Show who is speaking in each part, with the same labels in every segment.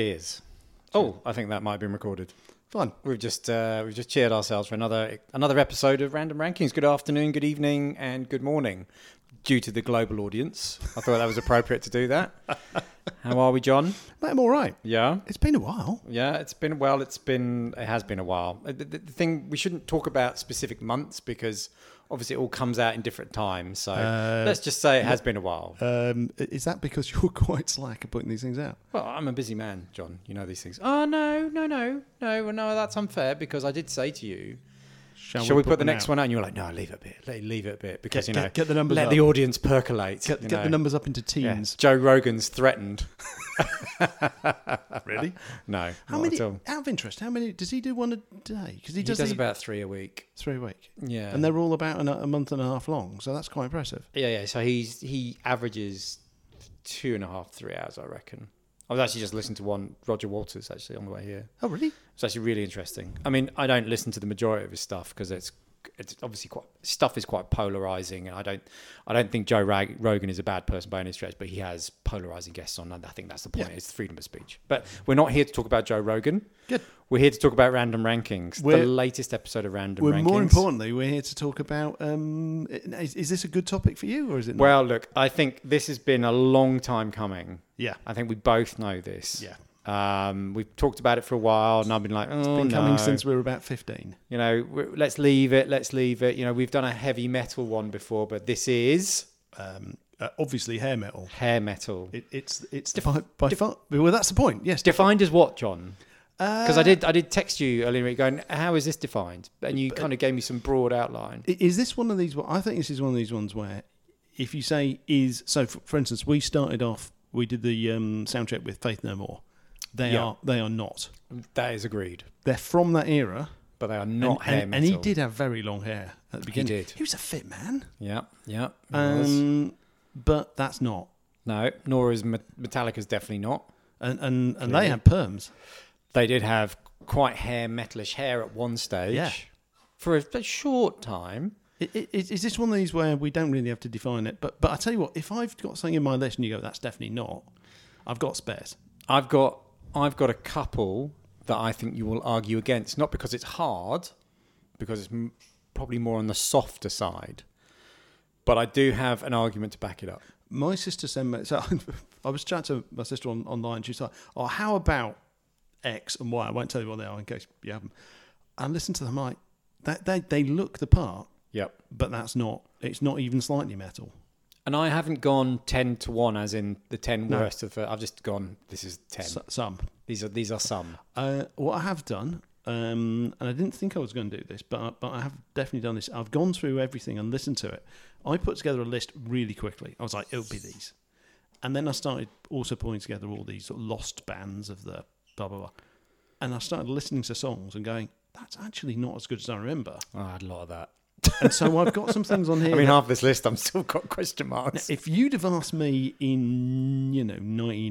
Speaker 1: Cheers. Oh, I think that might have been recorded.
Speaker 2: Fun.
Speaker 1: We've just uh, we've just cheered ourselves for another another episode of Random Rankings. Good afternoon, good evening, and good morning. Due to the global audience, I thought that was appropriate to do that. How are we, John?
Speaker 2: Mate, I'm all right.
Speaker 1: Yeah,
Speaker 2: It's been a while.
Speaker 1: yeah. It's been well. It's been it has been a while. Uh, The, the- the thing we shouldn't talk about specific months because obviously it all comes out in different times. So let's just say it has been a while.
Speaker 2: Um, i- is that because you're quite slack at putting these things out?
Speaker 1: Well, I'm a busy man, John. You know these things. Oh no, no, no, no, well, no. That's unfair because I did say to you, shall we, put, the next one out? And you were like, no, leave it a bit, let leave it a bit because
Speaker 2: Get-
Speaker 1: you know,
Speaker 2: get- get the numbers
Speaker 1: let
Speaker 2: up.
Speaker 1: the audience percolate.
Speaker 2: Get,
Speaker 1: you
Speaker 2: get
Speaker 1: know.
Speaker 2: the numbers up into
Speaker 1: Yeah.
Speaker 2: teens.
Speaker 1: Joe Rogan's threatened.
Speaker 2: Really?
Speaker 1: No,
Speaker 2: How
Speaker 1: not
Speaker 2: many?
Speaker 1: At all.
Speaker 2: Out of interest, how many does he do one a day? Because he
Speaker 1: He
Speaker 2: does,
Speaker 1: does
Speaker 2: the-
Speaker 1: about three a week.
Speaker 2: three a week,
Speaker 1: Yeah,
Speaker 2: and they're all about an, a month and a half long. So that's quite impressive.
Speaker 1: yeah, yeah. So he's he averages two and a half, three hours, I reckon. I was actually just listening to one Roger Waters actually on the way here.
Speaker 2: Oh, really?
Speaker 1: It's actually really interesting. I mean, I don't listen to the majority of his stuff because it's it's obviously quite stuff is quite polarizing, and I don't I don't think Joe Rag, Rogan is a bad person by any stretch, but he has polarizing guests on, and I think that's the point.
Speaker 2: Yeah.
Speaker 1: It's freedom of speech. But we're not here to talk about Joe Rogan.
Speaker 2: Good.
Speaker 1: We're here to talk about random rankings.
Speaker 2: We're-
Speaker 1: the latest episode of random
Speaker 2: Well,
Speaker 1: rankings.
Speaker 2: more importantly, we're here to talk about. Um, i- is, is this a good topic for you, or is it? Not?
Speaker 1: Well, look, I think this has been a long time coming.
Speaker 2: yeah,
Speaker 1: I think we both know this.
Speaker 2: yeah.
Speaker 1: Um, we've talked about it for a while, and I've been like, oh,
Speaker 2: Been coming
Speaker 1: no.
Speaker 2: since we were about fifteen.
Speaker 1: you know, w- let's leave it, let's leave it. You know, we've done a heavy metal one before, but this is
Speaker 2: Um, uh, obviously, hair metal.
Speaker 1: hair metal.
Speaker 2: It, it's it's by, by far. Well, that's the point. Yes,
Speaker 1: Defined as what, John? Because
Speaker 2: Uh,
Speaker 1: I did, I did text you earlier in the week going, "How is this defined?" And you kind of gave me some broad outline.
Speaker 2: I- Is this one of these? I think this is one of these ones where, if you say is so, for, for instance, we started off, we did the um, soundtrack with Faith No More. They
Speaker 1: Yeah.
Speaker 2: are they are not.
Speaker 1: That is agreed,
Speaker 2: They're from that era.
Speaker 1: but they are not
Speaker 2: and,
Speaker 1: hair
Speaker 2: and, and
Speaker 1: metal.
Speaker 2: he did have very long hair at the beginning.
Speaker 1: did.
Speaker 2: was a fit man.
Speaker 1: yeah, yeah. he was.
Speaker 2: Um, but that's not.
Speaker 1: no, nor is Me- Metallica's definitely not.
Speaker 2: And and, and
Speaker 1: Clearly.
Speaker 2: they had perms.
Speaker 1: They did have quite hair metalish hair at one stage.
Speaker 2: Yeah.
Speaker 1: For a, a short time,
Speaker 2: I- I- Is, is this one of these where we don't really have to define it? But but I tell you what, if I've got something in my list and you go, that's definitely not, I've got spares.
Speaker 1: I've got I've got a couple that I think you will argue against, not because it's hard, because it's m- probably more on the softer side. But I do have an argument to back it up.
Speaker 2: my sister sent me. So I was chatting to my sister on, online. She was like, "Oh, how about X and Y?" I won't tell you what they are in case you haven't. And listen to them like that. They they look the part,
Speaker 1: Yep.
Speaker 2: but that's not. It's not even slightly metal.
Speaker 1: And I haven't gone ten to one, as in the ten worst of. The, I've just gone. This is ten.
Speaker 2: S- some.
Speaker 1: these are these are some.
Speaker 2: Uh, what I have done, um, and I didn't think I was going to do this, but I, but I have definitely done this. I've gone through everything and listened to it. I put together a list really quickly. I was like, it'll be these, and then I started also pulling together all these sort of lost bands of the blah blah blah, and I started listening to songs and going, that's actually not as good as I remember.
Speaker 1: Oh, I had a lot of that.
Speaker 2: And so I've got some things on here.
Speaker 1: I mean, half this list, I'm still got question marks.
Speaker 2: if you'd have asked me in you know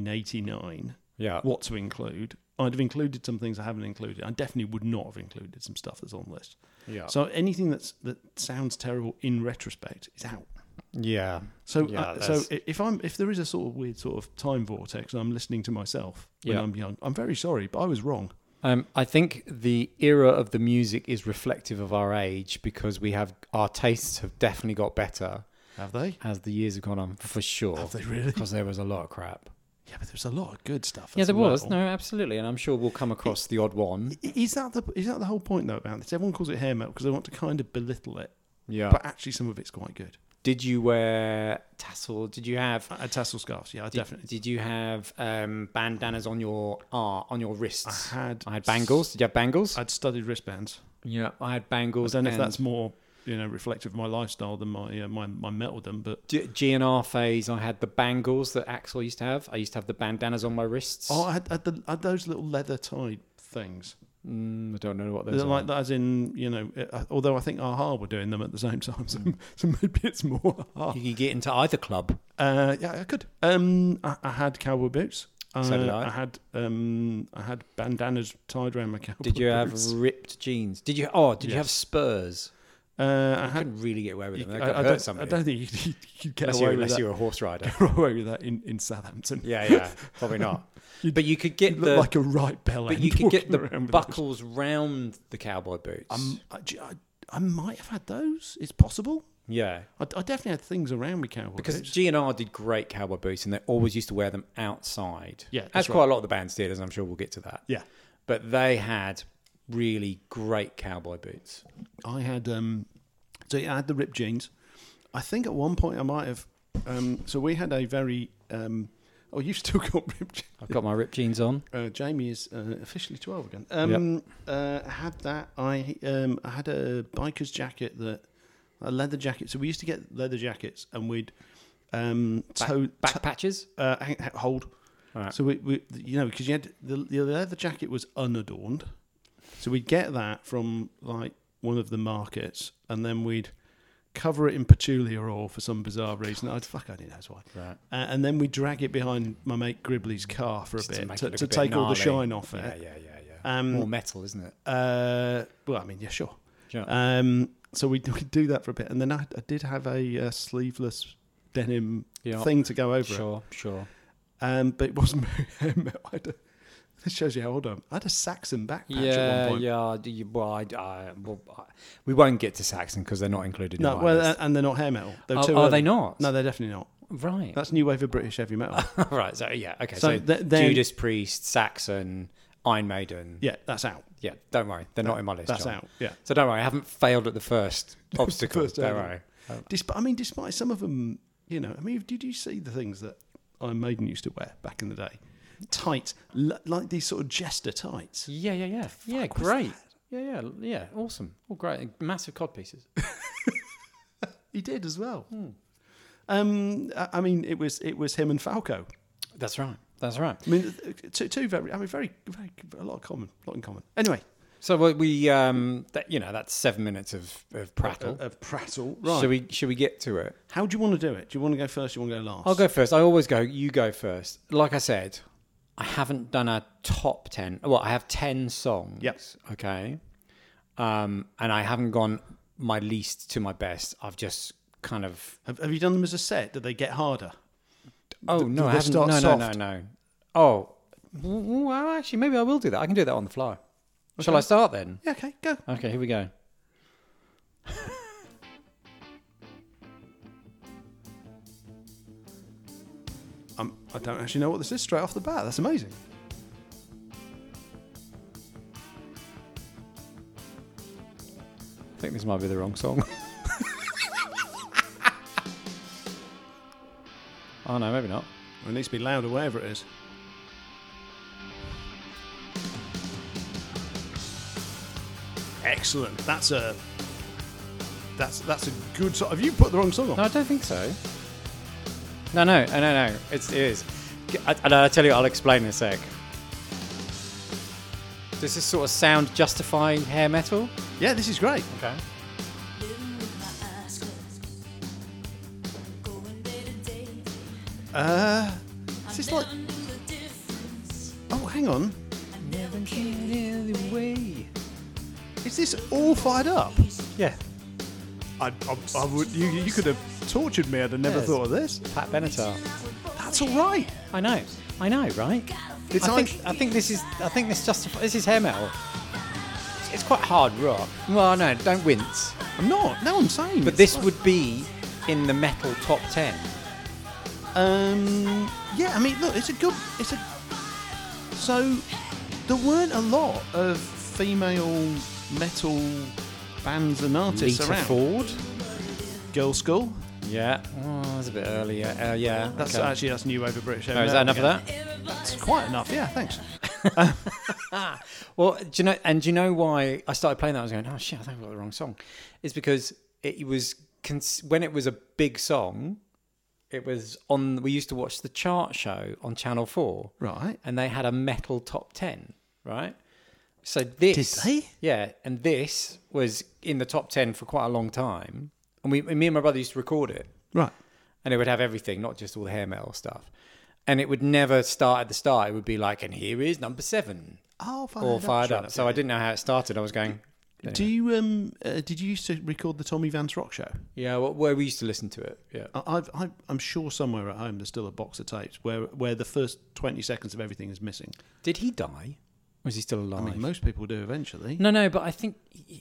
Speaker 2: 1989
Speaker 1: Yeah.
Speaker 2: what to include. I'd have included some things I haven't included. I definitely would not have included some stuff that's on the list.
Speaker 1: Yeah.
Speaker 2: So anything that's that sounds terrible in retrospect is out.
Speaker 1: yeah.
Speaker 2: So
Speaker 1: Yeah,
Speaker 2: uh, so
Speaker 1: that's-
Speaker 2: i- if I'm if there is a sort of weird sort of time vortex and I'm listening to myself when
Speaker 1: Yeah.
Speaker 2: I'm young, I'm very sorry, but I was wrong.
Speaker 1: Um, I think the era of the music is reflective of our age because we have our tastes have definitely got better
Speaker 2: Have they?
Speaker 1: as the years have gone on for sure.
Speaker 2: Have they really?
Speaker 1: Because there was a lot of crap.
Speaker 2: Yeah, but there's a lot of good stuff.
Speaker 1: Yeah,
Speaker 2: as
Speaker 1: there was.
Speaker 2: well.
Speaker 1: No, absolutely, and I'm sure we'll come across the odd one.
Speaker 2: I- Is that the is that the whole point though about this? Everyone calls it hair metal because they want to kind of belittle it,
Speaker 1: Yeah.
Speaker 2: but actually some of it's quite good.
Speaker 1: did you wear tassel? Did you have?
Speaker 2: I had tassel scarves. Yeah, I
Speaker 1: Did,
Speaker 2: definitely.
Speaker 1: Did you have um, bandanas on your ar on your wrists?
Speaker 2: I had.
Speaker 1: I had bangles. Did you have bangles?
Speaker 2: I'd studied wristbands.
Speaker 1: yeah, I had
Speaker 2: I
Speaker 1: bangles.
Speaker 2: don't know if
Speaker 1: and
Speaker 2: that's more you know reflective of my lifestyle than my uh, my my metaldom, but
Speaker 1: G- GNR phase. I had the bangles that Axel used to have. I used to have the bandanas on my wrists.
Speaker 2: oh, I had, had, the, had those little leather tied things,
Speaker 1: Mm, I don't know what
Speaker 2: They're
Speaker 1: those are.
Speaker 2: like that as in you know. uh, Although I think Aha were doing them at the same time, so, so maybe it's more. Aha.
Speaker 1: You can get into either club.
Speaker 2: Uh, yeah, I could. Um, I, I had cowboy boots. Uh,
Speaker 1: So did I.
Speaker 2: had um, I had bandanas tied around my cowboy.
Speaker 1: Did you have
Speaker 2: boots.
Speaker 1: ripped jeans? Did you? Oh, did you
Speaker 2: Yes.
Speaker 1: have spurs?
Speaker 2: Uh, I
Speaker 1: I
Speaker 2: had.
Speaker 1: couldn't really get away with
Speaker 2: you-
Speaker 1: them. That
Speaker 2: I,
Speaker 1: could
Speaker 2: I
Speaker 1: hurt
Speaker 2: don't, I
Speaker 1: somebody.
Speaker 2: don't think you could, you could get
Speaker 1: unless
Speaker 2: away
Speaker 1: you're,
Speaker 2: with
Speaker 1: unless
Speaker 2: that.
Speaker 1: you're a horse rider.
Speaker 2: Get away with that in, in Southampton.
Speaker 1: Yeah, yeah, probably not.
Speaker 2: You-
Speaker 1: but you could get
Speaker 2: You
Speaker 1: the
Speaker 2: look like a right bell
Speaker 1: but
Speaker 2: end
Speaker 1: you could get
Speaker 2: walking
Speaker 1: the
Speaker 2: around with those.
Speaker 1: buckles round the cowboy boots.
Speaker 2: Um, I, do you- I, I might have had those. It's possible.
Speaker 1: yeah,
Speaker 2: I, I definitely had things around me cowboy
Speaker 1: because
Speaker 2: boots.
Speaker 1: G and R did great cowboy boots, and they always used to wear them outside.
Speaker 2: Yeah,
Speaker 1: as
Speaker 2: that's right.
Speaker 1: quite a lot of the bands did, as I'm sure we'll get to that.
Speaker 2: Yeah.
Speaker 1: but they had really great cowboy boots.
Speaker 2: I had um, so yeah, I had the ripped jeans. I think at one point I might have. Um, so we had a very. Um, oh, you've still got ripped. jeans.
Speaker 1: I've got my ripped jeans on.
Speaker 2: Uh, Jamie is uh, officially twelve again. Um, uh, had that. I um, I had a biker's jacket that a leather jacket. So we used to get leather jackets, and we'd um,
Speaker 1: Back,
Speaker 2: toe
Speaker 1: back patches.
Speaker 2: uh, hang, hang- hold.
Speaker 1: All right.
Speaker 2: So we, we, you know, because you had the, the leather jacket was unadorned, so we'd get that from like one of the markets, and then we'd cover it in patchouli or all for some bizarre reason. I fuck, I didn't know why.
Speaker 1: Right.
Speaker 2: Uh, and then we drag it behind my mate Gribley's car for a
Speaker 1: Just to
Speaker 2: bit
Speaker 1: make
Speaker 2: to,
Speaker 1: it look
Speaker 2: to
Speaker 1: a bit
Speaker 2: take all
Speaker 1: gnarly.
Speaker 2: the shine off
Speaker 1: Yeah,
Speaker 2: it.
Speaker 1: yeah, yeah, yeah.
Speaker 2: Um,
Speaker 1: More metal, isn't it?
Speaker 2: uh, well, I mean, yeah, sure.
Speaker 1: Do you know-
Speaker 2: Um, so we we do that for a bit, and then I, I did have a uh, sleeveless denim
Speaker 1: Yeah.
Speaker 2: thing to go over it.
Speaker 1: sure, sure.
Speaker 2: Um, but it wasn't. Um, I had a- this shows you how old I am. I had a Saxon back patch at one
Speaker 1: Yeah,
Speaker 2: point.
Speaker 1: yeah. do you- Well, I, I, well, I- we won't get to Saxon because they're not included.
Speaker 2: No,
Speaker 1: in my
Speaker 2: well,
Speaker 1: list.
Speaker 2: uh, and they're not hair metal. They're
Speaker 1: are,
Speaker 2: too
Speaker 1: are
Speaker 2: early.
Speaker 1: they not?
Speaker 2: No, they're definitely not.
Speaker 1: right.
Speaker 2: That's new wave of British heavy metal.
Speaker 1: right. So yeah, okay.
Speaker 2: So
Speaker 1: So,
Speaker 2: th- they're-
Speaker 1: Judas Priest, Saxon, Iron Maiden.
Speaker 2: yeah, that's out.
Speaker 1: Yeah, don't worry, they're not in my list.
Speaker 2: That's
Speaker 1: John.
Speaker 2: out. Yeah.
Speaker 1: So don't worry, I haven't failed at the first obstacle.
Speaker 2: First
Speaker 1: don't
Speaker 2: hurdle.
Speaker 1: worry.
Speaker 2: Despite, I mean, despite some of them, you know, I mean, did you see the things that Iron Maiden used to wear back in the day? Tight, l- like these sort of jester tights.
Speaker 1: Yeah, yeah, yeah, yeah.
Speaker 2: was
Speaker 1: Great. Yeah, yeah, yeah. Awesome. All great. Massive cod pieces.
Speaker 2: He did as well.
Speaker 1: Hmm.
Speaker 2: Um, I, I mean, it was it was him and Falco.
Speaker 1: That's right. That's right.
Speaker 2: I mean, two, two very, I mean, very, very, a lot of common, a lot in common. Anyway,
Speaker 1: So we, we um, that, you know, that's seven minutes of of prattle.
Speaker 2: A, a prattle. Right.
Speaker 1: Should we should we get to it?
Speaker 2: How do you want to do it? Do you want to go first? Do you want to go last?
Speaker 1: I'll go first. I always go. You go first. Like I said, I haven't done a top ten. Well, I have ten songs.
Speaker 2: Yep.
Speaker 1: Okay. Um, and I haven't gone my least to my best. I've just kind of.
Speaker 2: Have, have you done them as a set? Did they get harder?
Speaker 1: Oh
Speaker 2: do
Speaker 1: no, I
Speaker 2: they
Speaker 1: haven't.
Speaker 2: start
Speaker 1: No, no, no,
Speaker 2: soft?
Speaker 1: no. Oh, w- well, actually, maybe I will do that. I can do that on the fly. Shall I start then?
Speaker 2: Yeah. Okay. Go.
Speaker 1: Okay, here we go.
Speaker 2: Um, I don't actually know what this is straight off the bat. That's amazing.
Speaker 1: I think this might be the wrong song. oh no, maybe not.
Speaker 2: Or it needs to be louder, wherever it is. Excellent. That's a. That's that's a good sort. Have you put the wrong song on?
Speaker 1: No, I don't think so. No, no, no, no, no. It's, it is. G- I- And I'll tell you, I'll explain in a sec. Does this sort of sound justify hair metal?
Speaker 2: Yeah, this is great.
Speaker 1: Okay.
Speaker 2: Uh,
Speaker 3: It's
Speaker 2: this is like. Oh, hang on. Is this all fired up?
Speaker 1: Yeah,
Speaker 2: I, I, I would. You, you could have tortured me. I'd have never
Speaker 1: Yes.
Speaker 2: thought of this.
Speaker 1: Pat Benatar.
Speaker 2: That's all right.
Speaker 1: I know, I know, right?
Speaker 2: It's
Speaker 1: I
Speaker 2: like
Speaker 1: think I think this is I think this justify this is hair metal. It's- It's quite hard rock. Well, no, don't wince.
Speaker 2: I'm not. No, I'm saying.
Speaker 1: But
Speaker 2: it's
Speaker 1: this
Speaker 2: like-
Speaker 1: would be in the metal top ten.
Speaker 2: Um. Yeah. I mean, look. It's a good. It's a. So, there weren't a lot of female metal bands and artists
Speaker 1: Lita
Speaker 2: around.
Speaker 1: Ford.
Speaker 2: Girl School.
Speaker 1: Yeah, oh, that was a bit early. Yeah, uh, yeah.
Speaker 2: That's
Speaker 1: okay.
Speaker 2: actually that's new over British.
Speaker 1: Oh, is that enough of that?
Speaker 2: That's quite enough. Yeah. Thanks.
Speaker 1: Well, do you know? And do you know why I started playing that? I was going, oh shit, I think I got the wrong song. It's because it was cons- when it was a big song. It was on. We used to watch the chart show on Channel Four,
Speaker 2: Right.
Speaker 1: and they had a metal top ten, right? So this,
Speaker 2: they?
Speaker 1: yeah, and this was in the top ten for quite a long time. And we, me and my brother used to record it,
Speaker 2: Right.
Speaker 1: and it would have everything, not just all the hair metal stuff. And it would never start at the start. It would be like, and here is number seven,
Speaker 2: Oh, fired
Speaker 1: all
Speaker 2: up.
Speaker 1: fired
Speaker 2: straight
Speaker 1: up. So I didn't know how it started. I was going,
Speaker 2: Do
Speaker 1: Anyway.
Speaker 2: you um uh, did you used to record the Tommy Vance Rock show?
Speaker 1: Yeah, well, where we used to listen to it. Yeah.
Speaker 2: I- I've, I've, I'm sure somewhere at home there's still a box of tapes where where the first 20 seconds of everything is missing.
Speaker 1: Did he die? Or is he still alive?
Speaker 2: I mean, most people do eventually.
Speaker 1: no, no, but I think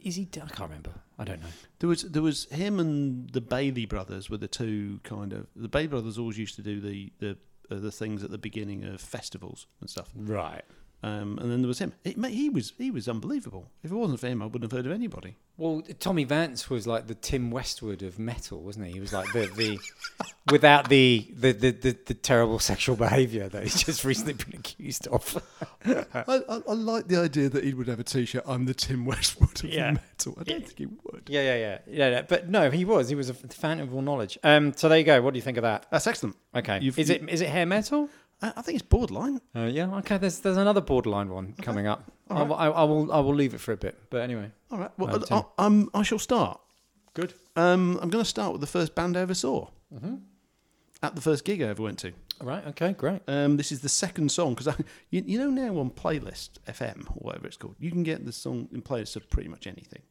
Speaker 1: is he? I can't remember. I don't know.
Speaker 2: There was there was him and the Bailey brothers were the two kind of the Bailey brothers always used to do the the uh, the things at the beginning of festivals and stuff.
Speaker 1: Right.
Speaker 2: Um, and then there was him. He, mate, he was he was unbelievable. If it wasn't for him, I wouldn't have heard of anybody.
Speaker 1: Well, Tommy Vance was like the Tim Westwood of metal, wasn't he? He was like the the without the the the, the, the terrible sexual behaviour that he's just recently been accused of.
Speaker 3: I, I, I like the idea that he would have a T-shirt. I'm the Tim Westwood of
Speaker 1: Yeah.
Speaker 3: metal. I don't
Speaker 1: Yeah.
Speaker 3: think he would.
Speaker 1: Yeah, yeah, yeah, yeah, yeah. But no, he was. He was a fountain of all knowledge. Um. So there you go. What do you think of that?
Speaker 2: That's excellent.
Speaker 1: Okay.
Speaker 2: You've-
Speaker 1: is it is it hair metal?
Speaker 2: I, I think it's borderline.
Speaker 1: Uh, yeah. Okay. There's there's another borderline one coming up.
Speaker 2: All
Speaker 1: I, will- I, I will I will leave it for a bit. But anyway.
Speaker 2: All right. Well,
Speaker 1: Right,
Speaker 2: I,
Speaker 1: Uh, Tim.
Speaker 2: I, um, I shall start.
Speaker 1: Good. Mm-hmm.
Speaker 2: Um, I'm going to start with the first band I ever saw at the first gig I ever went to.
Speaker 1: All right. Okay. Great.
Speaker 2: Um, this is the second song because you, you know now on playlist FM or whatever it's called, you can get the song in playlists of pretty much anything.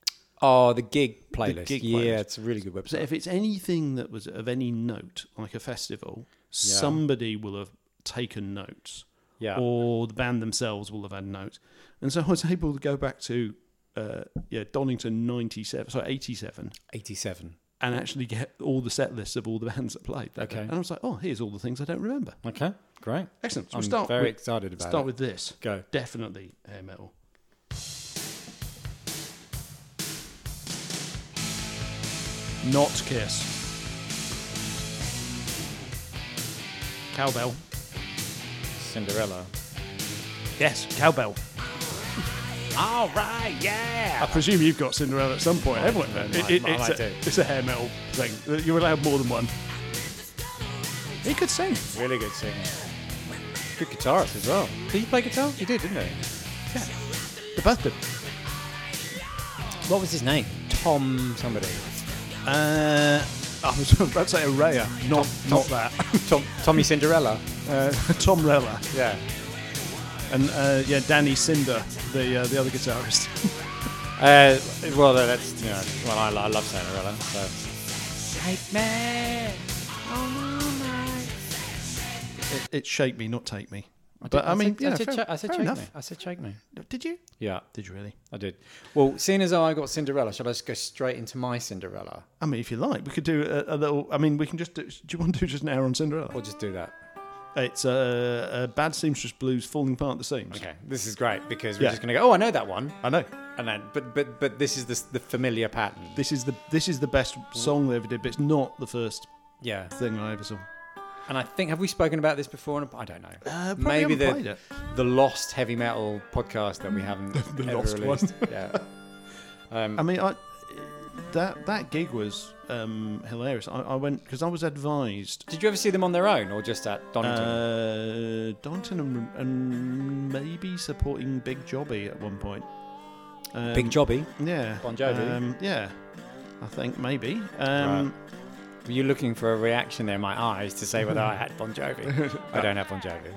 Speaker 1: Oh, the gig playlist.
Speaker 2: gig
Speaker 1: yeah,
Speaker 2: playlist.
Speaker 1: it's a really good website.
Speaker 2: So if it's anything that was of any note, like a festival,
Speaker 1: Yeah.
Speaker 2: somebody will have taken notes,
Speaker 1: yeah.
Speaker 2: or the band themselves will have had notes. And so I was able to go back to uh, yeah Donington '97, so '87,
Speaker 1: 87.
Speaker 2: and actually get all the set lists of all the bands that played.
Speaker 1: Okay.
Speaker 2: And I was like, oh, here's all the things I don't remember.
Speaker 1: Okay. Great.
Speaker 2: Excellent. So
Speaker 1: I'm
Speaker 2: we'll start
Speaker 1: very
Speaker 2: with,
Speaker 1: excited about
Speaker 2: start
Speaker 1: it.
Speaker 2: with this.
Speaker 1: Go.
Speaker 2: Definitely hair metal. Not Kiss. Cowbell.
Speaker 1: Cinderella.
Speaker 2: Yes, cowbell.
Speaker 1: All right.
Speaker 2: I
Speaker 1: Yeah.
Speaker 2: presume you've got Cinderella at some point. Everyone,
Speaker 1: might-
Speaker 2: it, it,
Speaker 1: might-
Speaker 2: it's,
Speaker 1: might
Speaker 2: a,
Speaker 1: do.
Speaker 2: it's a hair metal thing. You're allowed more than one. He could sing.
Speaker 1: Really good singer. Good guitarist as well. Did he play guitar? He did, didn't he?
Speaker 2: The birthday.
Speaker 1: What was his name? Tom somebody.
Speaker 2: Uh, I was about to say Araya. Not, not that.
Speaker 1: Tom Tommy Cinderella.
Speaker 2: Uh, Tom Rella.
Speaker 1: Yeah.
Speaker 2: And uh, yeah, Danny Cinder, the uh, the other guitarist.
Speaker 1: Uh, well, that's you know, well, I, I love Cinderella. So. Take me. Oh,
Speaker 2: It, it shake me, not take me.
Speaker 1: I
Speaker 2: But I mean,
Speaker 1: said,
Speaker 2: yeah,
Speaker 1: I said,
Speaker 2: fair-
Speaker 1: shake- I said
Speaker 2: fair
Speaker 1: shake
Speaker 2: enough.
Speaker 1: me. I said shake me.
Speaker 2: Uh, Did you?
Speaker 1: Yeah,
Speaker 2: Did you really?
Speaker 1: I did. Well, seeing as I got Cinderella, shall I just go straight into my Cinderella,
Speaker 2: I mean, if you like, we could do a, a little. I mean, we can just do. Do you want to do just an hour on Cinderella?
Speaker 1: or just do that?
Speaker 2: It's uh, uh, Bad Seamstress Blues falling apart at the seams.
Speaker 1: Okay, this is great because we're
Speaker 2: Yeah.
Speaker 1: just going to go. Oh, I know that one,
Speaker 2: I know.
Speaker 1: and then but but but this is the the familiar pattern.
Speaker 2: This is the this is the best song they ever did, but it's not the first
Speaker 1: Yeah,
Speaker 2: thing I ever saw.
Speaker 1: and I think have we spoken about this before? And I don't know.
Speaker 2: Uh, probably
Speaker 1: Maybe
Speaker 2: haven't
Speaker 1: the
Speaker 2: played it.
Speaker 1: the lost heavy metal podcast that we haven't
Speaker 3: The
Speaker 1: ever
Speaker 3: lost one.
Speaker 1: released. Yeah. Um,
Speaker 2: I mean, I that that gig was um, hilarious. I, I went because I was advised
Speaker 1: did you ever see them on their own or just at Donington?
Speaker 2: Uh, Donington and, and maybe supporting Big Jobby at one point. Um,
Speaker 1: Big Jobby.
Speaker 2: Yeah.
Speaker 1: Bon Jovi.
Speaker 2: Um, yeah. I think maybe. Um,
Speaker 1: Were you looking for a reaction there in my eyes to say whether I had Bon Jovi? I don't have Bon Jovi.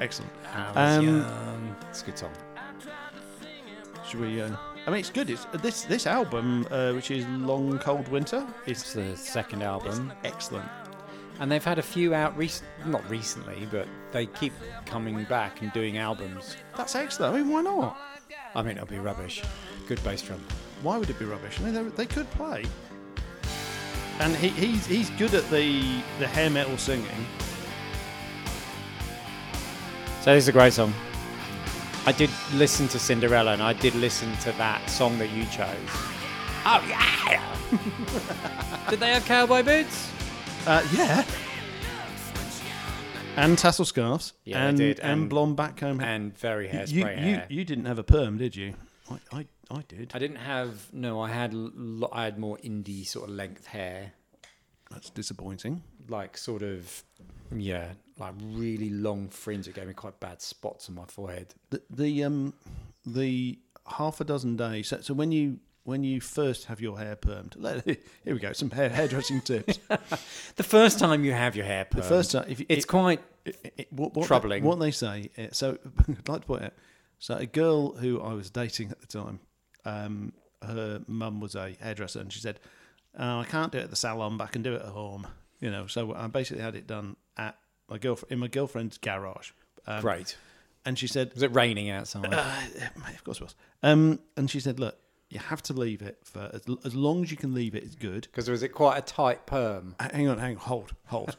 Speaker 2: Excellent.
Speaker 1: I was
Speaker 2: Um,
Speaker 1: young. It's a good song.
Speaker 2: Should we? Uh, I mean, it's good. It's this this album, uh, which is Long Cold Winter, is
Speaker 1: It's the second album.
Speaker 2: excellent.
Speaker 1: And they've had a few out, rec- not recently, but they keep coming back and doing albums.
Speaker 2: That's excellent. I mean, why not?
Speaker 1: I mean, it'll be rubbish. Good bass drum.
Speaker 2: Why would it be rubbish? I mean, they, they could play. And he, he's he's good at the the hair metal singing.
Speaker 1: So this is a great song. I did listen to Cinderella and I did listen to that song that you chose. Oh yeah! did they have cowboy boots?
Speaker 2: Uh, yeah. And tassel scarves.
Speaker 1: Yeah, they
Speaker 2: and,
Speaker 1: did,
Speaker 2: And,
Speaker 1: and-
Speaker 2: blonde back comb hair.
Speaker 1: And very hairspray
Speaker 2: you, you,
Speaker 1: hair.
Speaker 2: you didn't have a perm, did you? I, I, I did.
Speaker 1: I didn't have no. I had l- I had more indie sort of length hair,
Speaker 2: That's disappointing.
Speaker 1: like sort of yeah, like really long fringe. It gave me quite bad spots on my forehead.
Speaker 2: The, the um the half a dozen days. So, so when you when you first have your hair permed, let, here we go. Some hair hairdressing tips.
Speaker 1: The first time you have your hair perm,
Speaker 2: The first time, if you-
Speaker 1: it's
Speaker 2: it-
Speaker 1: quite
Speaker 2: it- it- what, what
Speaker 1: Troubling.
Speaker 2: They, what they say. eh, uh, So I'd like to point out. So a girl who I was dating at the time, um, her mum was a hairdresser, and she said, oh, "I can't do it at the salon, but I can do it at home." You know, so I basically had it done at my girlfriend in my girlfriend's garage. Um,
Speaker 1: Great.
Speaker 2: And she said,
Speaker 1: Was it raining outside?
Speaker 2: uh, of course it was. Um, and she said, look, you have to leave it for as, as long as you can leave it is good.
Speaker 1: Because was it quite a tight perm?
Speaker 2: Uh, Hang on, hang on, hold, hold.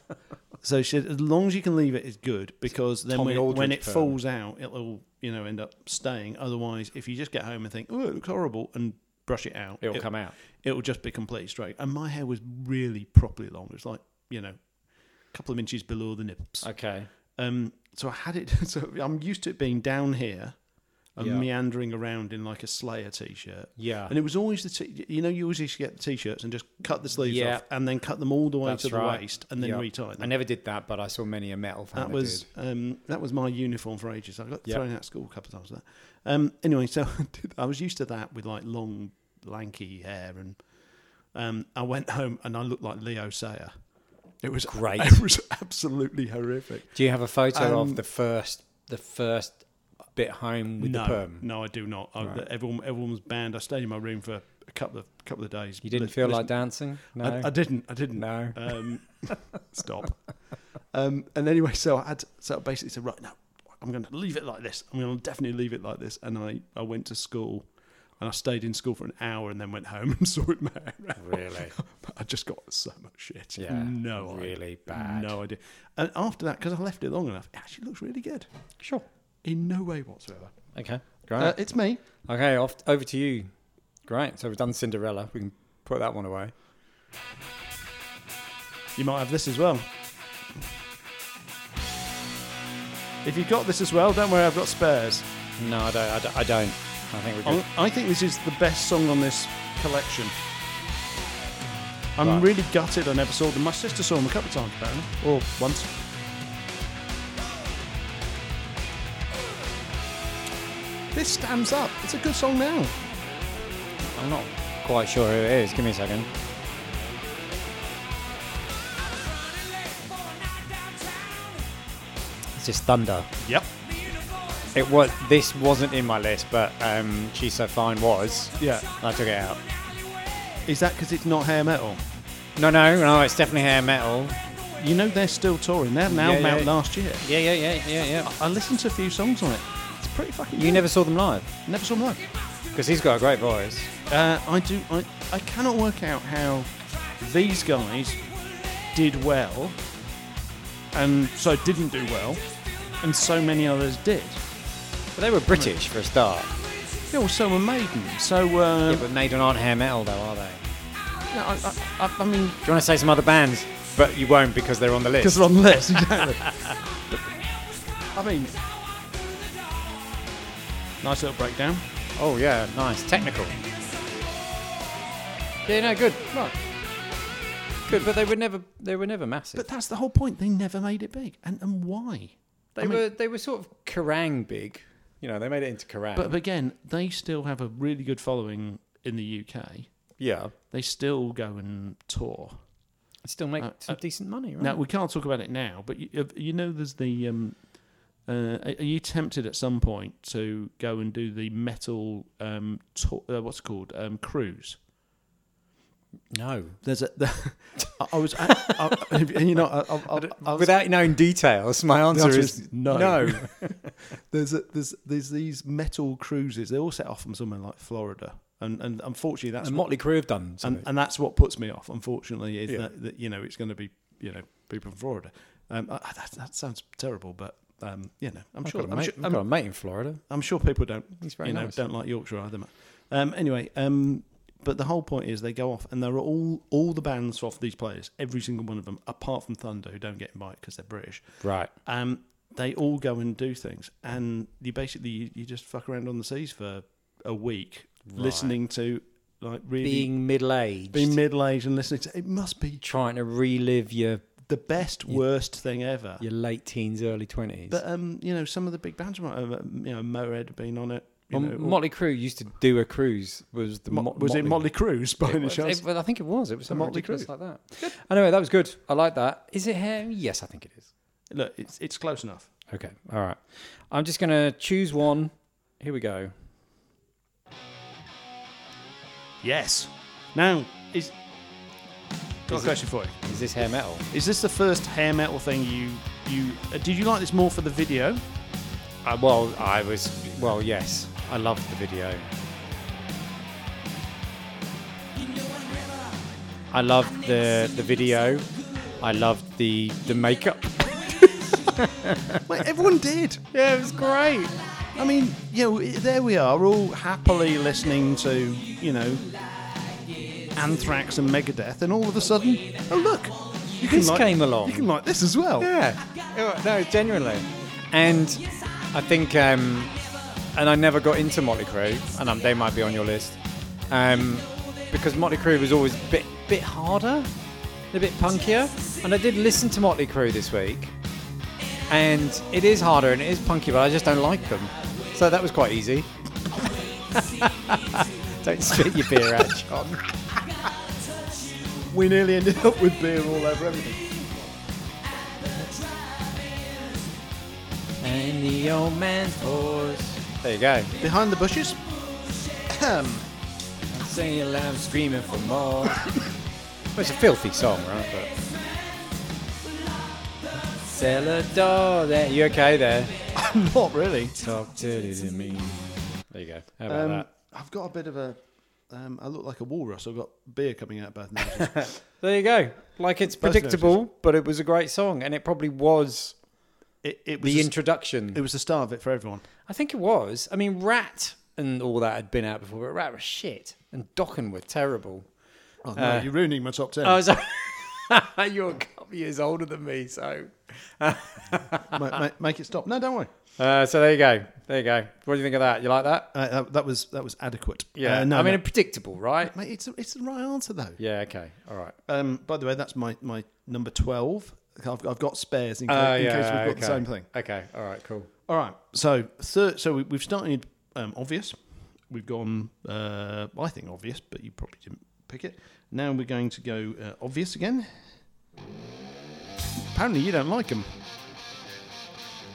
Speaker 2: so she said, as long as you can leave it is good because then
Speaker 1: Tommy
Speaker 2: when, it- when
Speaker 1: Aldridge
Speaker 2: it
Speaker 1: perm.
Speaker 2: falls out, it'll you know end up staying. Otherwise, if you just get home and think, oh, it looks horrible, and brush it out,
Speaker 1: It'll
Speaker 2: it-
Speaker 1: come out.
Speaker 2: It'll just be completely straight. And my hair was really properly long. It was like you know, a couple of inches below the nips.
Speaker 1: Okay.
Speaker 2: Um, so I had it. So I'm used to it being down here and
Speaker 1: Yeah.
Speaker 2: meandering around in like a Slayer t-shirt.
Speaker 1: Yeah.
Speaker 2: And it was always the t- you know you always used to get the t-shirts and just cut the sleeves
Speaker 1: Yeah.
Speaker 2: off and then cut them all the way
Speaker 1: That's
Speaker 2: to the
Speaker 1: right.
Speaker 2: waist and then
Speaker 1: Yeah.
Speaker 2: retie
Speaker 1: I
Speaker 2: them.
Speaker 1: never did that, but I saw many a metal fan
Speaker 2: That
Speaker 1: that
Speaker 2: was
Speaker 1: did.
Speaker 2: um, that was my uniform for ages. I got
Speaker 1: Yeah.
Speaker 2: thrown out of school a couple of times for that. Um, anyway, so I, did, I was used to that with like long lanky hair and um, I went home and I looked like Leo Sayer.
Speaker 3: It was
Speaker 1: Great.
Speaker 3: It was absolutely horrific.
Speaker 1: Do you have a photo
Speaker 2: Um,
Speaker 1: of the first the first bit home with
Speaker 2: no,
Speaker 1: the perm?
Speaker 2: no, I do not. I,
Speaker 1: Right.
Speaker 2: Everyone, everyone was banned. I stayed in my room for a couple of couple of days.
Speaker 1: You didn't
Speaker 2: Lis-
Speaker 1: feel
Speaker 2: listen-
Speaker 1: like dancing? No.
Speaker 2: I, I didn't. I didn't.
Speaker 1: no.
Speaker 2: Um, stop. Um, and anyway, so I had so I basically said, right, no, I'm going to leave it like this. I'm going to definitely leave it like this. And I, I went to school, and I stayed in school for an hour, and then went home and sorted my hair out.
Speaker 1: Really?
Speaker 2: But I just got so much shit.
Speaker 1: Yeah.
Speaker 2: no, idea.
Speaker 1: Really bad.
Speaker 2: No idea. And after that, because I left it long enough, it actually looks really good.
Speaker 1: Sure.
Speaker 2: In no way whatsoever.
Speaker 1: Okay. Great.
Speaker 2: Uh, it's me.
Speaker 1: okay. Off over to you. Great. So we've done Cinderella. We can put that one away.
Speaker 2: You might have this as well. If you've got this as well, don't worry, I've got spares.
Speaker 1: No, I don't. I don't. I, don't. I think we're
Speaker 2: I
Speaker 1: good.
Speaker 2: I think this is the best song on this collection. I'm
Speaker 1: Right.
Speaker 2: really gutted I never saw them. My sister saw them a couple of times, apparently, or once. This stands up. It's a good song now.
Speaker 1: I'm not quite sure who it is. Give me a second. It's just Thunder.
Speaker 2: Yep.
Speaker 1: It was. This wasn't in my list, but um, She's So Fine was.
Speaker 2: Yeah.
Speaker 1: I took it out.
Speaker 2: Is that because it's not hair metal?
Speaker 1: No, no, no. It's definitely hair metal.
Speaker 2: You know they're still touring. They're now
Speaker 1: Yeah,
Speaker 2: out
Speaker 1: yeah.
Speaker 2: last year.
Speaker 1: Yeah, yeah, yeah, yeah, yeah.
Speaker 2: I listened to a few songs on it. It's pretty fucking.
Speaker 1: You
Speaker 2: good.
Speaker 1: never saw them live
Speaker 2: never saw them live.
Speaker 1: because he's got a great voice.
Speaker 2: Uh, I do. I, I cannot work out how these guys did well, and so didn't do well, and so many others did.
Speaker 1: But they were British for a start.
Speaker 2: Yeah, well, so were Maiden. So uh,
Speaker 1: Yeah, but Maiden aren't hair metal though, are they?
Speaker 2: no, I, I, I, I mean,
Speaker 1: Do you want to say some other bands? But you won't because they're on the list.
Speaker 2: because they're on the list, exactly. I mean, nice little breakdown.
Speaker 1: Oh yeah, nice technical. Yeah, no, good. Right. Good, but they were never they were never massive.
Speaker 2: But that's the whole point. They never made it big, and and why?
Speaker 1: they
Speaker 2: I mean-
Speaker 1: were they were sort of Kerrang big. You know, they made it into Kerrang.
Speaker 2: But, but again, they still have a really good following in the UK.
Speaker 1: yeah,
Speaker 2: They still go and tour.
Speaker 1: still make
Speaker 2: Uh,
Speaker 1: some decent money, right?
Speaker 2: Now we can't talk about it now, but you, you know, there's the. Um, uh, are are you tempted at some point to go and do the metal um, to- uh, what's it called um, cruise?
Speaker 1: no.
Speaker 2: There's a. The, I, I was, I, I, you know, I, I, I, I was,
Speaker 1: Without knowing details, my answer,
Speaker 3: answer
Speaker 1: is,
Speaker 3: is
Speaker 1: no.
Speaker 3: no.
Speaker 1: No.
Speaker 2: there's, a, there's there's these metal cruises. They all set off from somewhere like Florida, and and unfortunately that's
Speaker 1: and
Speaker 2: what-
Speaker 1: Motley Crue have done
Speaker 2: and,
Speaker 1: something.
Speaker 2: and that's what puts me off. Unfortunately, is
Speaker 1: Yeah.
Speaker 2: that, that you know it's going to be you know people from Florida. Um, I, I- that, that sounds terrible, but um, you know, I'm
Speaker 1: I've
Speaker 2: sure.
Speaker 1: got a
Speaker 2: I'm
Speaker 1: mate-
Speaker 2: sure,
Speaker 1: I've
Speaker 2: I'm,
Speaker 1: got a mate in Florida.
Speaker 2: I'm sure people don't
Speaker 1: He's very
Speaker 2: you know
Speaker 1: nice.
Speaker 2: don't like Yorkshire either. mate. Um, anyway, um, but the whole point is they go off, and there are all all the bands off these players, every single one of them, apart from Thunder, who don't get invited because they're British.
Speaker 1: Right.
Speaker 2: Um, they all go and do things, and you basically you, you just fuck around on the seas for a week, listening to like really
Speaker 1: Being middle aged.
Speaker 2: being middle aged and listening to it must be
Speaker 1: trying to relive your
Speaker 2: the best worst thing ever.
Speaker 1: your late teens, early twenties.
Speaker 2: But um, you know, some of the big bands, might have, uh, you know, Motorhead have been on it. You
Speaker 1: Well,
Speaker 2: know,
Speaker 1: Motley Crue used to do a cruise. Was the
Speaker 2: um, Mo-
Speaker 1: Um, Mo-
Speaker 2: was it Motley Crue's by any
Speaker 1: It-
Speaker 2: chance?
Speaker 1: it- well, I think it was. It was
Speaker 2: The
Speaker 1: something
Speaker 2: Motley
Speaker 1: ridiculous
Speaker 2: Crue.
Speaker 1: like that. Anyway, that was good. I like that. Is it hair? Yes, I think it is.
Speaker 2: Look, it's it's close enough.
Speaker 1: Okay. All right. I'm just gonna choose one. Here we go.
Speaker 2: Yes. Now, is got
Speaker 1: Is
Speaker 2: a
Speaker 1: it-
Speaker 2: question for you.
Speaker 1: Is this hair metal?
Speaker 2: Is this the first hair metal thing you you uh, did you like this more for the video?
Speaker 1: Uh, well, I was. Well, yes, I loved the video. I loved the the video. I loved the the makeup.
Speaker 2: Wait, everyone did.
Speaker 1: Yeah, it was great.
Speaker 2: I mean, you know, i- there we are, all happily listening to you know Anthrax and Megadeth, and all of a sudden, oh look, you
Speaker 1: This
Speaker 2: like,
Speaker 1: came along.
Speaker 2: You can like this as well.
Speaker 1: Yeah. Oh, No, genuinely. And I think, um, and I never got into Motley Crue, and um, they might be on your list, um, because Motley Crue was always a bit, bit harder, a bit punkier. And I did listen to Motley Crue this week, and it is harder and it is punky, but I just don't like them. So that was quite easy. don't spit your beer out, John.
Speaker 2: We nearly ended up with beer all over everything.
Speaker 1: And the old man's horse. There you go.
Speaker 2: Behind the bushes. Um, Ahem.
Speaker 1: Singing loud, screaming for more. it's a filthy song, right? But... Cellar door there. You okay there?
Speaker 2: Not really.
Speaker 1: Talk dirty to me. There you go. How about
Speaker 2: Um,
Speaker 1: that?
Speaker 2: I've got a bit of a. Um, I look like a walrus. I've got beer coming out of both noses.
Speaker 1: There you go. Like it's
Speaker 2: Both
Speaker 1: predictable, but it was a great song, and it probably was
Speaker 2: it, it was
Speaker 1: the
Speaker 2: s-
Speaker 1: introduction.
Speaker 2: It was the start of it for everyone.
Speaker 1: I think it was. I mean, Rat and all that had been out before, but Rat was shit, and Dokken were terrible.
Speaker 2: Oh,
Speaker 1: no, Uh,
Speaker 2: you're ruining my top ten.
Speaker 1: I was. You're a couple years older than me, so.
Speaker 2: make, it stop. No, don't worry.
Speaker 1: Uh, so there you go. There you go. What do you think of that? You like that?
Speaker 2: Uh, that, that was that was adequate.
Speaker 1: Yeah.
Speaker 2: Uh, no,
Speaker 1: I mean,
Speaker 2: no.
Speaker 1: it's predictable, right?
Speaker 2: Mate, it's it's the right answer though.
Speaker 1: Yeah. Okay. All right.
Speaker 2: Um, by the way, that's my, my number twelve. I've, I've got spares in case,
Speaker 1: Uh,
Speaker 2: in
Speaker 1: yeah,
Speaker 2: case we've got
Speaker 1: okay.
Speaker 2: the same thing.
Speaker 1: Okay. All right. Cool.
Speaker 2: All right. So third. So we, we've started um, obvious. We've gone. Uh, well, I think obvious, but you probably didn't pick it. Now we're going to go uh, obvious again. Apparently, you don't like them.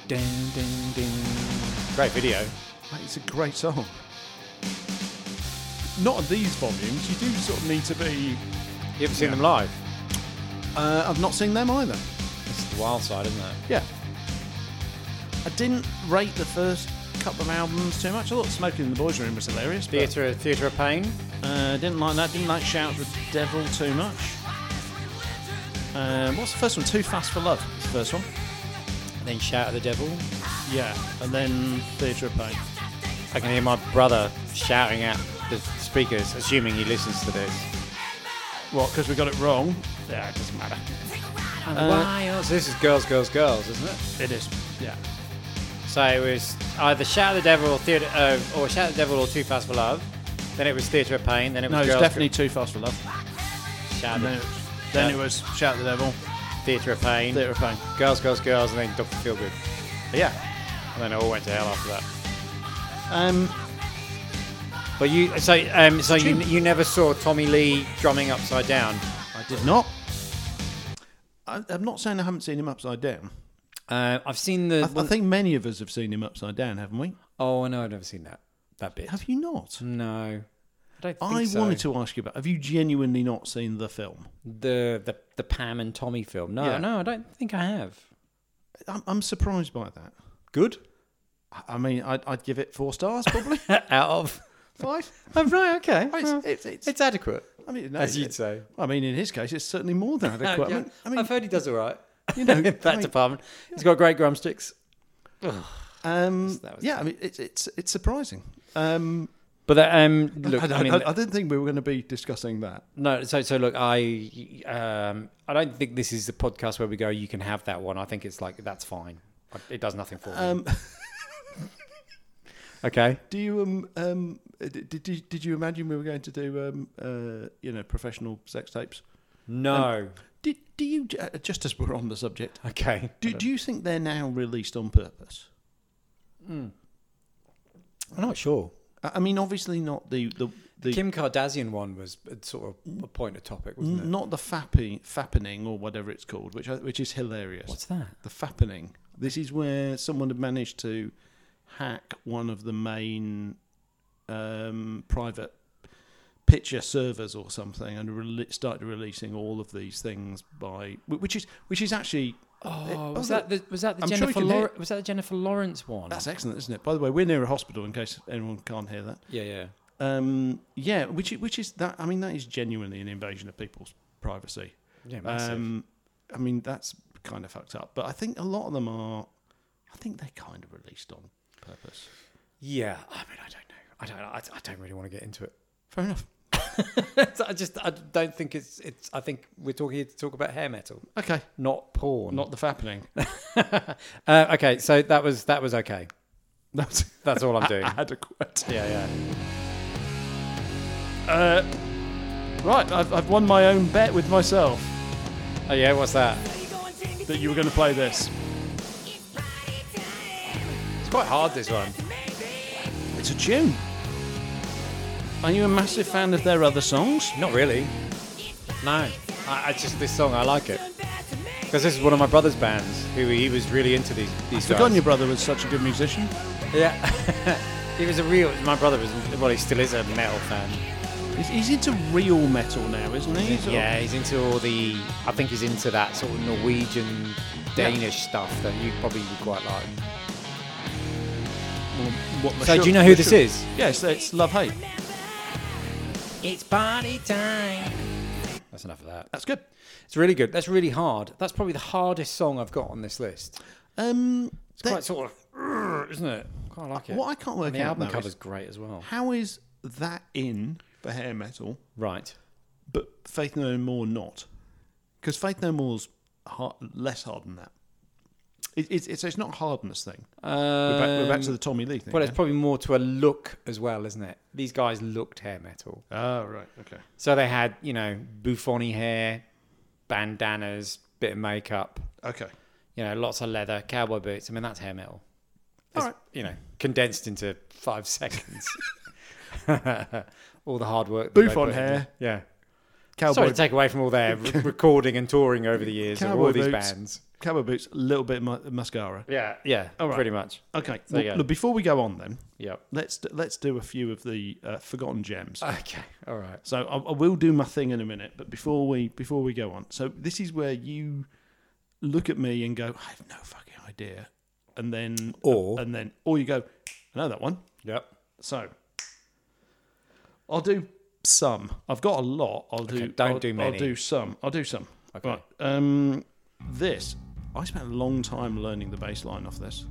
Speaker 1: Ding, ding, ding. Great video.
Speaker 2: Mate, it's a great song. Not at these volumes. You do sort of need to be.
Speaker 1: You haven't seen them live?
Speaker 2: Uh, I've not seen them either.
Speaker 1: This is the wild side, isn't it?
Speaker 2: Yeah. I didn't rate the first couple of albums too much. I thought Smoking in the Boys Room was hilarious. But,
Speaker 1: Theatre, theatre of pain.
Speaker 2: uh, didn't like that. Didn't like Shout the Devil too much. Um, what's the first one? Too Fast for Love. is the first one.
Speaker 1: Then shout at the devil.
Speaker 2: Yeah. And then Theatre of Pain.
Speaker 1: I can hear my brother shouting at the speakers, assuming he listens to this.
Speaker 2: What? Because we got it wrong. Yeah, it doesn't matter.
Speaker 1: And
Speaker 2: Uh,
Speaker 1: why else? This is girls, girls, girls, isn't it?
Speaker 2: It is. Yeah.
Speaker 1: So it was either shout at the devil or theatre, uh, or shout at the devil or too fast for love. Then it was theatre of pain. Then it was
Speaker 2: No, it's
Speaker 1: girls,
Speaker 2: definitely Too Fast for Love.
Speaker 1: Girls, shout
Speaker 2: And
Speaker 1: at
Speaker 2: then, then
Speaker 1: Yeah.
Speaker 2: it was Shout the Devil,
Speaker 1: the theatre of pain.
Speaker 2: Theatre of Pain.
Speaker 1: Girls, girls, girls, and then Doctor Feelgood.
Speaker 2: Yeah.
Speaker 1: And then it all went to hell after that.
Speaker 2: Um,
Speaker 1: But you, so um, so you, you never saw Tommy Lee drumming upside down.
Speaker 2: I did not. I, I'm not saying I haven't seen him upside down.
Speaker 1: Uh, I've seen the.
Speaker 2: I, I think many of us have seen him upside down, haven't we?
Speaker 1: oh no, I've never seen that that bit.
Speaker 2: Have you not?
Speaker 1: No, I don't. Think
Speaker 2: Mm, I
Speaker 1: so.
Speaker 2: wanted to ask you about. Have you genuinely not seen the film?
Speaker 1: the the the Pam and Tommy film. No,
Speaker 2: Yeah.
Speaker 1: no, I don't think I have.
Speaker 2: I'm, I'm surprised by that.
Speaker 1: Good
Speaker 2: I- I mean, I'd, I'd give it four stars, probably
Speaker 1: out of.
Speaker 2: five.
Speaker 1: Oh, right, okay.
Speaker 2: Oh,
Speaker 1: Well,
Speaker 2: It's, it's, it's,
Speaker 1: it's adequate,
Speaker 2: I mean, no,
Speaker 1: as you'd
Speaker 2: it's-
Speaker 1: say.
Speaker 2: I mean, in his case, it's certainly more than adequate.
Speaker 1: Yeah.
Speaker 2: I mean, I
Speaker 1: I've
Speaker 2: mean
Speaker 1: heard he does all right.
Speaker 2: you know,
Speaker 1: in that
Speaker 2: I mean,
Speaker 1: department, he's got great drumsticks.
Speaker 2: um,
Speaker 1: That was
Speaker 2: yeah, I mean, it's it's it's surprising. Um,
Speaker 1: But that, um, look,
Speaker 2: I,
Speaker 1: I,
Speaker 2: don't-
Speaker 1: mean,
Speaker 2: I- I didn't think we were going to be discussing that.
Speaker 1: No, so so look, I um, I don't think this is the podcast where we go. You can have that one. I think it's like that's fine. It does nothing for me.
Speaker 2: Um,
Speaker 1: okay.
Speaker 2: Do you um um did, did did you imagine we were going to do um uh you know professional sex tapes?
Speaker 1: No.
Speaker 2: Did do you uh, just as we're on the subject?
Speaker 1: okay.
Speaker 2: Do do you think they're now released on purpose?
Speaker 1: Hmm. I'm not sure.
Speaker 2: I I mean, obviously not the the, the
Speaker 1: Kim Kardashian one was sort of a point of topic, wasn't it?
Speaker 2: not the fappy fappening or whatever it's called, which I, which is hilarious.
Speaker 1: What's that?
Speaker 2: the fappening? This is where someone had managed to hack one of the main um private picture servers or something and rele- started releasing all of these things by wh- which is which is actually
Speaker 1: Oh,
Speaker 2: Oh,
Speaker 1: was
Speaker 2: no.
Speaker 1: that the was that the
Speaker 2: I'm sure you
Speaker 1: Jennifer
Speaker 2: can hear
Speaker 1: Law- was that the Jennifer Lawrence one?
Speaker 2: that's excellent, isn't it? By the way, we're near a hospital in case anyone can't hear that.
Speaker 1: yeah, yeah.
Speaker 2: Um, yeah, which i- which is that I mean that is genuinely an invasion of people's privacy.
Speaker 1: Yeah, massive.
Speaker 2: Um, I mean, that's kind of fucked up. But I think a lot of them are. I think they're kind of released on purpose.
Speaker 1: yeah, I mean, I don't know. I don't. I, I don't really want to get into it.
Speaker 2: Fair enough.
Speaker 1: I just. I don't think it's. It's. I think we're talking here to talk about hair metal,
Speaker 2: Okay,
Speaker 1: not porn.
Speaker 2: not the fappening.
Speaker 1: uh, okay, so that was that was okay.
Speaker 2: That's
Speaker 1: That's all I'm doing.
Speaker 2: adequate.
Speaker 1: yeah, yeah.
Speaker 2: Uh, right, I've, I've won my own bet with myself
Speaker 1: Oh yeah, what's that?
Speaker 2: that you were going to play this.
Speaker 1: It's quite hard this one.
Speaker 2: It's a tune. Are you a massive fan of their other songs?
Speaker 1: Not really. No, I, I just this song. I like it because this is one of my brother's bands who he was really into these these guys.
Speaker 2: Forgotten your brother was such a good musician.
Speaker 1: Yeah. he was a real. My brother was. Well, he still is a metal fan.
Speaker 2: He's, he's into real metal now, isn't he? He's a-
Speaker 1: Yeah, he's into all the. I think he's into that sort of Norwegian, Danish stuff that you probably would quite like.
Speaker 2: Well, what
Speaker 1: So, do you
Speaker 2: Meshuggah-
Speaker 1: know who this
Speaker 2: Meshuggah-
Speaker 1: is?
Speaker 2: Yeah, it's, it's Love Hate.
Speaker 1: It's party time. That's enough of that.
Speaker 2: That's good.
Speaker 1: It's really good. That's really hard. That's probably the hardest song I've got on this list.
Speaker 2: Um,
Speaker 1: It's
Speaker 2: they-
Speaker 1: quite sort of, isn't it? Quite like it.
Speaker 2: What I can't work
Speaker 1: And the
Speaker 2: out
Speaker 1: album
Speaker 2: though
Speaker 1: cover's
Speaker 2: is-
Speaker 1: great as well.
Speaker 2: how is that in for hair metal,
Speaker 1: Right.
Speaker 2: but Faith No More not? Because Faith No More's har less hard than that. It, it's it's, it's not a hardness thing. We're back, we're back to the Tommy Lee thing.
Speaker 1: Um, Well, it's
Speaker 2: yeah?
Speaker 1: probably more to a look as well, isn't it? These guys looked hair metal.
Speaker 2: oh right, okay.
Speaker 1: So they had, you know, buffony hair, bandanas, bit of makeup,
Speaker 2: Okay.
Speaker 1: you know, lots of leather, cowboy boots. I mean, that's hair metal.
Speaker 2: All
Speaker 1: It's,
Speaker 2: right.
Speaker 1: You know, condensed into five seconds. all the hard work. that they
Speaker 2: Buffon
Speaker 1: put
Speaker 2: hair,
Speaker 1: into- Yeah.
Speaker 2: Cowboy
Speaker 1: Sorry to take away from all their re- recording and touring over the years of all
Speaker 2: Cowboy
Speaker 1: these
Speaker 2: boots.
Speaker 1: bands.
Speaker 2: cowboy boots, a little bit of mu- mascara.
Speaker 1: Yeah. Yeah.
Speaker 2: All right.
Speaker 1: Pretty much.
Speaker 2: Okay.
Speaker 1: There you
Speaker 2: well,
Speaker 1: go.
Speaker 2: look, before we go on, then
Speaker 1: Yeah.
Speaker 2: let's d- let's do a few of the uh, forgotten gems.
Speaker 1: Okay. All right.
Speaker 2: So I, I will do my thing in a minute, but before we before we go on, so this is where you look at me and go, I have no fucking idea, and then
Speaker 1: Or-
Speaker 2: and then or you go, I know that one.
Speaker 1: Yep.
Speaker 2: So I'll do some. I've got a lot. I'll do.
Speaker 1: Okay, don't
Speaker 2: I'll,
Speaker 1: do
Speaker 2: I'll
Speaker 1: many.
Speaker 2: do some. I'll do some.
Speaker 1: Okay.
Speaker 2: Right. Um, this I spent a long time learning the bass line off this.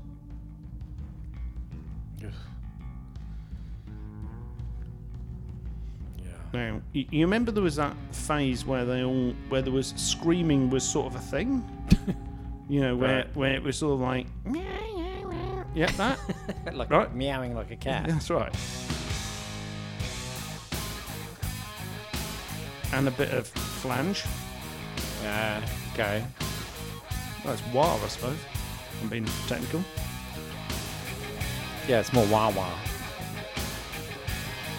Speaker 1: Yeah.
Speaker 2: Now you, you remember there was that phase where they all where there was screaming was sort of a thing. you know where
Speaker 1: Right.
Speaker 2: where it was sort of like yeah that
Speaker 1: like
Speaker 2: Right.
Speaker 1: meowing like a cat.
Speaker 2: that's right. And a bit of flange.
Speaker 1: Yeah. Uh, okay.
Speaker 2: That's wah, I suppose. I'm being technical.
Speaker 1: Yeah, it's more wah wah.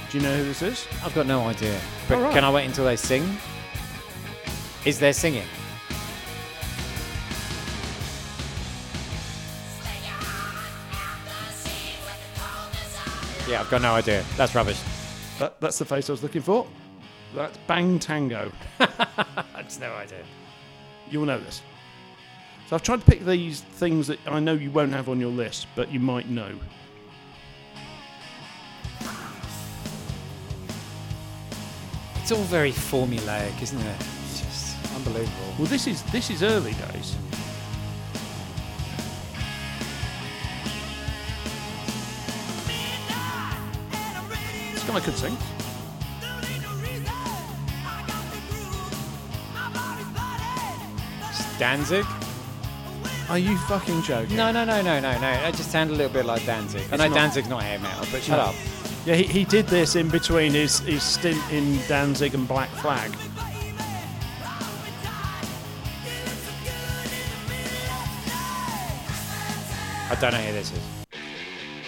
Speaker 2: Do you know who this is?
Speaker 1: I've got no idea. But
Speaker 2: All right.
Speaker 1: can I wait until they sing? Is there singing? Yeah, I've got no idea. That's rubbish.
Speaker 2: That, that's the face I was looking for. That's Bang Tango.
Speaker 1: That's no idea.
Speaker 2: You'll know this. So I've tried to pick these things that I know you won't have on your list, but you might know.
Speaker 1: It's all very formulaic, isn't it? It's just unbelievable.
Speaker 2: Well, this is this is early days. This guy could sing.
Speaker 1: Danzig?
Speaker 2: Are you fucking joking?
Speaker 1: No, no, no, no, no, no. I just sound a little bit like Danzig. I know
Speaker 2: not.
Speaker 1: Danzig's not hair metal, but shut
Speaker 2: No.
Speaker 1: up.
Speaker 2: Yeah, he, he did this in between his, his stint in Danzig and Black Flag.
Speaker 1: I don't know who this is.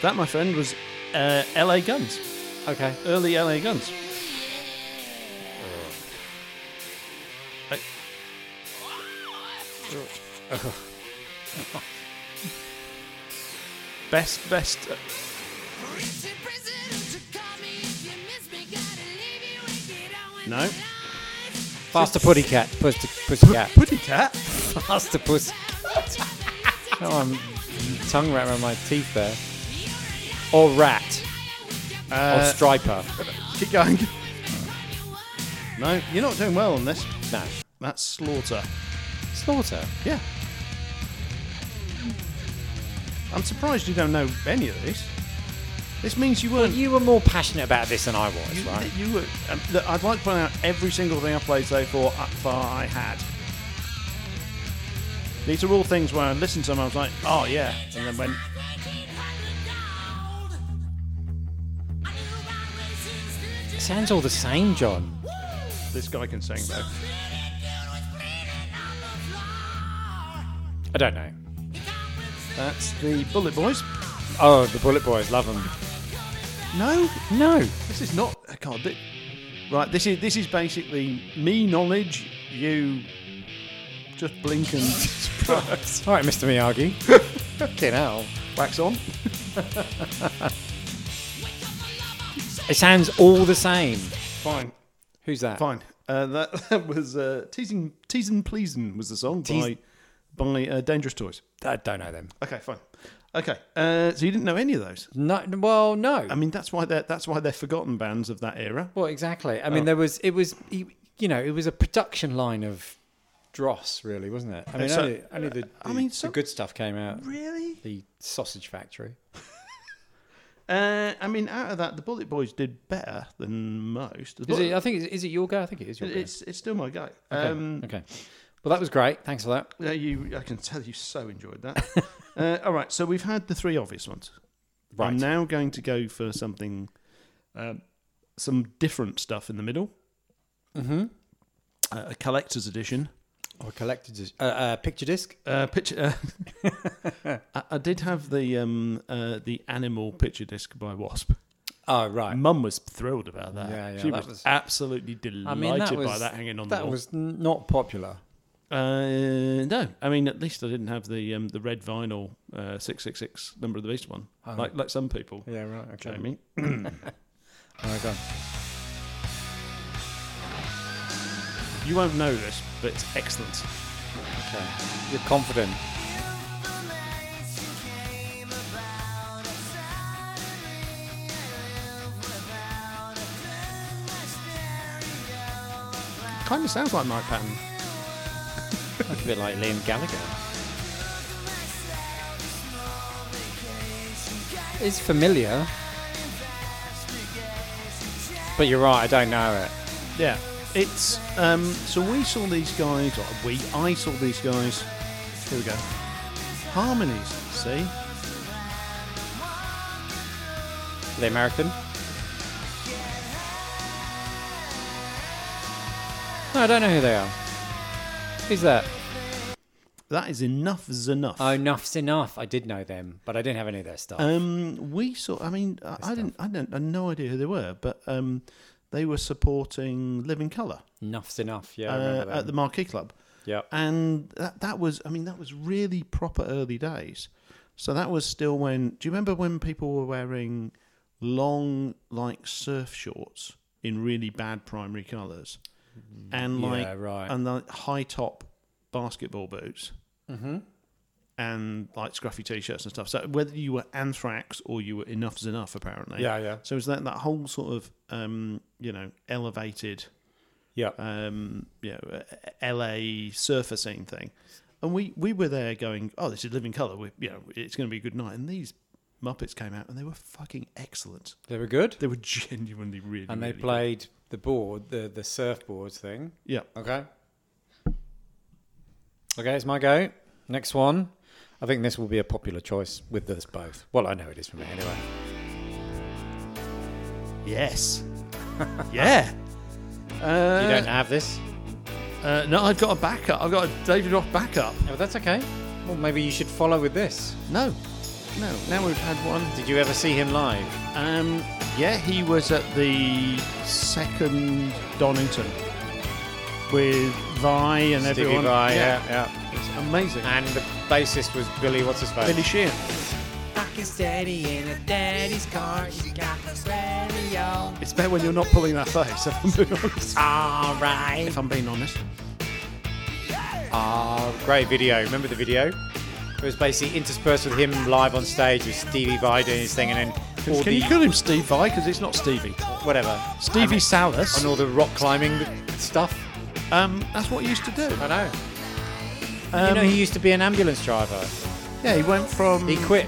Speaker 2: That, my friend, was uh, LA Guns.
Speaker 1: Okay.
Speaker 2: Early LA Guns. Best, best. uh,
Speaker 4: Prison to call me if you miss me, gotta leave you in
Speaker 2: No.
Speaker 1: Faster putty cat. Pussy, pussy cat.
Speaker 2: Putty cat.
Speaker 1: Faster pussy. oh, I'm tongue wrapped around my teeth there. Or rat. or
Speaker 2: Uh,
Speaker 1: striper.
Speaker 2: keep going. No, you're not doing well on this.
Speaker 1: No.
Speaker 2: That's slaughter.
Speaker 1: Slaughter.
Speaker 2: Yeah. I'm surprised you don't know any of these. This means you weren't.
Speaker 1: You were more passionate about this than I was,
Speaker 2: you,
Speaker 1: right?
Speaker 2: you were. Um, look, I'd like to point out every single thing I played so far, uh, far I had. These are all things where I listened to them, I was like, oh yeah, and then went,
Speaker 1: It sounds all the same, John.
Speaker 2: this guy can sing though.
Speaker 1: I don't know.
Speaker 2: That's the Bullet Boys.
Speaker 1: Oh, the Bullet Boys, love them.
Speaker 2: No,
Speaker 1: No.
Speaker 2: This is not. I can't do. Right. This is this is basically me knowledge. You just blink and
Speaker 1: All right, Mr. Miyagi. Fucking hell.
Speaker 2: wax on.
Speaker 1: It sounds all the same.
Speaker 2: Fine,
Speaker 1: Who's that?
Speaker 2: fine. Uh, that, that was uh, teasing, teasing, pleasing was the song
Speaker 1: Teas-
Speaker 2: by by uh, Dangerous Toys.
Speaker 1: I don't know them.
Speaker 2: Okay, fine. Okay, uh, so you didn't know any of those.
Speaker 1: No, well, no.
Speaker 2: I mean, that's why they're that's why they're forgotten bands of that era.
Speaker 1: Well, exactly. I mean, there was it was you you know it was a production line of dross, really, wasn't it? I mean,
Speaker 2: so-
Speaker 1: only, only the, the,
Speaker 2: I mean,
Speaker 1: the
Speaker 2: so-
Speaker 1: good stuff came out.
Speaker 2: Really?
Speaker 1: The Sausage Factory.
Speaker 2: Uh, I mean, out of that, the Bullet Boys did better than most. The
Speaker 1: Is
Speaker 2: Bullet-
Speaker 1: it? I think is it your guy? I think it is your guy.
Speaker 2: It's it's still my guy.
Speaker 1: okay.
Speaker 2: Um,
Speaker 1: okay. Well, that was great. Thanks for that.
Speaker 2: Yeah, you. I can tell you so enjoyed that. uh, all right, so we've had the three obvious ones.
Speaker 1: Right.
Speaker 2: I'm now going to go for something, um, some different stuff in the middle. Mm-hmm. Uh, a collector's edition.
Speaker 1: Or collected uh, uh, picture disc.
Speaker 2: Uh, picture. Uh, I, I did have the um, uh, the animal picture disc by Wasp.
Speaker 1: Oh
Speaker 2: My
Speaker 1: right.
Speaker 2: Mum was thrilled about that.
Speaker 1: Yeah, yeah,
Speaker 2: she
Speaker 1: that
Speaker 2: was,
Speaker 1: was-
Speaker 2: absolutely delighted
Speaker 1: I mean, that was
Speaker 2: by that hanging on the
Speaker 1: that
Speaker 2: wall.
Speaker 1: was n- not popular.
Speaker 2: Uh, no, I mean at least I didn't have the um, the red vinyl uh, six six six number of the beast one,
Speaker 1: Oh.
Speaker 2: like like some people.
Speaker 1: Yeah. Right. Okay.
Speaker 2: Jamie,
Speaker 1: All right, go on.
Speaker 2: you won't know this, but it's excellent.
Speaker 1: Okay. You're confident.
Speaker 2: Kind of sounds like Mike Patton.
Speaker 1: That's a bit like Liam Gallagher. It's familiar. But you're right, I don't know it.
Speaker 2: Yeah, it's um. So we saw these guys. Or we I saw these guys. Here we go. Harmonies. See,
Speaker 1: The American? No, I don't know who they are. Who's that?
Speaker 2: that is enough. Is enough.
Speaker 1: Oh, enough's enough. I did know them, but I didn't have any of their stuff.
Speaker 2: Um, we saw. I mean, I, I didn't. I didn't. I had no idea who they were, but um, they were supporting Living Colour
Speaker 1: enough's enough. Yeah, I
Speaker 2: uh,
Speaker 1: remember
Speaker 2: at
Speaker 1: that.
Speaker 2: the Marquee Club.
Speaker 1: yep.
Speaker 2: and that that was I mean that was really proper early days. So that was still when. Do you remember when people were wearing long like surf shorts in really bad primary colours, and like
Speaker 1: Mm-hmm. yeah, right.
Speaker 2: and like high top basketball boots,
Speaker 1: Mm-hmm.
Speaker 2: and like scruffy t-shirts and stuff. So whether you were Anthrax or you were Enough's Enough, apparently.
Speaker 1: yeah, yeah.
Speaker 2: So it was that that whole sort of um, you know elevated
Speaker 1: Yeah.
Speaker 2: um, you know, uh, LA surfacing thing. And we, we were there going, oh, this is Living Colour. We, you know, it's going to be a good night. And these Muppets came out and they were fucking excellent.
Speaker 1: they were good.
Speaker 2: They were genuinely really,
Speaker 1: And they
Speaker 2: really good.
Speaker 1: played the board, the, the surfboard thing.
Speaker 2: Yeah.
Speaker 1: Okay. Okay, it's my go. Next one. I think this will be a popular choice with us both. Well, I know it is for me anyway.
Speaker 2: Yes. yeah. Uh,
Speaker 1: You don't have this?
Speaker 2: uh, no, I've got a backup. I've got a David Roth backup.
Speaker 1: No, but that's okay. Well, maybe you should follow with this.
Speaker 2: No. No. Now we've had one.
Speaker 1: Did you ever see him live?
Speaker 2: Um, yeah, he was at the second Donington with Vi and everyone.
Speaker 1: Vai, yeah. yeah,
Speaker 2: It's amazing.
Speaker 1: And the bassist was Billy, what's his face?
Speaker 2: Billy Sheehan.
Speaker 4: Pockets steady in a daddy's car. She's got the radio.
Speaker 2: It's better when you're not pulling that face, if I'm being honest.
Speaker 1: All right.
Speaker 2: If I'm being honest.
Speaker 1: Ah, great video. Remember the video? It was basically interspersed with him live on stage with Stevie Vai doing his thing, and then all
Speaker 2: Can
Speaker 1: the
Speaker 2: you call him Steve Vai? Because it's not Stevie.
Speaker 1: whatever
Speaker 2: Stevie Salas.
Speaker 1: and all the rock climbing stuff.
Speaker 2: Um, that's what he used to do.
Speaker 1: I know.
Speaker 2: Um,
Speaker 1: you know, he used to be an ambulance driver.
Speaker 2: yeah, he went from
Speaker 1: He quit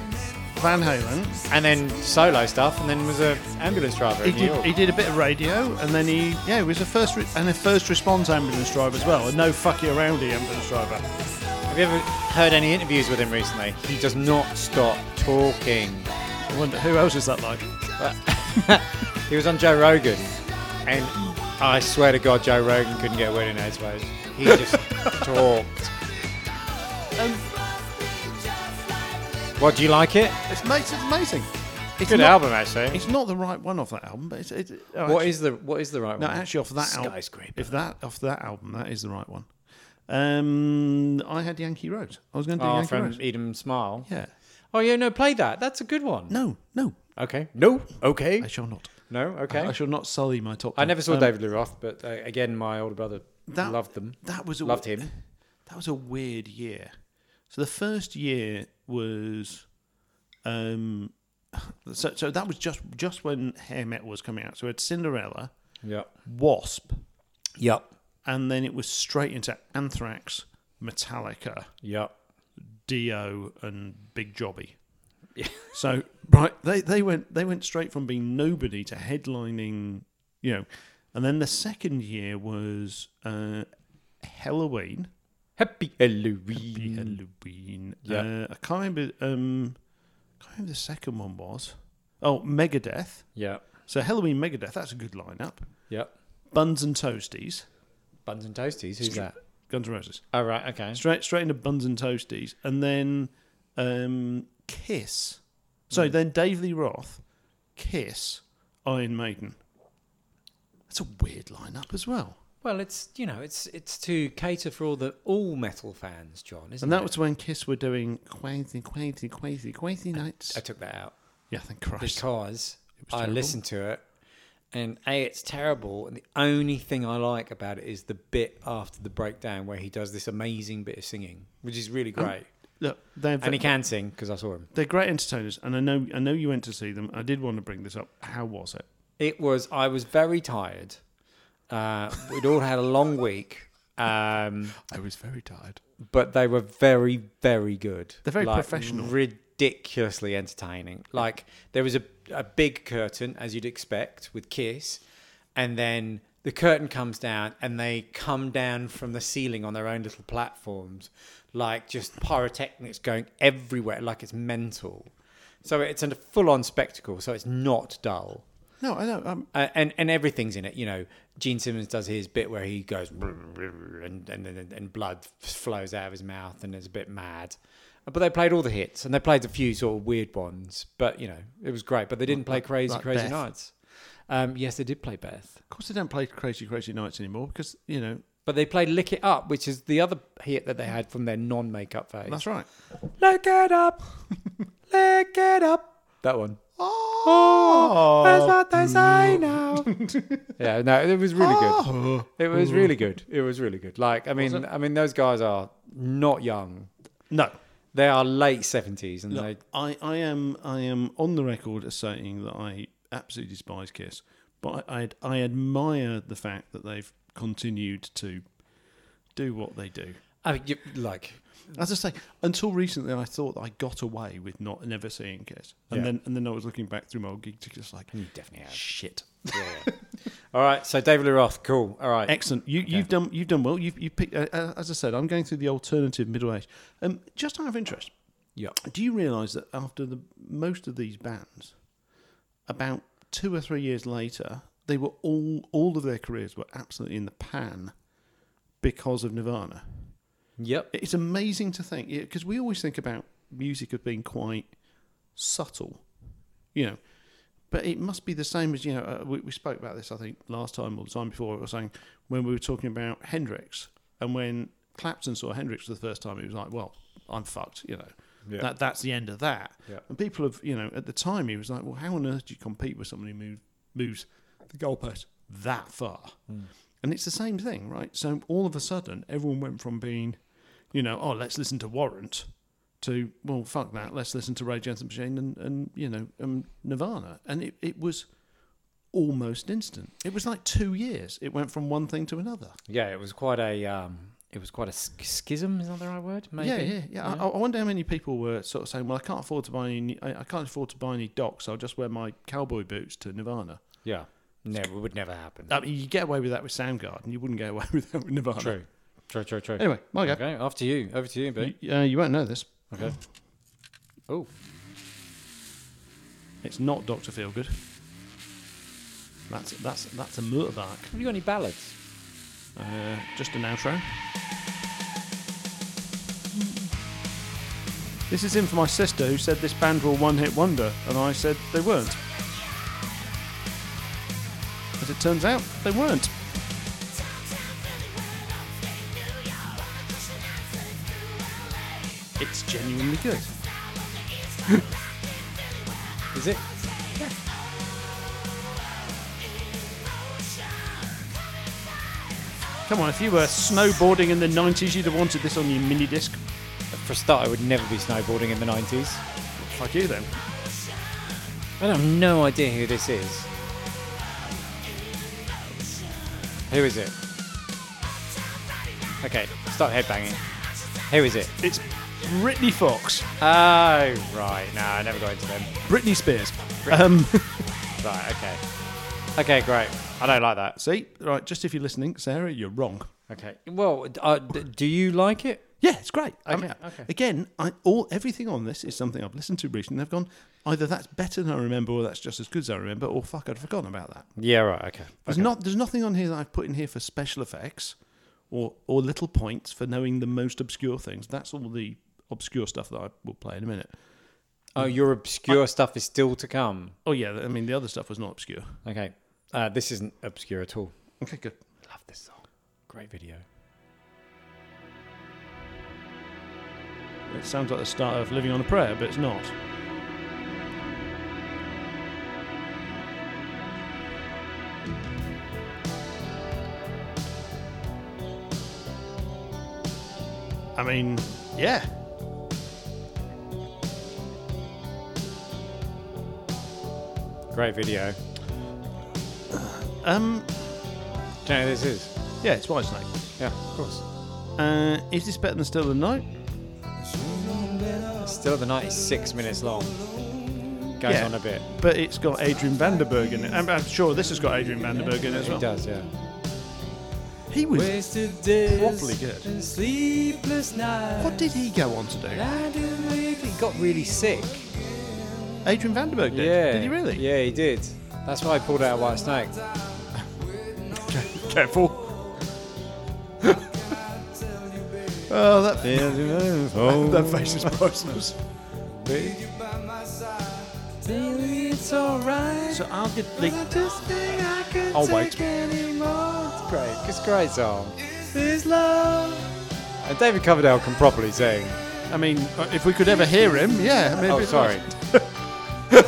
Speaker 2: Van Halen.
Speaker 1: and then solo stuff, and then was an ambulance driver
Speaker 2: He
Speaker 1: in New
Speaker 2: did,
Speaker 1: York.
Speaker 2: he did a bit of radio, and then he yeah, he was a first re- and a first response ambulance driver as well, a no fuck you around ambulance driver.
Speaker 1: Have you ever heard any interviews with him recently? He does not stop talking.
Speaker 2: I wonder who else is that like?
Speaker 1: He was on Joe Rogan, and I swear to God, Joe Rogan couldn't get a word in edgeways. He just talked. Um, What do you like it?
Speaker 2: It's, ma- it's amazing. It's
Speaker 1: Good
Speaker 2: not,
Speaker 1: album, actually.
Speaker 2: It's not the right one off that album, but it's, it's oh,
Speaker 1: What
Speaker 2: actually-
Speaker 1: is the what is the right
Speaker 2: no
Speaker 1: one?
Speaker 2: actually off that album.
Speaker 1: Skyscraper.
Speaker 2: If that off that album, that is the right one. Um, I had Yankee Road. I was going to do
Speaker 1: Oh,
Speaker 2: Yankee
Speaker 1: from
Speaker 2: Road.
Speaker 1: Edom Smile.
Speaker 2: Yeah.
Speaker 1: Oh yeah, no, play that. That's a good one.
Speaker 2: No, no,
Speaker 1: Okay. No. Okay.
Speaker 2: I shall not.
Speaker 1: No. Okay.
Speaker 2: I shall not sully my top.
Speaker 1: I
Speaker 2: ten.
Speaker 1: never saw
Speaker 2: Um,
Speaker 1: David Lee Roth, but uh, again, my older brother
Speaker 2: That-
Speaker 1: loved them.
Speaker 2: That was a
Speaker 1: Loved him.
Speaker 2: that was a weird year. So the first year was, um, so so that was just just when hair metal was coming out. So we had Cinderella,
Speaker 1: Yep.
Speaker 2: Wasp,
Speaker 1: Yep.
Speaker 2: and then it was straight into Anthrax, Metallica,
Speaker 1: Yep.
Speaker 2: Dio, and Big Jobby.
Speaker 1: Yeah.
Speaker 2: So right, they they went they went straight from being nobody to headlining, you know, and then the second year was uh, Halloween.
Speaker 1: Happy Halloween.
Speaker 2: Happy Halloween.
Speaker 1: Mm. Yeah.
Speaker 2: Uh, I can't remember. Um, can't remember the second one was. Oh, Megadeth.
Speaker 1: Yep.
Speaker 2: So Halloween Megadeth. That's a good lineup.
Speaker 1: Yep.
Speaker 2: Buns and Toasties.
Speaker 1: Buns and Toasties. Who's that?
Speaker 2: Guns N' Roses.
Speaker 1: Oh right. Okay.
Speaker 2: Straight straight into Buns and Toasties, and then um, Kiss. So then Dave Lee Roth, Kiss, Iron Maiden. That's a weird lineup as well.
Speaker 1: Well, it's you know, it's it's to cater for all the all metal fans, John, isn't
Speaker 2: And that
Speaker 1: it?
Speaker 2: was when Kiss were doing Crazy, Crazy, Crazy, Crazy Nights.
Speaker 1: I took that out
Speaker 2: yeah, thank Christ.
Speaker 1: because
Speaker 2: was
Speaker 1: I
Speaker 2: terrible.
Speaker 1: listened to it, and a it's terrible, and the only thing I like about it is the bit after the breakdown where he does this amazing bit of singing, which is really great,
Speaker 2: Look, they're
Speaker 1: and he can sing because I saw him.
Speaker 2: they're great entertainers, and I know I know you went to see them. I did want to bring this up. How was it?
Speaker 1: It was. I was very tired. Uh, we'd all had a long week, um,
Speaker 3: I was very tired.
Speaker 1: but they were very, very good.
Speaker 2: They're very professional.
Speaker 1: ridiculously entertaining. Like there was a a big curtain, as you'd expect, with Kiss, and then the curtain comes down, and they come down from the ceiling on their own little platforms, like just pyrotechnics going everywhere, like it's mental. So it's a full-on spectacle. So it's not dull
Speaker 2: No, I know. Um,
Speaker 1: uh, and and everything's in it. You know, Gene Simmons does his bit where he goes and and and, and blood flows out of his mouth and is a bit mad. Uh, But they played all the hits and they played a few sort of weird ones. But you know, it was great. But they didn't play
Speaker 2: Like-
Speaker 1: crazy,
Speaker 2: like
Speaker 1: crazy
Speaker 2: Beth.
Speaker 1: nights. Um, yes, they did play Beth,
Speaker 2: of course, they don't play Crazy Crazy Nights anymore because you know
Speaker 1: but they played "Lick It Up," which is the other hit that they had from their non-makeup phase.
Speaker 2: that's right.
Speaker 1: Lick it up, lick it up. That one.
Speaker 2: Oh,
Speaker 1: That's what they say now. Mm. yeah, no, it was really good.
Speaker 3: Oh,
Speaker 1: It was really good. It was really good. Like I mean, I mean, those guys are not young.
Speaker 2: no.
Speaker 1: They are late seventies, and
Speaker 2: Look, I, I am I am on the record as saying that I absolutely despise Kiss, but I I'd- I admire the fact that they've continued to do what they do.
Speaker 1: they, I mean, you, like,
Speaker 2: As I say, until recently, I thought I got away with not never seeing Kiss,
Speaker 1: Yeah.
Speaker 2: and
Speaker 1: Hmm.
Speaker 2: then and then I was looking back through my old gig tickets, like
Speaker 1: you definitely have.
Speaker 2: shit.
Speaker 1: Yeah. All right, so David Lee Roth, cool. All right,
Speaker 2: Excellent. You, You've done. You've done well. You've you picked. Uh, uh, as I said, I'm going through the alternative middle age. Um, just out of interest,
Speaker 1: yeah,
Speaker 2: do you realise that after the most of these bands, about two or three years later, they were all all of their careers were absolutely in the pan because of Nirvana.
Speaker 1: yep,
Speaker 2: It's amazing to think because we always think about music as being quite subtle, you know. But it must be the same as you know. Uh, we, we spoke about this, I think, last time or the time before. I was saying when we were talking about Hendrix and when Clapton saw Hendrix for the first time, he was like, "Well, I'm fucked," you know.
Speaker 1: Yeah.
Speaker 2: That that's the end of that.
Speaker 1: Yeah.
Speaker 2: And people have, you know, at the time, he was like, "Well, how on earth do you compete with someone who move, moves
Speaker 3: the goalpost.
Speaker 2: that far. And it's the same thing, right? So all of a sudden, everyone went from being, you know, oh, let's listen to Warrant to, well, fuck that, let's listen to Ray Jensen Machine and, and you know, um, Nirvana. And it, it was almost instant. It was like two years. It went from one thing to another.
Speaker 1: Yeah, it was quite a um, it was quite a sch- schism. Is that the right word? Maybe.
Speaker 2: Yeah, yeah, yeah. I, I wonder how many people were sort of saying, well, I can't afford to buy any, I, I can't afford to buy any docs, so I'll just wear my cowboy boots to Nirvana.
Speaker 1: Yeah. No, it would never happen.
Speaker 2: I mean, you get away with that with Soundgarden. You wouldn't get away with that with Nirvana.
Speaker 1: True. True. True. True.
Speaker 2: Anyway, my go.
Speaker 1: Okay, after you. Over to you, B.
Speaker 2: You, uh, you won't know this.
Speaker 1: Okay.
Speaker 2: Mm.
Speaker 1: Oh,
Speaker 2: It's not Doctor Feelgood. That's that's that's a motorbike.
Speaker 1: have you got any ballads?
Speaker 2: Uh, just an outro. This is in for my sister who said this band were a one-hit wonder, and I said they weren't. As it turns out, they weren't. It's genuinely good.
Speaker 1: Is it?
Speaker 2: Come on, if you were snowboarding in the 90s, you'd have wanted this on your mini disc.
Speaker 1: For a start, I would never be snowboarding in the nineties.
Speaker 2: Fuck you then.
Speaker 1: I have no idea who this is. Who is it? Okay, start headbanging. Who is it?
Speaker 2: It's Britney Fox.
Speaker 1: Oh, right. No, I never got into them.
Speaker 2: Britney Spears. Um,
Speaker 1: Right, okay. Okay, great. I don't like that.
Speaker 2: see, right, just if you're listening, Sarah, you're wrong.
Speaker 1: Okay. Well, d- uh, d- do you like it?
Speaker 2: Yeah, it's great. I
Speaker 1: Okay,
Speaker 2: mean,
Speaker 1: okay.
Speaker 2: Again, I, all everything on this is something I've listened to recently. I've gone either that's better than I remember, or that's just as good as I remember, or fuck, I'd forgotten about that.
Speaker 1: Yeah, right, okay.
Speaker 2: There's not, there's nothing on here that I've put in here for special effects, or or little points for knowing the most obscure things. That's all the obscure stuff that I will play in a minute.
Speaker 1: Oh, your obscure stuff is still to come.
Speaker 2: Oh yeah, I mean the other stuff was not obscure.
Speaker 1: Okay. Uh, this isn't obscure at all.
Speaker 2: Okay, good.
Speaker 1: Love this song. Great video.
Speaker 2: It sounds like the start of Living on a Prayer, but it's not. I mean, yeah.
Speaker 1: Great video.
Speaker 2: Um,
Speaker 1: Do you know who this is?
Speaker 2: yeah, it's Whitesnake.
Speaker 1: Yeah, of course.
Speaker 2: Uh, is this better than Still the Night?
Speaker 1: Still the night is six minutes long. Goes
Speaker 2: Yeah.
Speaker 1: on a bit.
Speaker 2: But it's got Adrian Vandenberg in it. I'm, I'm sure this has got Adrian Vandenberg in it as
Speaker 1: It
Speaker 2: well.
Speaker 1: does, yeah.
Speaker 2: He was.
Speaker 4: Wasted days
Speaker 2: properly good.
Speaker 4: and sleepless nights.
Speaker 2: What did he go on to do?
Speaker 4: I didn't make
Speaker 1: He
Speaker 4: it.
Speaker 1: got really sick.
Speaker 2: Adrian Vandenberg did.
Speaker 1: Yeah.
Speaker 2: Did he really?
Speaker 1: Yeah, he did. That's why I pulled out White Snake.
Speaker 2: Careful. oh, that, that face is priceless.
Speaker 4: Tell you it's alright.
Speaker 2: So I'll get like,
Speaker 4: I just think I can
Speaker 2: I'll wait.
Speaker 4: take anymore.
Speaker 1: Oh, It's great. It's a great song.
Speaker 4: This love.
Speaker 1: And David Coverdale can properly sing.
Speaker 2: I mean, uh, if we could ever hear him, yeah. Maybe
Speaker 1: Oh,
Speaker 2: it's
Speaker 1: sorry.
Speaker 2: nice.
Speaker 4: Is this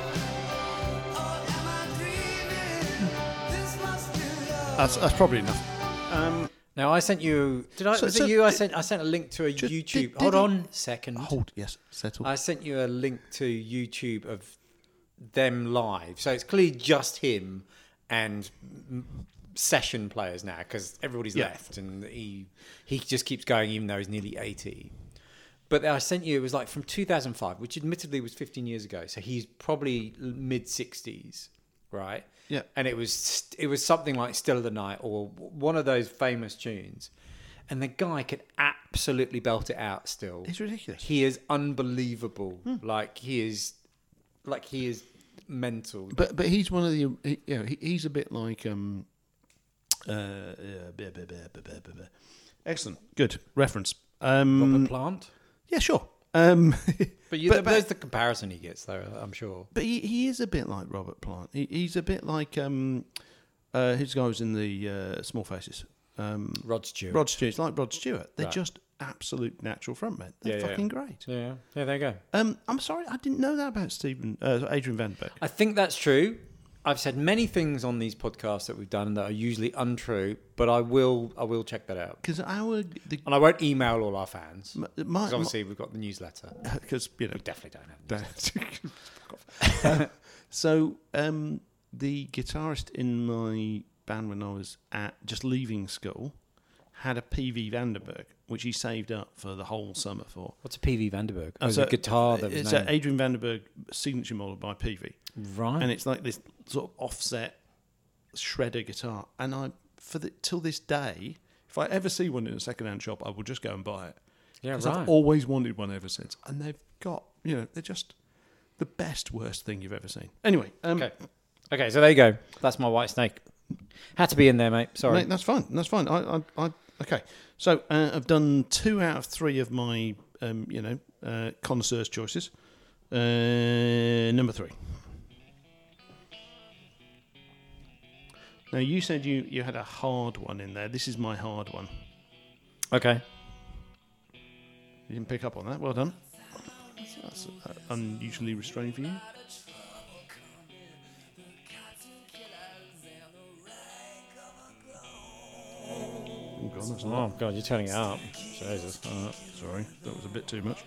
Speaker 4: love? Or am I dreaming? This must be love.
Speaker 2: That's, that's probably enough. Um,
Speaker 1: Now I sent you. Did I?
Speaker 2: So-
Speaker 1: was
Speaker 2: so
Speaker 1: it you? I
Speaker 2: did-
Speaker 1: sent. I sent a link to a
Speaker 2: Ju- did-
Speaker 1: YouTube.
Speaker 2: did
Speaker 1: Hold
Speaker 2: he-
Speaker 1: on, second.
Speaker 2: hold, yes, settle.
Speaker 1: I sent you a link to YouTube of them live. So it's clearly just him and m- session players now because everybody's
Speaker 2: Yeah.
Speaker 1: left and he he just keeps going even though he's nearly 80. But I sent you it was like from 2005, which admittedly was 15 years ago. So he's probably mid 60s, right?
Speaker 2: Yeah.
Speaker 1: And it was st- it was something like Still of the Night or w- one of those famous tunes. And the guy could absolutely belt it out still.
Speaker 2: It's ridiculous. Hmm.
Speaker 1: He is unbelievable. Like he is, like he is mental.
Speaker 2: But but he's one of the he, you know, he, he's a bit like um uh, uh blah, blah, blah, blah, blah, blah, blah. excellent good reference um
Speaker 1: Robert Plant.
Speaker 2: yeah sure um
Speaker 1: But, you,
Speaker 2: but-
Speaker 1: but there's the comparison he gets, though. I'm sure.
Speaker 2: But he, he is a bit like Robert Plant. He, he's a bit like um, uh, who's the guy who was in the uh, Small Faces. Um,
Speaker 1: Rod Stewart.
Speaker 2: Rod Stewart. It's like Rod Stewart. They're
Speaker 1: Right.
Speaker 2: just absolute natural frontmen. They're
Speaker 1: Yeah, yeah.
Speaker 2: fucking great.
Speaker 1: Yeah, yeah, yeah. There you go.
Speaker 2: Um, I'm sorry, I didn't know that about Stephen uh, Adrian Van Beek.
Speaker 1: I think that's true. I've said many things on these podcasts that we've done that are usually untrue, but I will I will check that out,
Speaker 2: Because our the,
Speaker 1: and I won't email all our fans
Speaker 2: my,
Speaker 1: because
Speaker 2: my,
Speaker 1: obviously we've got the newsletter.
Speaker 2: because you know
Speaker 1: We definitely don't have. That.
Speaker 3: That's-
Speaker 2: So um, the guitarist in my band when I was at just leaving school had a PV Vandenberg, which he saved up for the whole summer for.
Speaker 1: What's a PV Vanderberg?
Speaker 2: Oh,
Speaker 1: Oh, it's
Speaker 2: so
Speaker 1: a guitar that was
Speaker 2: it's
Speaker 1: named.
Speaker 2: an Adrian Vandenberg signature model by PV,
Speaker 1: right.
Speaker 2: and it's like this sort of offset shredder guitar. And I for the till this day, if I ever see one in a secondhand shop, I will just go and buy it.
Speaker 1: yeah,
Speaker 2: 'Cause
Speaker 1: right.
Speaker 2: I've always wanted one ever since, and they've got you know they're just the best worst thing you've ever seen. Anyway, um,
Speaker 1: okay. Okay, so there you go. That's my white snake. Had to be in there, mate. Sorry.
Speaker 2: Mate, that's fine. That's fine. I, I, I okay. So uh, I've done two out of three of my, um, you know, uh, connoisseurs choices. Uh, number three. Now you said you you had a hard one in there. This is my hard one.
Speaker 1: Okay.
Speaker 2: You didn't pick up on that. Well done. That's uh, unusually restrained for you. Oh god, that's a lot.
Speaker 1: Oh god, you're turning it up. Jesus.
Speaker 2: Uh, sorry, that was a bit too much.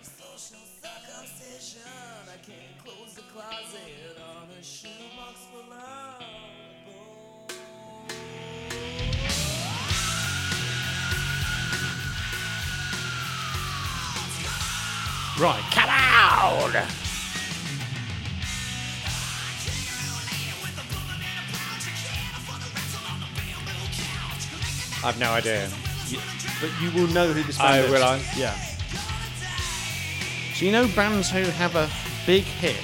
Speaker 2: Right, come on!
Speaker 1: I've no idea.
Speaker 2: But you will know who this
Speaker 1: I
Speaker 2: band is.
Speaker 1: will, I-
Speaker 2: Yeah. So you know bands who have a big hit,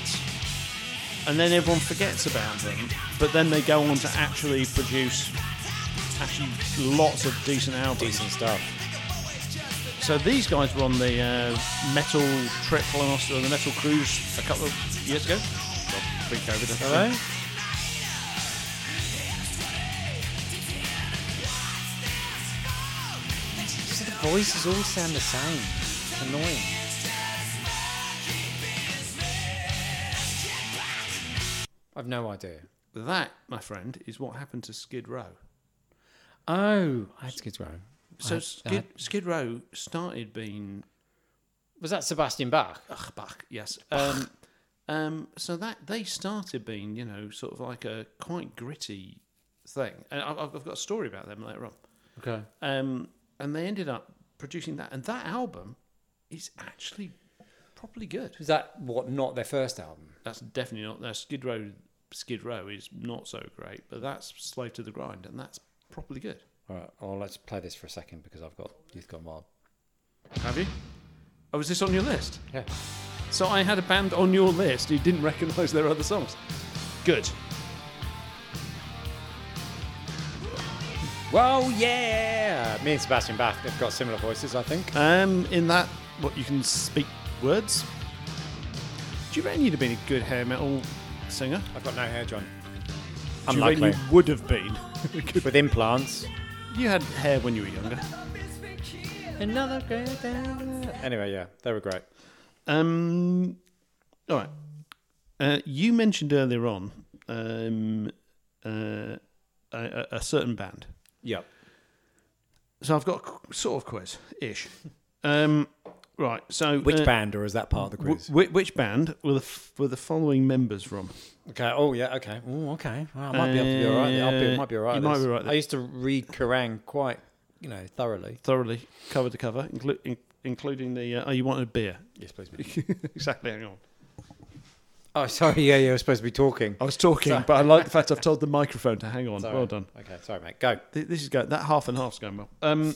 Speaker 2: and then everyone forgets about them, but then they go on to actually produce actually lots of decent albums.
Speaker 1: Decent stuff.
Speaker 2: So these guys were on the uh, Metal Trip last, or the Metal Cruise a couple of years ago. Well, Pre-COVID, I think.
Speaker 1: Hello? Just the voices all sound the same. It's annoying. I've no idea.
Speaker 2: That, my friend, is what happened to Skid Row.
Speaker 1: Oh, I had Skid Row.
Speaker 2: So
Speaker 1: I-
Speaker 2: Skid, Skid Row started being
Speaker 1: Was that Sebastian Bach?
Speaker 2: Ugh, Bach, yes. Um, um, so that they started being, you know, sort of like a quite gritty thing, and I- I've, I've got a story about them later on.
Speaker 1: Okay.
Speaker 2: Um, and they ended up producing that, and that album is actually probably good.
Speaker 1: Was that what? Not their first album.
Speaker 2: That's definitely not. Now Skid Row, Skid Row is not so great, but that's Slave to the Grind, and that's probably good.
Speaker 1: All right. Well, let's play this for a second because I've got Youth Gone Wild.
Speaker 2: Have you? Oh, is this on your list?
Speaker 1: Yeah.
Speaker 2: So I had a band on your list who didn't recognise their other songs. Good.
Speaker 1: Well, yeah. Me and Sebastian Bach have got similar voices, I think.
Speaker 2: Um, in that, what you can speak words. Do you reckon you'd have been a good hair metal singer?
Speaker 1: I've got no hair, John.
Speaker 2: Do you reckon
Speaker 1: Unlikely.
Speaker 2: you would have been?
Speaker 1: With implants.
Speaker 2: you had hair when you were younger.
Speaker 1: Another great day. Anyway, yeah, they were great.
Speaker 2: Um, all right. Uh, you mentioned earlier on um, uh, a- a, a certain band.
Speaker 1: Yep.
Speaker 2: So I've got a qu- sort of quiz ish. Um, right. So
Speaker 1: Which
Speaker 2: uh,
Speaker 1: band, or is that part of the
Speaker 2: w-
Speaker 1: quiz?
Speaker 2: whi- which band were the f- were the following members from?
Speaker 1: okay. Oh, yeah. Okay. Oh, okay. Well, I might be able to be all right. there. I'll be,
Speaker 2: Uh,
Speaker 1: might be all right.
Speaker 2: you
Speaker 1: at
Speaker 2: might
Speaker 1: this.
Speaker 2: be all right there.
Speaker 1: I used to read Kerrang quite, you know, thoroughly.
Speaker 2: thoroughly cover to cover, inclu- in- including the. Uh, oh, you wanted beer?
Speaker 1: Yes, please.
Speaker 2: exactly. Hang on.
Speaker 1: Oh, sorry. Yeah, yeah. I was supposed to be talking.
Speaker 2: I was talking, but I like the fact I've told the microphone to hang on.
Speaker 1: Sorry.
Speaker 2: Well done.
Speaker 1: Okay. Sorry, mate. Go.
Speaker 2: Th- This is going. That half and half's going well. Um,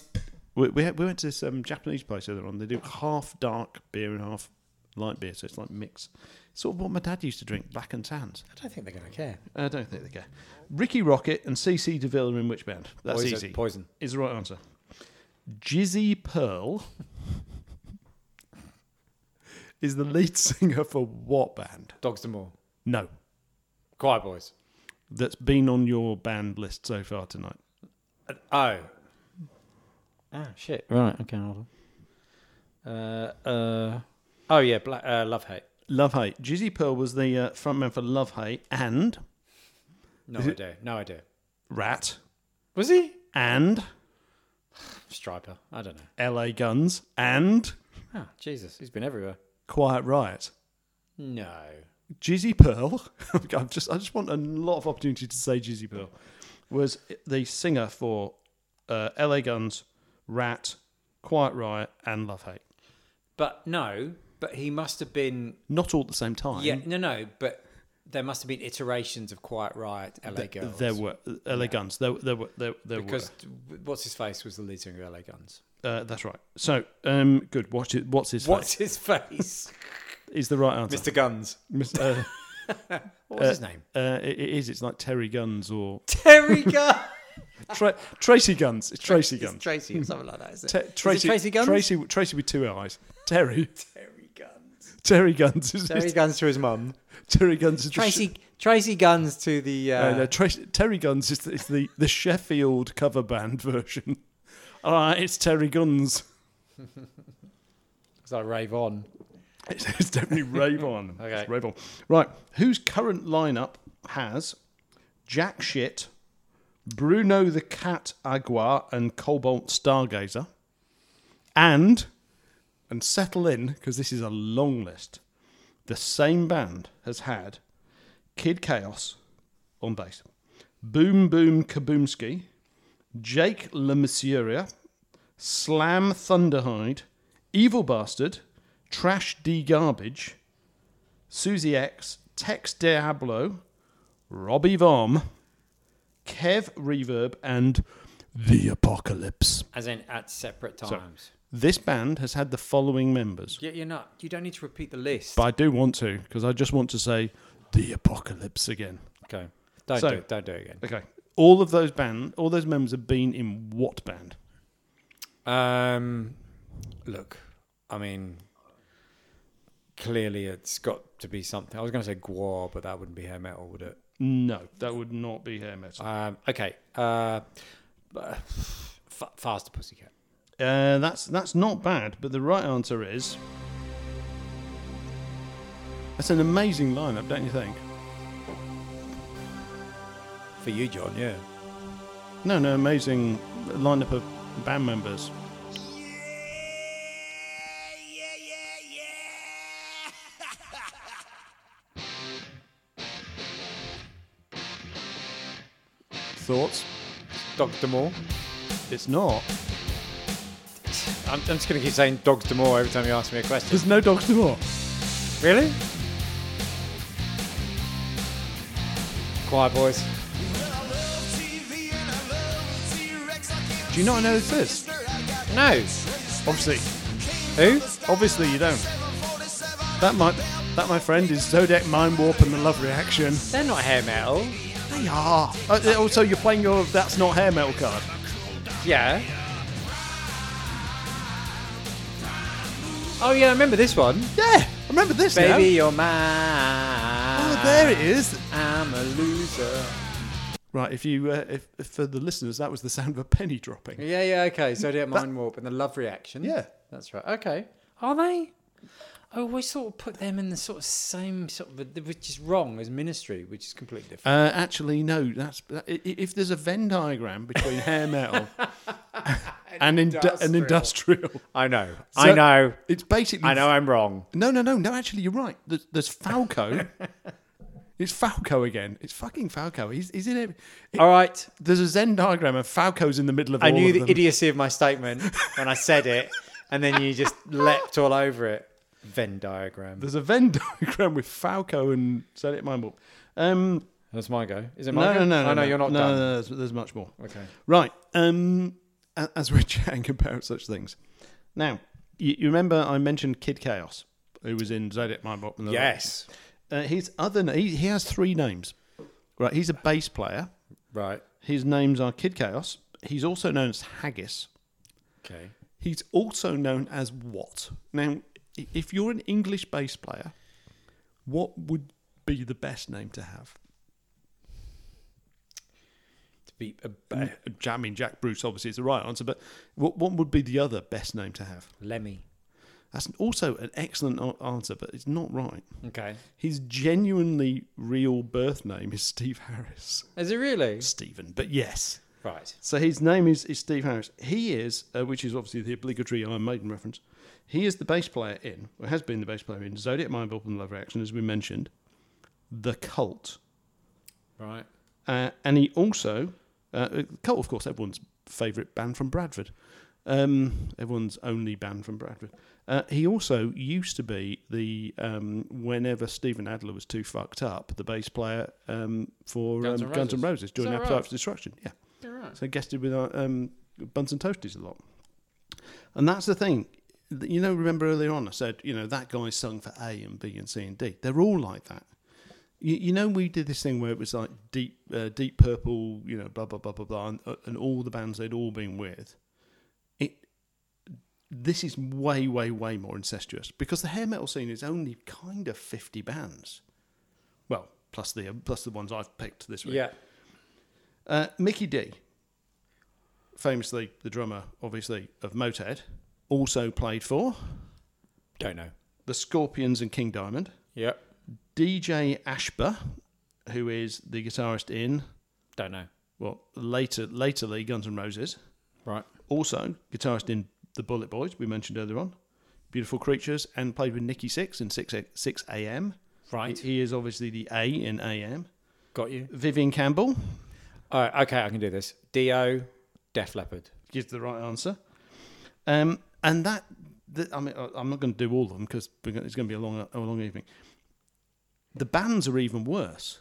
Speaker 2: we we, had- we went to this um, Japanese place earlier on. They do half dark beer and half light beer, so it's like mix. Sort of what my dad used to drink, black and tans.
Speaker 1: I don't think they're going to care.
Speaker 2: I don't think they care. Ricky Rocket and CC DeVille are in which band? That's
Speaker 1: poison,
Speaker 2: easy.
Speaker 1: Poison.
Speaker 2: Is the right answer. Jizzy Pearl is the lead singer for what band?
Speaker 1: Dogs to more.
Speaker 2: No,
Speaker 1: Choir boys.
Speaker 2: that's been on your band list so far tonight.
Speaker 1: Oh. Oh shit. Right. Ah, Okay. Hold on. Uh, uh, oh yeah, Bla uh, love hate.
Speaker 2: Love Hate. Jizzy Pearl was the uh, frontman for Love Hate and
Speaker 1: No idea. No idea.
Speaker 2: Rat
Speaker 1: Was he
Speaker 2: and
Speaker 1: Striper? I don't know.
Speaker 2: LA Guns and
Speaker 1: Ah, Jesus, he's been everywhere.
Speaker 2: Quiet Riot.
Speaker 1: No.
Speaker 2: Jizzy Pearl. I've just I just want a lot of opportunity to say Jizzy Pearl. Was the singer for uh, LA Guns, Rat, Quiet Riot, and Love Hate.
Speaker 1: But no. But he must have been.
Speaker 2: Not all at the same time.
Speaker 1: Yeah. No. No. But there must have been iterations of Quiet Riot, LA Girls.
Speaker 2: There were LA Guns. There, there were there, there
Speaker 1: because what's his face was the lead singer of LA Guns.
Speaker 2: were. Uh, that's right. So um, good. Watch it. What's his
Speaker 1: What's his
Speaker 2: face
Speaker 1: face?
Speaker 2: is the right answer?
Speaker 1: Mr. Guns.
Speaker 2: Mis- uh,
Speaker 1: What was his name?
Speaker 2: uh, it- it is. It's like Terry Guns or
Speaker 1: Terry Guns.
Speaker 2: Tra- Tracy Guns. It's Tracy
Speaker 1: It's
Speaker 2: Guns.
Speaker 1: Tracy or something like that. Is it?
Speaker 2: Te-
Speaker 1: Is it Tracy Guns.
Speaker 2: Tracy, Tracy with two eyes. Terry.
Speaker 1: Terry Guns.
Speaker 2: Terry Guns is
Speaker 1: Terry Guns to his mum.
Speaker 2: Terry Guns is
Speaker 1: Tracy Tracy Guns to the.
Speaker 2: The
Speaker 1: Uh,
Speaker 2: sh- no, no, Tracy, Terry Guns is the, is the the Sheffield cover band version. All right, it's Terry Guns.
Speaker 1: I rave on?
Speaker 2: It's, it's definitely Ravon.
Speaker 1: Okay.
Speaker 2: It's Ravon. Right, whose current lineup has Jack Shit, Bruno the Cat Agua, and Cobalt Stargazer, and and settle in because this is a long list. The same band has had Kid Chaos on bass, Boom Boom Kaboomski, Jake Lemassuria, Slam Thunderhide, Evil Bastard, Trash D Garbage, Susie X, Tex Diablo, Robbie Vom, Kev Reverb, and The Apocalypse.
Speaker 1: As in at separate times.
Speaker 2: This band has had the following members.
Speaker 1: Yeah, you're not. You don't need to repeat the list.
Speaker 2: But I do want to, because I just want to say The Apocalypse again.
Speaker 1: okay. Don't
Speaker 2: So-
Speaker 1: do it. Don't do it again.
Speaker 2: Okay. All of those band, all those members have been in what band?
Speaker 1: Um, look, I mean, clearly it's got to be something. I was going to say Guar, but that wouldn't be hair metal, would it?
Speaker 2: No, that would not be hair metal.
Speaker 1: Um, okay. Uh, uh, fa- faster pussycat.
Speaker 2: Uh, that's that's not bad, but the right answer is. That's an amazing lineup, don't you think?
Speaker 1: For you, John. Yeah.
Speaker 2: No, no, amazing lineup of band members. Thoughts?
Speaker 1: Doctor Moore.
Speaker 2: It's not.
Speaker 1: I'm, I'm just going to keep saying Dogs Demore every time you ask me a question.
Speaker 2: There's no Dogs More.
Speaker 1: Really? Quiet boys.
Speaker 2: Do you not know who this is?
Speaker 1: No.
Speaker 2: Obviously,
Speaker 1: Who?
Speaker 2: obviously you don't. That my that my friend is Zodiac Mind Warp and the Love Reaction.
Speaker 1: They're not hair metal.
Speaker 2: They are. Uh, also, you're playing your that's not hair metal card.
Speaker 1: Yeah. Oh yeah, I remember this one.
Speaker 2: Yeah, I remember this now.
Speaker 1: Baby, you're mine.
Speaker 2: Oh, there it is.
Speaker 1: I'm a loser.
Speaker 2: Right, if you uh, if, if for the listeners, that was the sound of a penny dropping.
Speaker 1: Yeah, yeah, okay. So did Mind Warp and the Love Reaction.
Speaker 2: Yeah.
Speaker 1: That's right. Okay. Are they? I always sort of put them in the sort of same sort of, which is wrong as Ministry, which is completely different.
Speaker 2: Uh, actually, no. That's that, i- i- if there's a Venn diagram between hair metal and industrial. and industrial.
Speaker 1: I know.
Speaker 2: So
Speaker 1: I know.
Speaker 2: It's basically.
Speaker 1: I know I'm wrong.
Speaker 2: No, no, no, no. Actually, you're right. There's, there's Falco. it's Falco again. It's fucking Falco. He's, he's in every.
Speaker 1: All right.
Speaker 2: There's a Zen diagram, and Falco's in the middle of.
Speaker 1: I
Speaker 2: all
Speaker 1: knew
Speaker 2: of
Speaker 1: the
Speaker 2: them.
Speaker 1: idiocy of my statement when I said it, and then you just leapt all over it. Venn diagram.
Speaker 2: There's a Venn diagram with Falco and Zodiac Mindwarp. Um,
Speaker 1: That's my go. Is it
Speaker 2: no,
Speaker 1: my
Speaker 2: no,
Speaker 1: go?
Speaker 2: no,
Speaker 1: Oh,
Speaker 2: no,
Speaker 1: no, you're not
Speaker 2: No,
Speaker 1: done.
Speaker 2: no, no, there's, there's much more.
Speaker 1: Okay.
Speaker 2: Right. Um, a- as we're chatting about such things, now you, you remember I mentioned Kid Chaos, who was in Zodiac Mindwarp. and the-
Speaker 1: Yes.
Speaker 2: Uh, his other na- he, he has three names. Right. He's a bass player.
Speaker 1: Right.
Speaker 2: His names are Kid Chaos. He's also known as Haggis.
Speaker 1: Okay.
Speaker 2: He's also known as What. Now, i- if you're an English bass player, what would be the best name to have?
Speaker 1: To be a
Speaker 2: Uh,
Speaker 1: ba-
Speaker 2: I mean, Jack Bruce obviously is the right answer, but what, what would be the other best name to have?
Speaker 1: Lemmy.
Speaker 2: That's also an excellent a- answer, but it's not right.
Speaker 1: Okay.
Speaker 2: His genuinely real birth name is Steve Harris.
Speaker 1: Is it really?
Speaker 2: Stephen, but yes.
Speaker 1: Right.
Speaker 2: So his name is, is Steve Harris. He is, uh, which is obviously the obligatory Iron Maiden reference, he is the bass player in, or has been the bass player in, Zodiac Mindbulb and Love Reaction, as we mentioned, The Cult.
Speaker 1: Right.
Speaker 2: Uh, and he also, uh, Cult, of course, everyone's favourite band from Bradford. Um, everyone's only band from Bradford. Uh, he also used to be the, um, whenever Stephen Adler was too fucked up, the bass player um, for
Speaker 1: Guns
Speaker 2: um,
Speaker 1: N'
Speaker 2: Guns N'
Speaker 1: Roses.
Speaker 2: Roses during
Speaker 1: Is that
Speaker 2: Appetite
Speaker 1: right?
Speaker 2: for Destruction. Yeah.
Speaker 1: You're right.
Speaker 2: So guested with our, um, buns and toasties a lot. And that's the thing. You know, remember earlier on I said, you know, that guy sung for A and B and C and D. They're all like that. You, you know, we did this thing where it was like deep, uh, deep purple, you know, blah blah blah blah blah, and, uh, and all the bands they'd all been with. It. This is way, way, way more incestuous because the hair metal scene is only kind of fifty bands. Well, plus the um, plus the ones I've picked this week.
Speaker 1: Yeah.
Speaker 2: Uh, Mickey D, famously the drummer, obviously, of Motorhead, also played for
Speaker 1: Don't know.
Speaker 2: the Scorpions and King Diamond.
Speaker 1: Yep.
Speaker 2: DJ Ashba, who is the guitarist in,
Speaker 1: Don't know.
Speaker 2: well, later, laterly Guns N' Roses,
Speaker 1: Right.
Speaker 2: also guitarist in the Bullet Boys, we mentioned earlier on, Beautiful Creatures, and played with Nicky Six in 6, 6 AM.
Speaker 1: Right.
Speaker 2: He is obviously the A in AM.
Speaker 1: Got you.
Speaker 2: Vivian Campbell
Speaker 1: All right. Okay. I can do this. Dio, Def Leppard.
Speaker 2: gives the right answer. Um, and that, th I mean, I- I'm not going to do all of them because it's going to be a long, a long evening. The bands are even worse.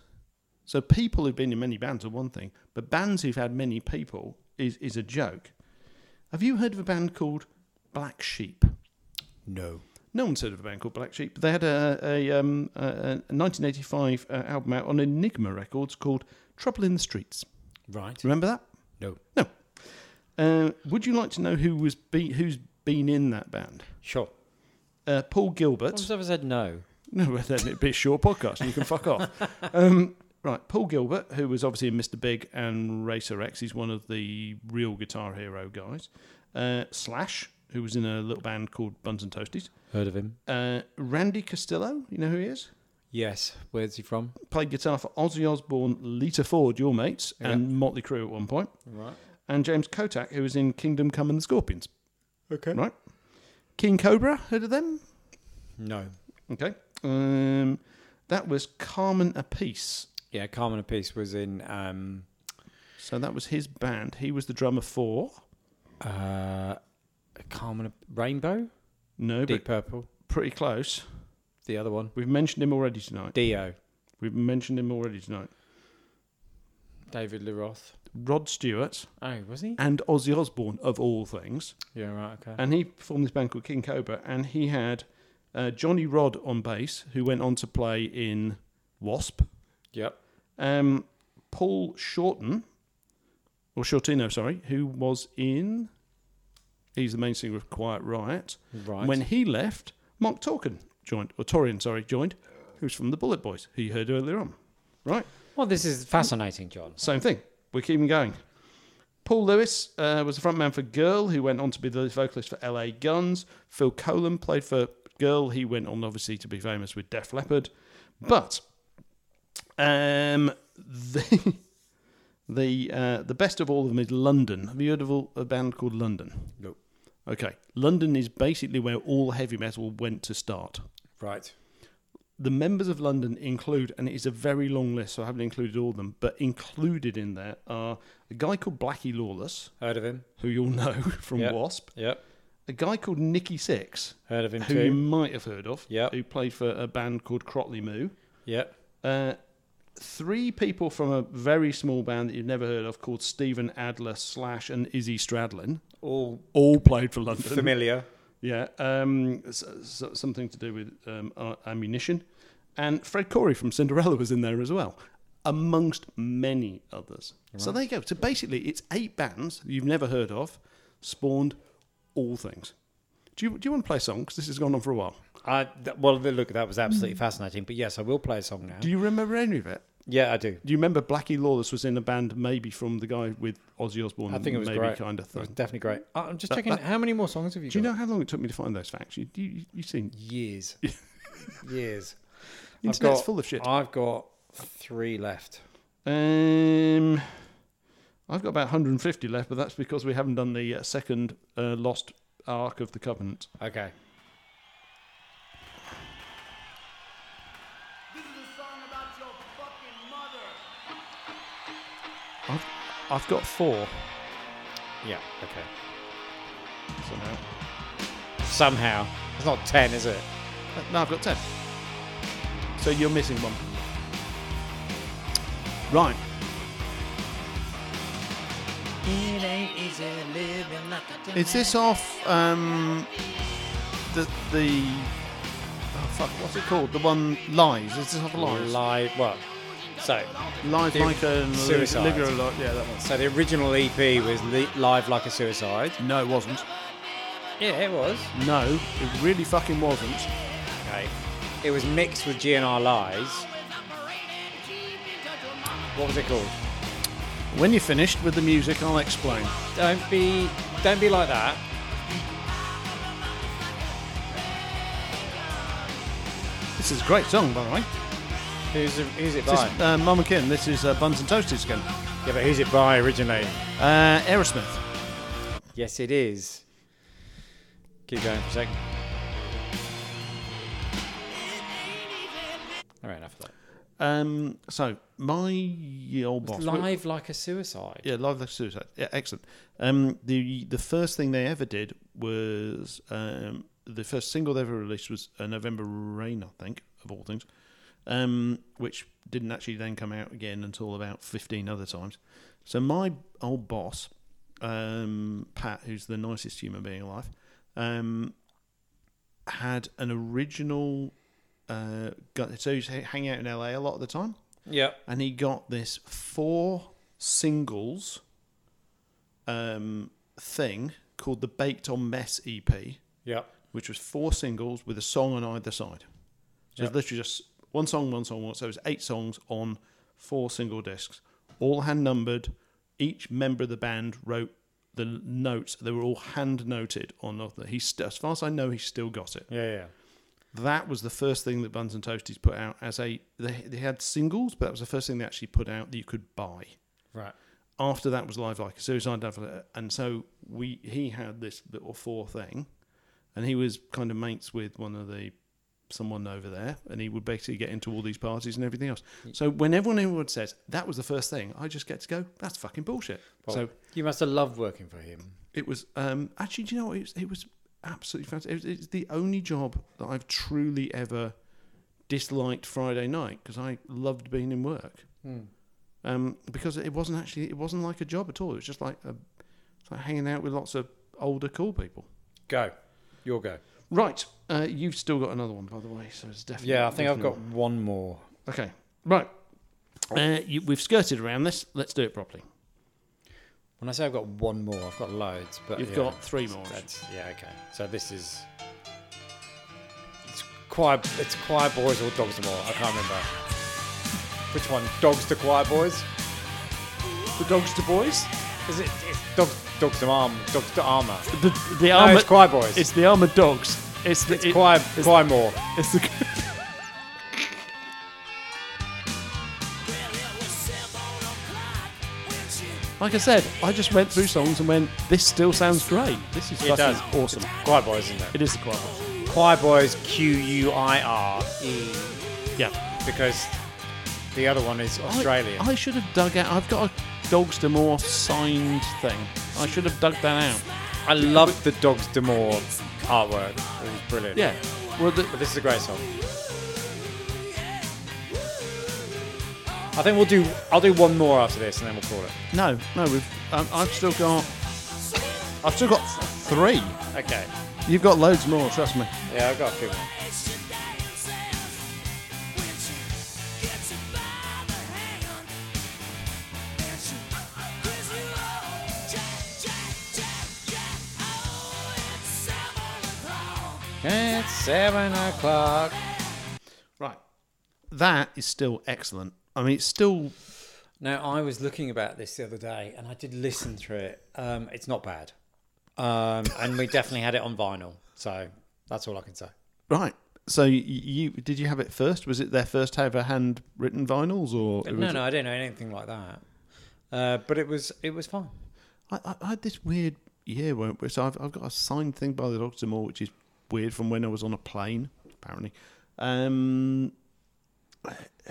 Speaker 2: So people who've been in many bands are one thing, but bands who've had many people is is a joke. Have you heard of a band called Black Sheep?
Speaker 1: No.
Speaker 2: No one's heard of a band called Black Sheep. They had a, a, um, a, a 1985 uh, album out on Enigma Records called Trouble in the Streets.
Speaker 1: Right.
Speaker 2: Remember that?
Speaker 1: No.
Speaker 2: No. Uh, would you like to know who was be- who's been in that band?
Speaker 1: Sure.
Speaker 2: Uh, Paul Gilbert.
Speaker 1: What's ever said no?
Speaker 2: No, well, then it'd be a short podcast. and You can fuck off. Um, right, Paul Gilbert, who was obviously in Mr. Big and Racer X. He's one of the real Guitar Hero guys. Uh, Slash, who was in a little band called Buns and Toasties.
Speaker 1: Heard of him?
Speaker 2: Uh, Randy Castillo, you know who he is?
Speaker 1: Yes. Where's he from?
Speaker 2: Played guitar for Ozzy Osbourne, Lita Ford, your mates, and Motley Crue at one point.
Speaker 1: Right.
Speaker 2: And James Kotak, who was in Kingdom Come and the Scorpions.
Speaker 1: Okay.
Speaker 2: Right. King Cobra, heard of them?
Speaker 1: No.
Speaker 2: Okay. Um, that was Carmen Apiece.
Speaker 1: Yeah. Carmen Apiece was in. Um,
Speaker 2: So that was his band. He was the drummer for.
Speaker 1: uh, Carmen Ap- Rainbow.
Speaker 2: No,
Speaker 1: Deep
Speaker 2: but
Speaker 1: Purple.
Speaker 2: pretty close.
Speaker 1: The other one.
Speaker 2: We've mentioned him already tonight.
Speaker 1: Dio.
Speaker 2: We've mentioned him already tonight.
Speaker 1: David Lee Roth.
Speaker 2: Rod Stewart
Speaker 1: Oh, was he?
Speaker 2: and Ozzy Osbourne, of all things.
Speaker 1: Yeah. Right. Okay.
Speaker 2: And he performed this band called King Cobra. And he had uh, Johnny Rod on bass, who went on to play in Wasp.
Speaker 1: yep.
Speaker 2: Um, Paul Shorten, or Shortino, sorry, who was in. He's the main singer of Quiet Riot.
Speaker 1: Right.
Speaker 2: When he left, Mark Torkin joined, or Torian, sorry, joined, who's from the Bullet Boys, who you heard earlier on. Right?
Speaker 1: Well, this is fascinating, John.
Speaker 2: Same thing. We're keeping going. Paul Lewis uh, was the frontman for Girl, who went on to be the vocalist for LA Guns. Phil Colum played for Girl. He went on, obviously, to be famous with Def Leppard. But um, the the uh, the best of all of them is London. Have you heard of all, a band called London?
Speaker 1: Nope.
Speaker 2: Okay, London is basically where all heavy metal went to start.
Speaker 1: Right.
Speaker 2: The members of London include, and it is a very long list, so I haven't included all of them, but included in there are a guy called Blackie Lawless,
Speaker 1: Heard of him?
Speaker 2: who you'll know from
Speaker 1: Yep.
Speaker 2: Wasp,
Speaker 1: Yep.
Speaker 2: a guy called Nicky Six,
Speaker 1: Heard of him
Speaker 2: who you
Speaker 1: too?
Speaker 2: might have heard of,
Speaker 1: Yep.
Speaker 2: who played for a band called Crotley Moo.
Speaker 1: Yep.
Speaker 2: Uh, three people from a very small band that you've never heard of called Stephen Adler slash and Izzy Stradlin,
Speaker 1: All
Speaker 2: all played for London.
Speaker 1: familiar.
Speaker 2: Yeah, um, s s something to do with um, ar- ammunition. And Fred Corey from Cinderella was in there as well, amongst many others. So there you go. So basically, it's eight bands you've never heard of, spawned all things. Do you, do you want to play a song? Because this has gone on for a while.
Speaker 1: I, th- well, th- look, that was absolutely fascinating. But yes, I will play a song now.
Speaker 2: Do you remember any of it?
Speaker 1: Yeah, I do.
Speaker 2: Do you remember Blackie Lawless was in a band maybe from the guy with Ozzy Osbourne?
Speaker 1: I think it was
Speaker 2: maybe
Speaker 1: great.
Speaker 2: kind of
Speaker 1: It was
Speaker 2: thing.
Speaker 1: definitely great. Uh, I'm just
Speaker 2: That-
Speaker 1: checking.
Speaker 2: that-
Speaker 1: how many more songs have you
Speaker 2: Do you
Speaker 1: got?
Speaker 2: know how long it took me to find those facts? You you, you seen
Speaker 1: Years. Years. I've
Speaker 2: internet's
Speaker 1: got-
Speaker 2: full of shit.
Speaker 1: I've got three left.
Speaker 2: Um, I've got about 150 left, but that's because we haven't done the uh, second uh, lost arc of the covenant.
Speaker 1: Okay.
Speaker 4: This is a song about your fucking mother.
Speaker 2: I've I've got four
Speaker 1: Yeah, okay.
Speaker 2: somehow.
Speaker 1: Somehow. It's not 10, is it?
Speaker 2: Uh, No, I've got ten. So you're missing one. Right. Is this off um, the the oh fuck? What's it called? The one lies. Is this off lies?
Speaker 1: Live. Well, so
Speaker 2: live
Speaker 1: Dude,
Speaker 2: like a
Speaker 1: Suicide.
Speaker 2: Olivia Li- Yeah, that one.
Speaker 1: so the original EP was li- Live Like a Suicide.
Speaker 2: No, it wasn't.
Speaker 1: Yeah, it was.
Speaker 2: No, it really fucking wasn't.
Speaker 1: Okay. It was mixed with GNR Lies. What was it called?
Speaker 2: When you're finished with the music, I'll explain.
Speaker 1: Don't be, don't be like that.
Speaker 2: This is a great song, by the way.
Speaker 1: Who's, who's it
Speaker 2: This
Speaker 1: by?
Speaker 2: is, uh, Mama Kim. This is uh, Buns and Toasties again.
Speaker 1: yeah, but who's it by originally?
Speaker 2: Uh, Aerosmith.
Speaker 1: Yes, it is. Keep going for a second. All right, enough of that.
Speaker 2: Um, so my old boss.
Speaker 1: Live like a suicide.
Speaker 2: Yeah, live like suicide. Yeah, excellent. Um, the the first thing they ever did was um, the first single they ever released was uh, November Rain, I think, of all things, um, which didn't actually then come out again until about fifteen other times. So my old boss, um, Pat, who's the nicest human being alive, um, had an original. Uh, got, so he used to hang out in LA a lot of the time
Speaker 1: Yep.
Speaker 2: and he got this four singles um, thing called the Baked on Mess EP,
Speaker 1: Yep.
Speaker 2: which was four singles with a song on either side. So
Speaker 1: Yep.
Speaker 2: it's literally just one song, one song, one. So it was eight songs on four single discs, all hand numbered. Each member of the band wrote the notes. They were all hand noted on the. He st- as far as I know, he still got it
Speaker 1: Yeah, yeah.
Speaker 2: that was the first thing that Buns and Toasties put out as a they, they had singles, but that was the first thing they actually put out that you could buy.
Speaker 1: Right.
Speaker 2: After that was Live Like a Suicide Diver, and so we he had this little four thing, and he was kind of mates with one of the someone over there, and he would basically get into all these parties and everything else. So when everyone in Wood says that was the first thing, I just get to go, that's fucking bullshit.
Speaker 1: Well,
Speaker 2: So
Speaker 1: you must have loved working for him.
Speaker 2: it was um, actually, do you know what? It was, it was absolutely fantastic. It was, it's the only job that I've truly ever disliked Friday night because I loved being in work.
Speaker 1: Hmm.
Speaker 2: Um, because it wasn't actually, it wasn't like a job at all. It was just like, a, it's like hanging out with lots of older, cool people.
Speaker 1: Go. Your go.
Speaker 2: Right. Uh, you've still got another one, by the way. So it's definitely.
Speaker 1: Yeah, I think I've
Speaker 2: definitely-
Speaker 1: got one more.
Speaker 2: Okay. Right. Uh, you, we've skirted around this. Let's do it properly.
Speaker 1: When I say I've got one more, I've got loads, but
Speaker 2: You've
Speaker 1: yeah,
Speaker 2: got three more.
Speaker 1: That's yeah, okay. So this is it's choir it's choir boys or dogs and more. I can't remember. Which one? Dogs to choir boys?
Speaker 2: The dogs to boys.
Speaker 1: Is it it's dogs dogs to arm dogs to armor.
Speaker 2: The, the
Speaker 1: No,
Speaker 2: armour-
Speaker 1: it's choir boys.
Speaker 2: It's the armored dogs. It's the
Speaker 1: It's choir choir more.
Speaker 2: It's the like I said, I just went through songs and went, "This still sounds great. This is
Speaker 1: It
Speaker 2: fucking
Speaker 1: does.
Speaker 2: awesome."
Speaker 1: It's choir boys, isn't it?
Speaker 2: It is the choir. boys.
Speaker 1: Choir boys Q U I R E
Speaker 2: Yeah,
Speaker 1: because the other one is Australian.
Speaker 2: I, I should have dug out. I've got a Dogs to More signed thing. I should have dug that out.
Speaker 1: I love the Dogs D'Amour artwork. It was brilliant.
Speaker 2: Yeah. Well, the,
Speaker 1: But this is a great song. I think we'll do. I'll do one more after this, and then we'll call it.
Speaker 2: no, no. We've. Um, I've still got. I've still got three.
Speaker 1: Okay.
Speaker 2: You've got loads more. Trust me.
Speaker 1: Yeah, I've got a few. more. It's seven o'clock.
Speaker 2: Right. That is still excellent. I mean, it's still
Speaker 1: Now I was looking about this the other day, and I did listen through it. Um, it's not bad, um, and we definitely had it on vinyl, so that's all I can say.
Speaker 2: right. So you, you did you have it first? Was it their first ever handwritten vinyls, or
Speaker 1: But
Speaker 2: it
Speaker 1: no,
Speaker 2: was-
Speaker 1: no, I didn't know anything like that. Uh, but it was it was fine.
Speaker 2: I, I, I had this weird year, weren't we? So I've, I've got a signed thing by the Doctor Moore, which is weird from when I was on a plane, apparently. Um,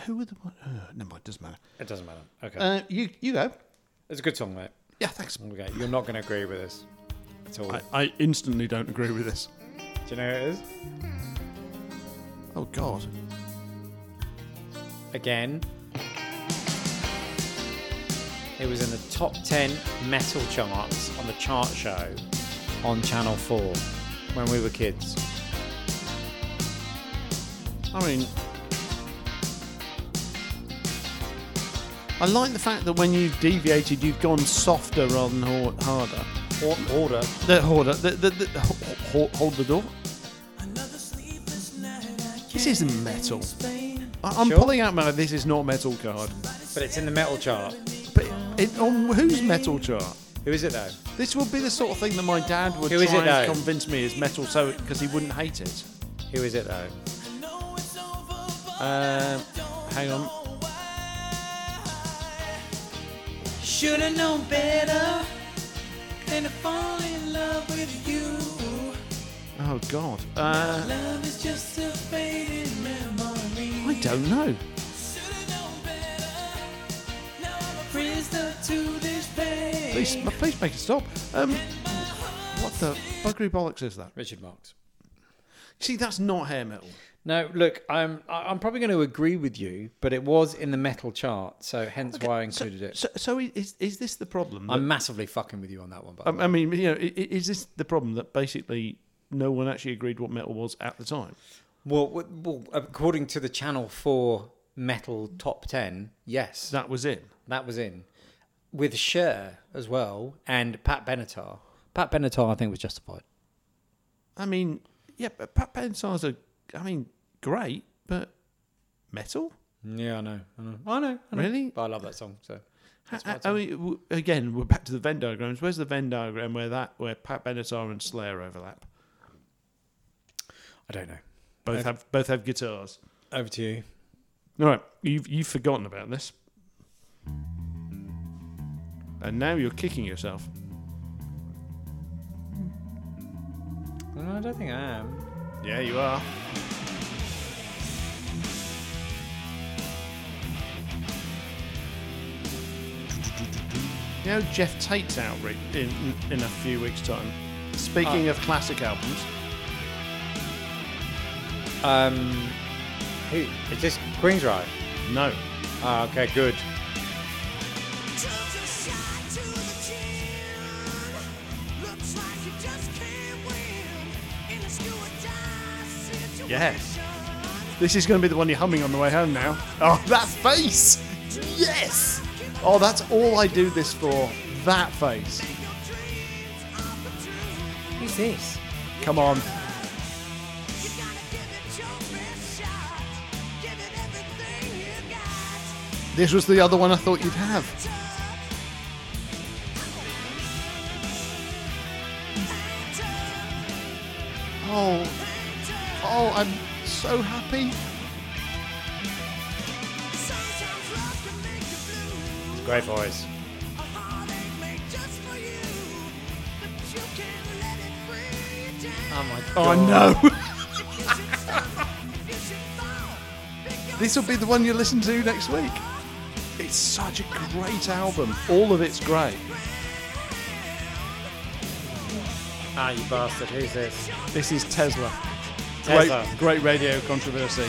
Speaker 2: who were the one? Uh, never mind, doesn't matter.
Speaker 1: It doesn't matter. Okay,
Speaker 2: Uh, you you go.
Speaker 1: it's a good song, mate.
Speaker 2: Yeah, thanks.
Speaker 1: Okay, you're not going to agree with this at all.
Speaker 2: I, I instantly don't agree with this.
Speaker 1: Do you know who it is?
Speaker 2: Oh God.
Speaker 1: Again, it was in the top ten metal charts on the chart show on Channel Four when we were kids.
Speaker 2: I mean, I like the fact that when you've deviated, you've gone softer rather than hor- harder.
Speaker 1: Or- Order.
Speaker 2: The harder, the, the, the, ho- ho- hold the door. This isn't metal. I, I'm
Speaker 1: Sure.
Speaker 2: pulling out my "This is not metal" card.
Speaker 1: But it's in the metal chart.
Speaker 2: But it, on whose metal chart?
Speaker 1: Who is it though?
Speaker 2: This would be the sort of thing that my dad would
Speaker 1: Who is
Speaker 2: try
Speaker 1: it,
Speaker 2: and
Speaker 1: though?
Speaker 2: convince me is metal, so because he wouldn't hate it.
Speaker 1: Who is it though?
Speaker 2: Uh, hang on.
Speaker 4: Should've known better than to fall in love with you.
Speaker 2: Oh God. Uh,
Speaker 4: Love is just a faded memory.
Speaker 2: I don't know.
Speaker 4: Should've known better. Now I'm a prisoner to this pain.
Speaker 2: Please, m- please make it stop. Um, what the buggery bollocks is that?
Speaker 1: Richard Marx.
Speaker 2: See, that's not hair metal.
Speaker 1: No, look, I'm I- I'm probably going to agree with you, but it was in the metal chart, so hence why I included it.
Speaker 2: So, so i- is is this the problem? that-
Speaker 1: I'm massively fucking with you on that one, but
Speaker 2: I I mean, you know, i- i- is this the problem that basically no one actually agreed what metal was at the time?
Speaker 1: well, w- well, according to the Channel Four metal top ten, yes, that,
Speaker 2: That was it.
Speaker 1: was in with Cher as well and Pat Benatar. Pat Benatar, I think, was justified.
Speaker 2: I mean, yeah, but Pat Benatar's a, I mean, great, but metal.
Speaker 1: Yeah, I know, I know, I know, I know.
Speaker 2: Really?
Speaker 1: But I love that song, so that's
Speaker 2: I,
Speaker 1: why
Speaker 2: I I mean, w- again, we're back to the Venn diagrams. Where's the Venn diagram where that where Pat Benatar and Slayer overlap?
Speaker 1: I don't know.
Speaker 2: Both have both have guitars.
Speaker 1: Over to you.
Speaker 2: All right, you've you've forgotten about this, and now you're kicking yourself.
Speaker 1: No, I don't think I am.
Speaker 2: Yeah, you are. You know, Jeff Tate's out re- in, in a few weeks' time. Uh, Speaking of classic albums,
Speaker 1: Um, who is this? Queensryche.
Speaker 2: no.
Speaker 1: Ah, okay, good.
Speaker 2: Yeah. This is going to be the one you're humming on the way home now. Oh, that face! Yes! Oh, that's all I do this for. That face.
Speaker 1: Who's this?
Speaker 2: Come on. This was the other one I thought you'd have. Oh, oh, I'm so happy.
Speaker 1: Great voice. Oh my god.
Speaker 2: no! this will be the one you listen to next week. It's such a great album. All of it's great.
Speaker 1: Ah, you bastard. Who's this?
Speaker 2: This is Tesla.
Speaker 1: Tesla.
Speaker 2: Great, uh, great radio controversy.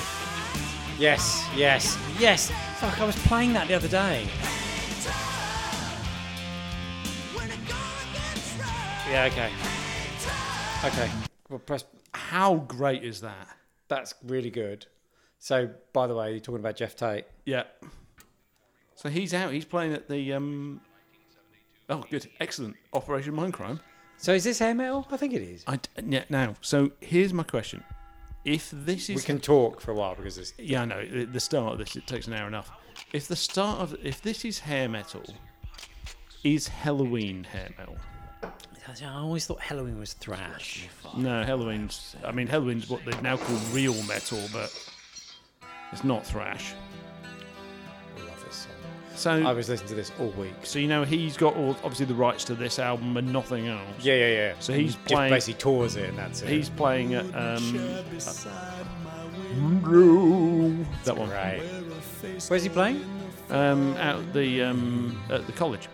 Speaker 1: Yes, yes, yes. Fuck, I was playing that the other day. Yeah, okay. Okay. Well, press.
Speaker 2: How great is that?
Speaker 1: That's really good. So, by the way, you're talking about Jeff Tate.
Speaker 2: Yeah. So he's out. He's playing at the um. Oh, good, excellent. Operation Mindcrime.
Speaker 1: So, is this hair metal? I think it is.
Speaker 2: I d- yeah, now, so here's my question. if this
Speaker 1: We
Speaker 2: is
Speaker 1: can talk for a while because it's
Speaker 2: yeah, I know. The, the start of this it takes an hour and a half. If the start of if this is hair metal, is Halloween hair metal?
Speaker 1: I always thought Halloween was thrash.
Speaker 2: No, Halloween's. I mean, Halloween's what they now call real metal, but it's not thrash.
Speaker 1: I love this song. I
Speaker 2: So,
Speaker 1: was listening to this all week.
Speaker 2: so you know, he's got all, obviously the rights to this album and nothing else.
Speaker 1: Yeah, yeah, yeah.
Speaker 2: So he's
Speaker 1: just
Speaker 2: playing-
Speaker 1: basically tours it, and that's it.
Speaker 2: He's playing at um, uh, that one
Speaker 1: right. Where's he playing?
Speaker 2: um, out the um, at the college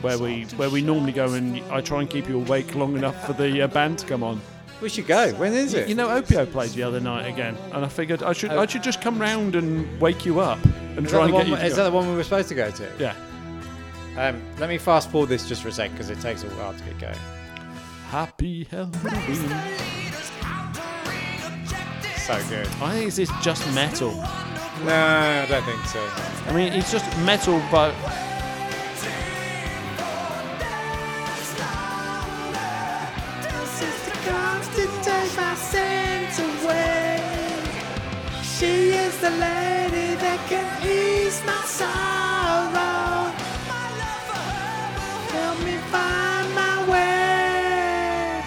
Speaker 2: where we where we normally go and I try and keep you awake long enough for the uh, band to come on.
Speaker 1: We should go. When is it?
Speaker 2: You know, Opio played the other night again, and I figured I should I should just come round and wake you up and
Speaker 1: is that,
Speaker 2: try
Speaker 1: the
Speaker 2: and get
Speaker 1: one,
Speaker 2: you.
Speaker 1: is that
Speaker 2: to go.
Speaker 1: the one we were supposed to go to?
Speaker 2: Yeah.
Speaker 1: Um, let me fast forward this just for a sec because it takes a while to get going.
Speaker 2: Happy Halloween.
Speaker 1: So good.
Speaker 2: I think this is just metal.
Speaker 1: No, I don't think so.
Speaker 2: I mean, it's just metal, but
Speaker 4: She is the lady that can ease my sorrow. Help me find my way.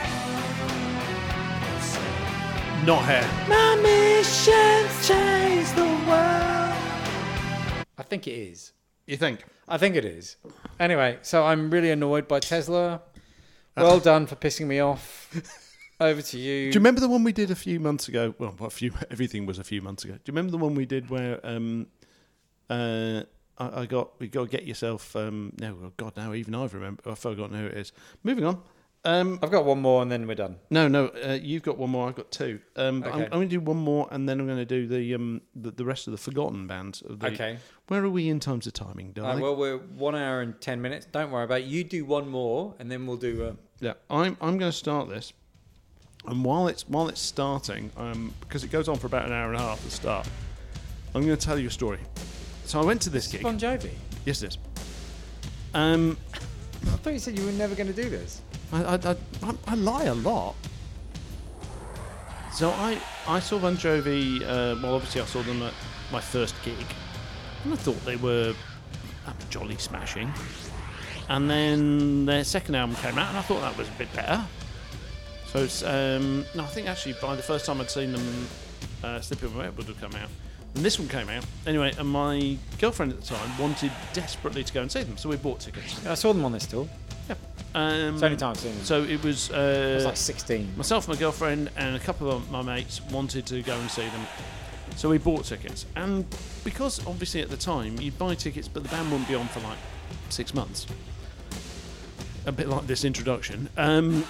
Speaker 2: not hair.
Speaker 4: My mission's change the world.
Speaker 1: I think it is.
Speaker 2: You think?
Speaker 1: I think it is. Anyway, so I'm really annoyed by Tesla. Well done for pissing me off. Over to Ah. you.
Speaker 2: Do you remember the one we did a few months ago? Well, a few. Everything was a few months ago. Do you remember the one we did where um, uh, I, I got we got get yourself um, no, well, God, now even I've remember I've forgotten who it is. Moving on. Um,
Speaker 1: I've got one more and then we're done.
Speaker 2: no, no, uh, you've got one more. I've got two. Um, but I'm,
Speaker 1: Okay.
Speaker 2: I'm going to do one more, and then I'm going to do the um the, the rest of the forgotten bands. Of the,
Speaker 1: Okay.
Speaker 2: Where are we in terms of timing,
Speaker 1: Uh,
Speaker 2: darling?
Speaker 1: well, we're one hour and ten minutes. Don't worry about it. You do one more and then we'll do. Uh,
Speaker 2: Yeah, I'm I'm going to start this, and while it's while it's starting, um, because it goes on for about an hour and a half to start, I'm going to tell you a story. So I went to this gig.
Speaker 1: bon Jovi.
Speaker 2: Yes, it is. Um,
Speaker 1: I thought you said you were never going to do this.
Speaker 2: I, I, I, I, I lie a lot. So I I saw Bon Jovi. Uh, well, obviously I saw them at my first gig, and I thought they were um, jolly smashing. And then their second album came out, and I thought that was a bit better. So it's, um, no, I think actually by the first time I'd seen them, uh, Slipping Away would have come out. And this one came out anyway, and my girlfriend at the time wanted desperately to go and see them, so we bought tickets.
Speaker 1: I saw them on this tour.
Speaker 2: Um,
Speaker 1: It's the only time I've seen them.
Speaker 2: So it was. Uh,
Speaker 1: I was like 16.
Speaker 2: Myself, my girlfriend, and a couple of my mates wanted to go and see them, so we bought tickets. And because obviously at the time you'd buy tickets, but the band wouldn't be on for like six months. A bit like this introduction. Um,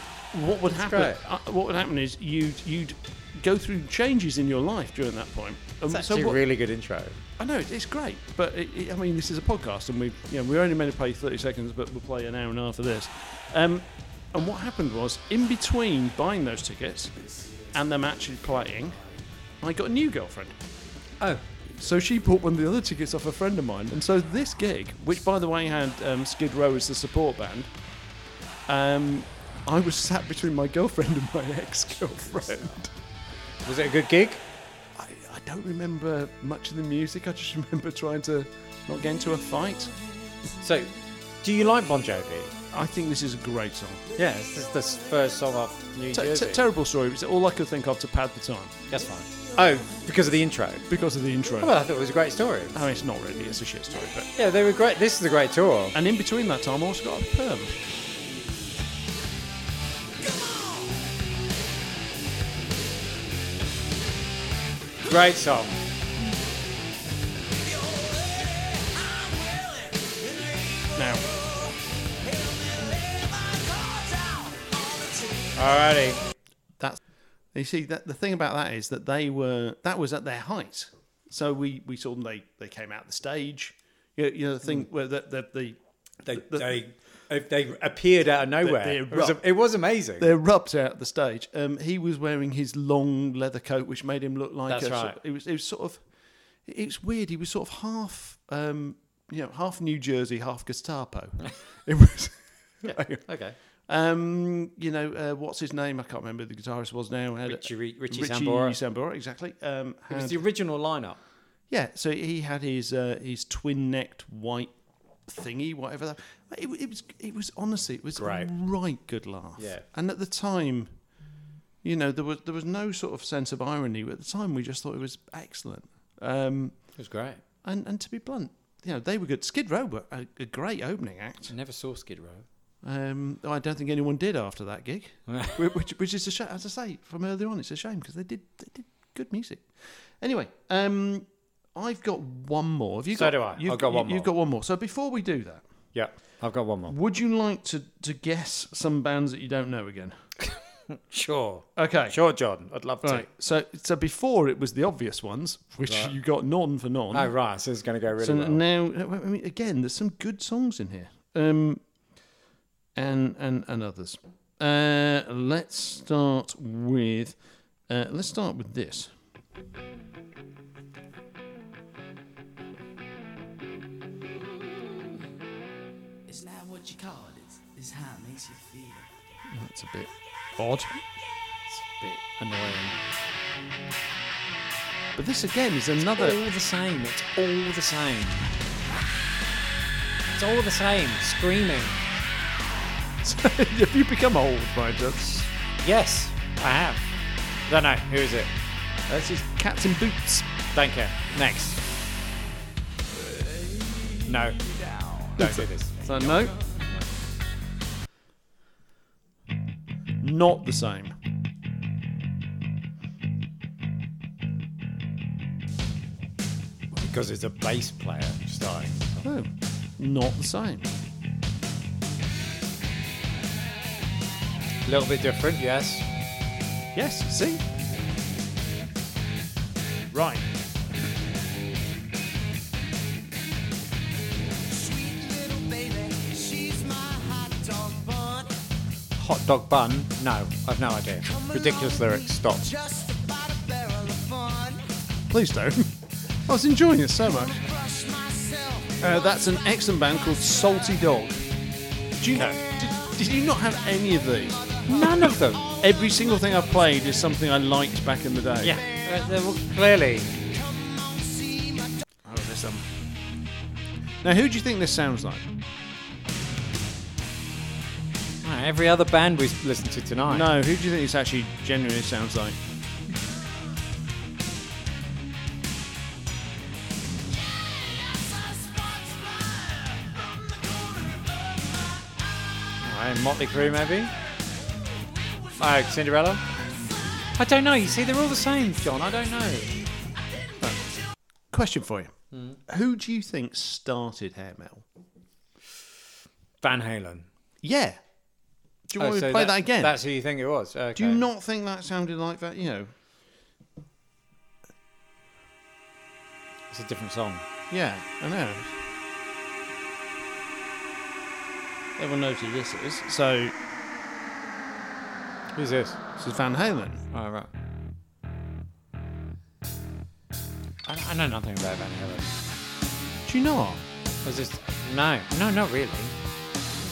Speaker 2: what would happen?
Speaker 1: great.
Speaker 2: Uh, what would happen is you'd you'd go through changes in your life during that point.
Speaker 1: It's
Speaker 2: Um,
Speaker 1: actually
Speaker 2: what-
Speaker 1: a really good intro.
Speaker 2: I know it's great, but it, it, I mean, this is a podcast, and we you know, we're only meant to play thirty seconds, but we'll play an hour and a half of this. Um, and what happened was, in between buying those tickets and them actually playing, I got a new girlfriend.
Speaker 1: Oh.
Speaker 2: So she bought one of the other tickets off a friend of mine, and so this gig, which by the way had um, Skid Row as the support band, um, I was sat between my girlfriend and my ex-girlfriend.
Speaker 1: Was it a good gig?
Speaker 2: I, I don't remember much of the music. I just remember trying to not get into a fight.
Speaker 1: So, do you like Bon Jovi?
Speaker 2: I think this is a great song.
Speaker 1: Yeah, this is the first song off New
Speaker 2: Ter-
Speaker 1: Jersey.
Speaker 2: ter- terrible story. It's all I could think of to pad the time
Speaker 1: That's fine. Oh, because of the intro.
Speaker 2: because of the intro.
Speaker 1: Well, I thought it was a great story.
Speaker 2: I mean, it's not really. It's a shit story. But
Speaker 1: Yeah, they were great. This is a great tour.
Speaker 2: and in between that time, I also got a perm.
Speaker 1: Great song.
Speaker 2: Now,
Speaker 1: Alrighty.
Speaker 2: that's you see that the thing about that is that they were that was at their height. So we we saw them. They they came out the stage. You know, you know the thing where the the, the
Speaker 1: They
Speaker 2: The-
Speaker 1: they if they appeared out of nowhere.
Speaker 2: they
Speaker 1: it, was,
Speaker 2: erupt.
Speaker 1: it was amazing.
Speaker 2: they rubbed out the stage. Um, he was wearing his long leather coat, which made him look like
Speaker 1: That's
Speaker 2: a, sort-
Speaker 1: right.
Speaker 2: it was. It was sort of. It's weird. He was sort of half, um, you know, half New Jersey, half Gestapo. it was.
Speaker 1: okay.
Speaker 2: Um, you know, uh, what's his name? I can't remember who the guitarist was now. Had
Speaker 1: Richie, Re- Richie, Sambora.
Speaker 2: Sambora, exactly. Um,
Speaker 1: It was
Speaker 2: had-
Speaker 1: the original lineup.
Speaker 2: yeah, so he had his uh, his twin necked white thingy, whatever that. It, wa- it was. It was honestly, it was
Speaker 1: Great.
Speaker 2: a right good laugh.
Speaker 1: Yeah.
Speaker 2: And at the time, you know, there was there was no sort of sense of irony. At the time, we just thought it was excellent. Um,
Speaker 1: It was great.
Speaker 2: and and to be blunt, you know, they were good. Skid Row were a, a great opening act.
Speaker 1: I never saw Skid Row.
Speaker 2: Um, I don't think anyone did after that gig, Whi- which, which is a shame. As I say from earlier on, it's a shame because they did they did good music. Anyway, um, I've got one more. Have you
Speaker 1: So
Speaker 2: got,
Speaker 1: do I.
Speaker 2: You've,
Speaker 1: I've got one
Speaker 2: you-
Speaker 1: more.
Speaker 2: You've got one more. So before we do that,
Speaker 1: Yeah, I've got one more.
Speaker 2: would you like to to guess some bands that you don't know again?
Speaker 1: Sure,
Speaker 2: Okay.
Speaker 1: sure, John. I'd love to.
Speaker 2: Right. So so before it was the obvious ones, which
Speaker 1: Right.
Speaker 2: you got none for none.
Speaker 1: Oh, right. So it's going to go really
Speaker 2: so
Speaker 1: well.
Speaker 2: now, uh, I mean, again, there's some good songs in here, um, and and and others. Uh, let's start with uh, let's start with this.
Speaker 4: It's not what you call it, it's, it's how it makes you feel.
Speaker 2: That's a bit odd,
Speaker 1: It's a bit annoying.
Speaker 2: but this again is another.
Speaker 1: all the same. It's all the same. It's all the same. Screaming.
Speaker 2: Have you become old by chance?
Speaker 1: Yes, I have. Don't know. Who is it?
Speaker 2: This is Cats in Boots.
Speaker 1: Don't care. Next. No. Don't do this.
Speaker 2: So no, not the same.
Speaker 1: Because it's a bass player starting.
Speaker 2: No, not the same.
Speaker 1: A little bit different, yes.
Speaker 2: Yes, see? Right.
Speaker 4: Sweet little baby, she's my hot dog bun.
Speaker 1: Hot dog bun? No, I've no idea. Ridiculous lyrics. Stop.
Speaker 4: Just about a barrel of fun.
Speaker 2: Please don't. I was enjoying it so much.
Speaker 4: Brush myself.
Speaker 2: Uh, that's an excellent band called Salty Dog. Do you,
Speaker 1: Okay.
Speaker 2: did, did you not have any of these?
Speaker 1: None of them.
Speaker 2: Every single thing I've played is something I liked back in the day.
Speaker 1: Yeah. Uh, they're all- clearly.
Speaker 2: Oh, this um. Now, who do you think this sounds like?
Speaker 1: Ah, Every other band we've listened to tonight.
Speaker 2: No, who do you think this actually genuinely sounds like?
Speaker 1: Alright, Motley Crue, maybe? Oh, Cinderella? I don't know. You see, they're all the same, John. I don't know.
Speaker 2: Question for you. Who do you think started hair metal?
Speaker 1: Van Halen.
Speaker 2: Yeah. Do you
Speaker 1: Oh,
Speaker 2: want me to
Speaker 1: so
Speaker 2: play that, again?
Speaker 1: That's who you think it was. Okay.
Speaker 2: Do you not think that sounded like that? You know,
Speaker 1: It's a different song.
Speaker 2: yeah, I know. Everyone knows who this is. So,
Speaker 1: Who's this?
Speaker 2: this is Van Halen.
Speaker 1: Oh, right. I, I know nothing about Van Halen.
Speaker 2: Do you not?
Speaker 1: Was this? No, no, not really.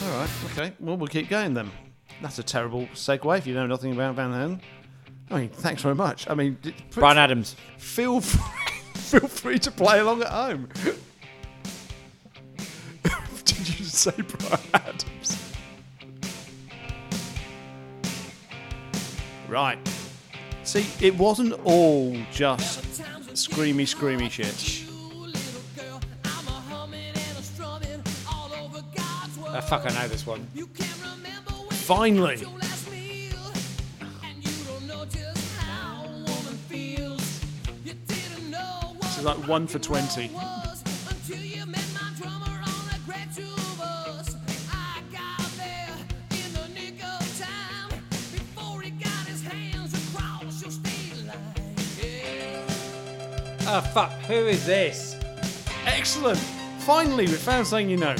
Speaker 2: All right, okay. Well, we'll keep going then. That's a terrible segue if you know nothing about Van Halen. I mean, thanks very much. I mean, d- pr-
Speaker 1: Brian Adams.
Speaker 2: feel free, feel free to play along at home. Did you say Brian Adams? Right. See, it wasn't all just screamy, screamy shit.
Speaker 1: Oh, fuck, I know this one.
Speaker 2: Finally.
Speaker 5: This
Speaker 2: is like one for 20.
Speaker 1: Oh, fuck, who is this?
Speaker 2: Excellent! Finally, we found something you know.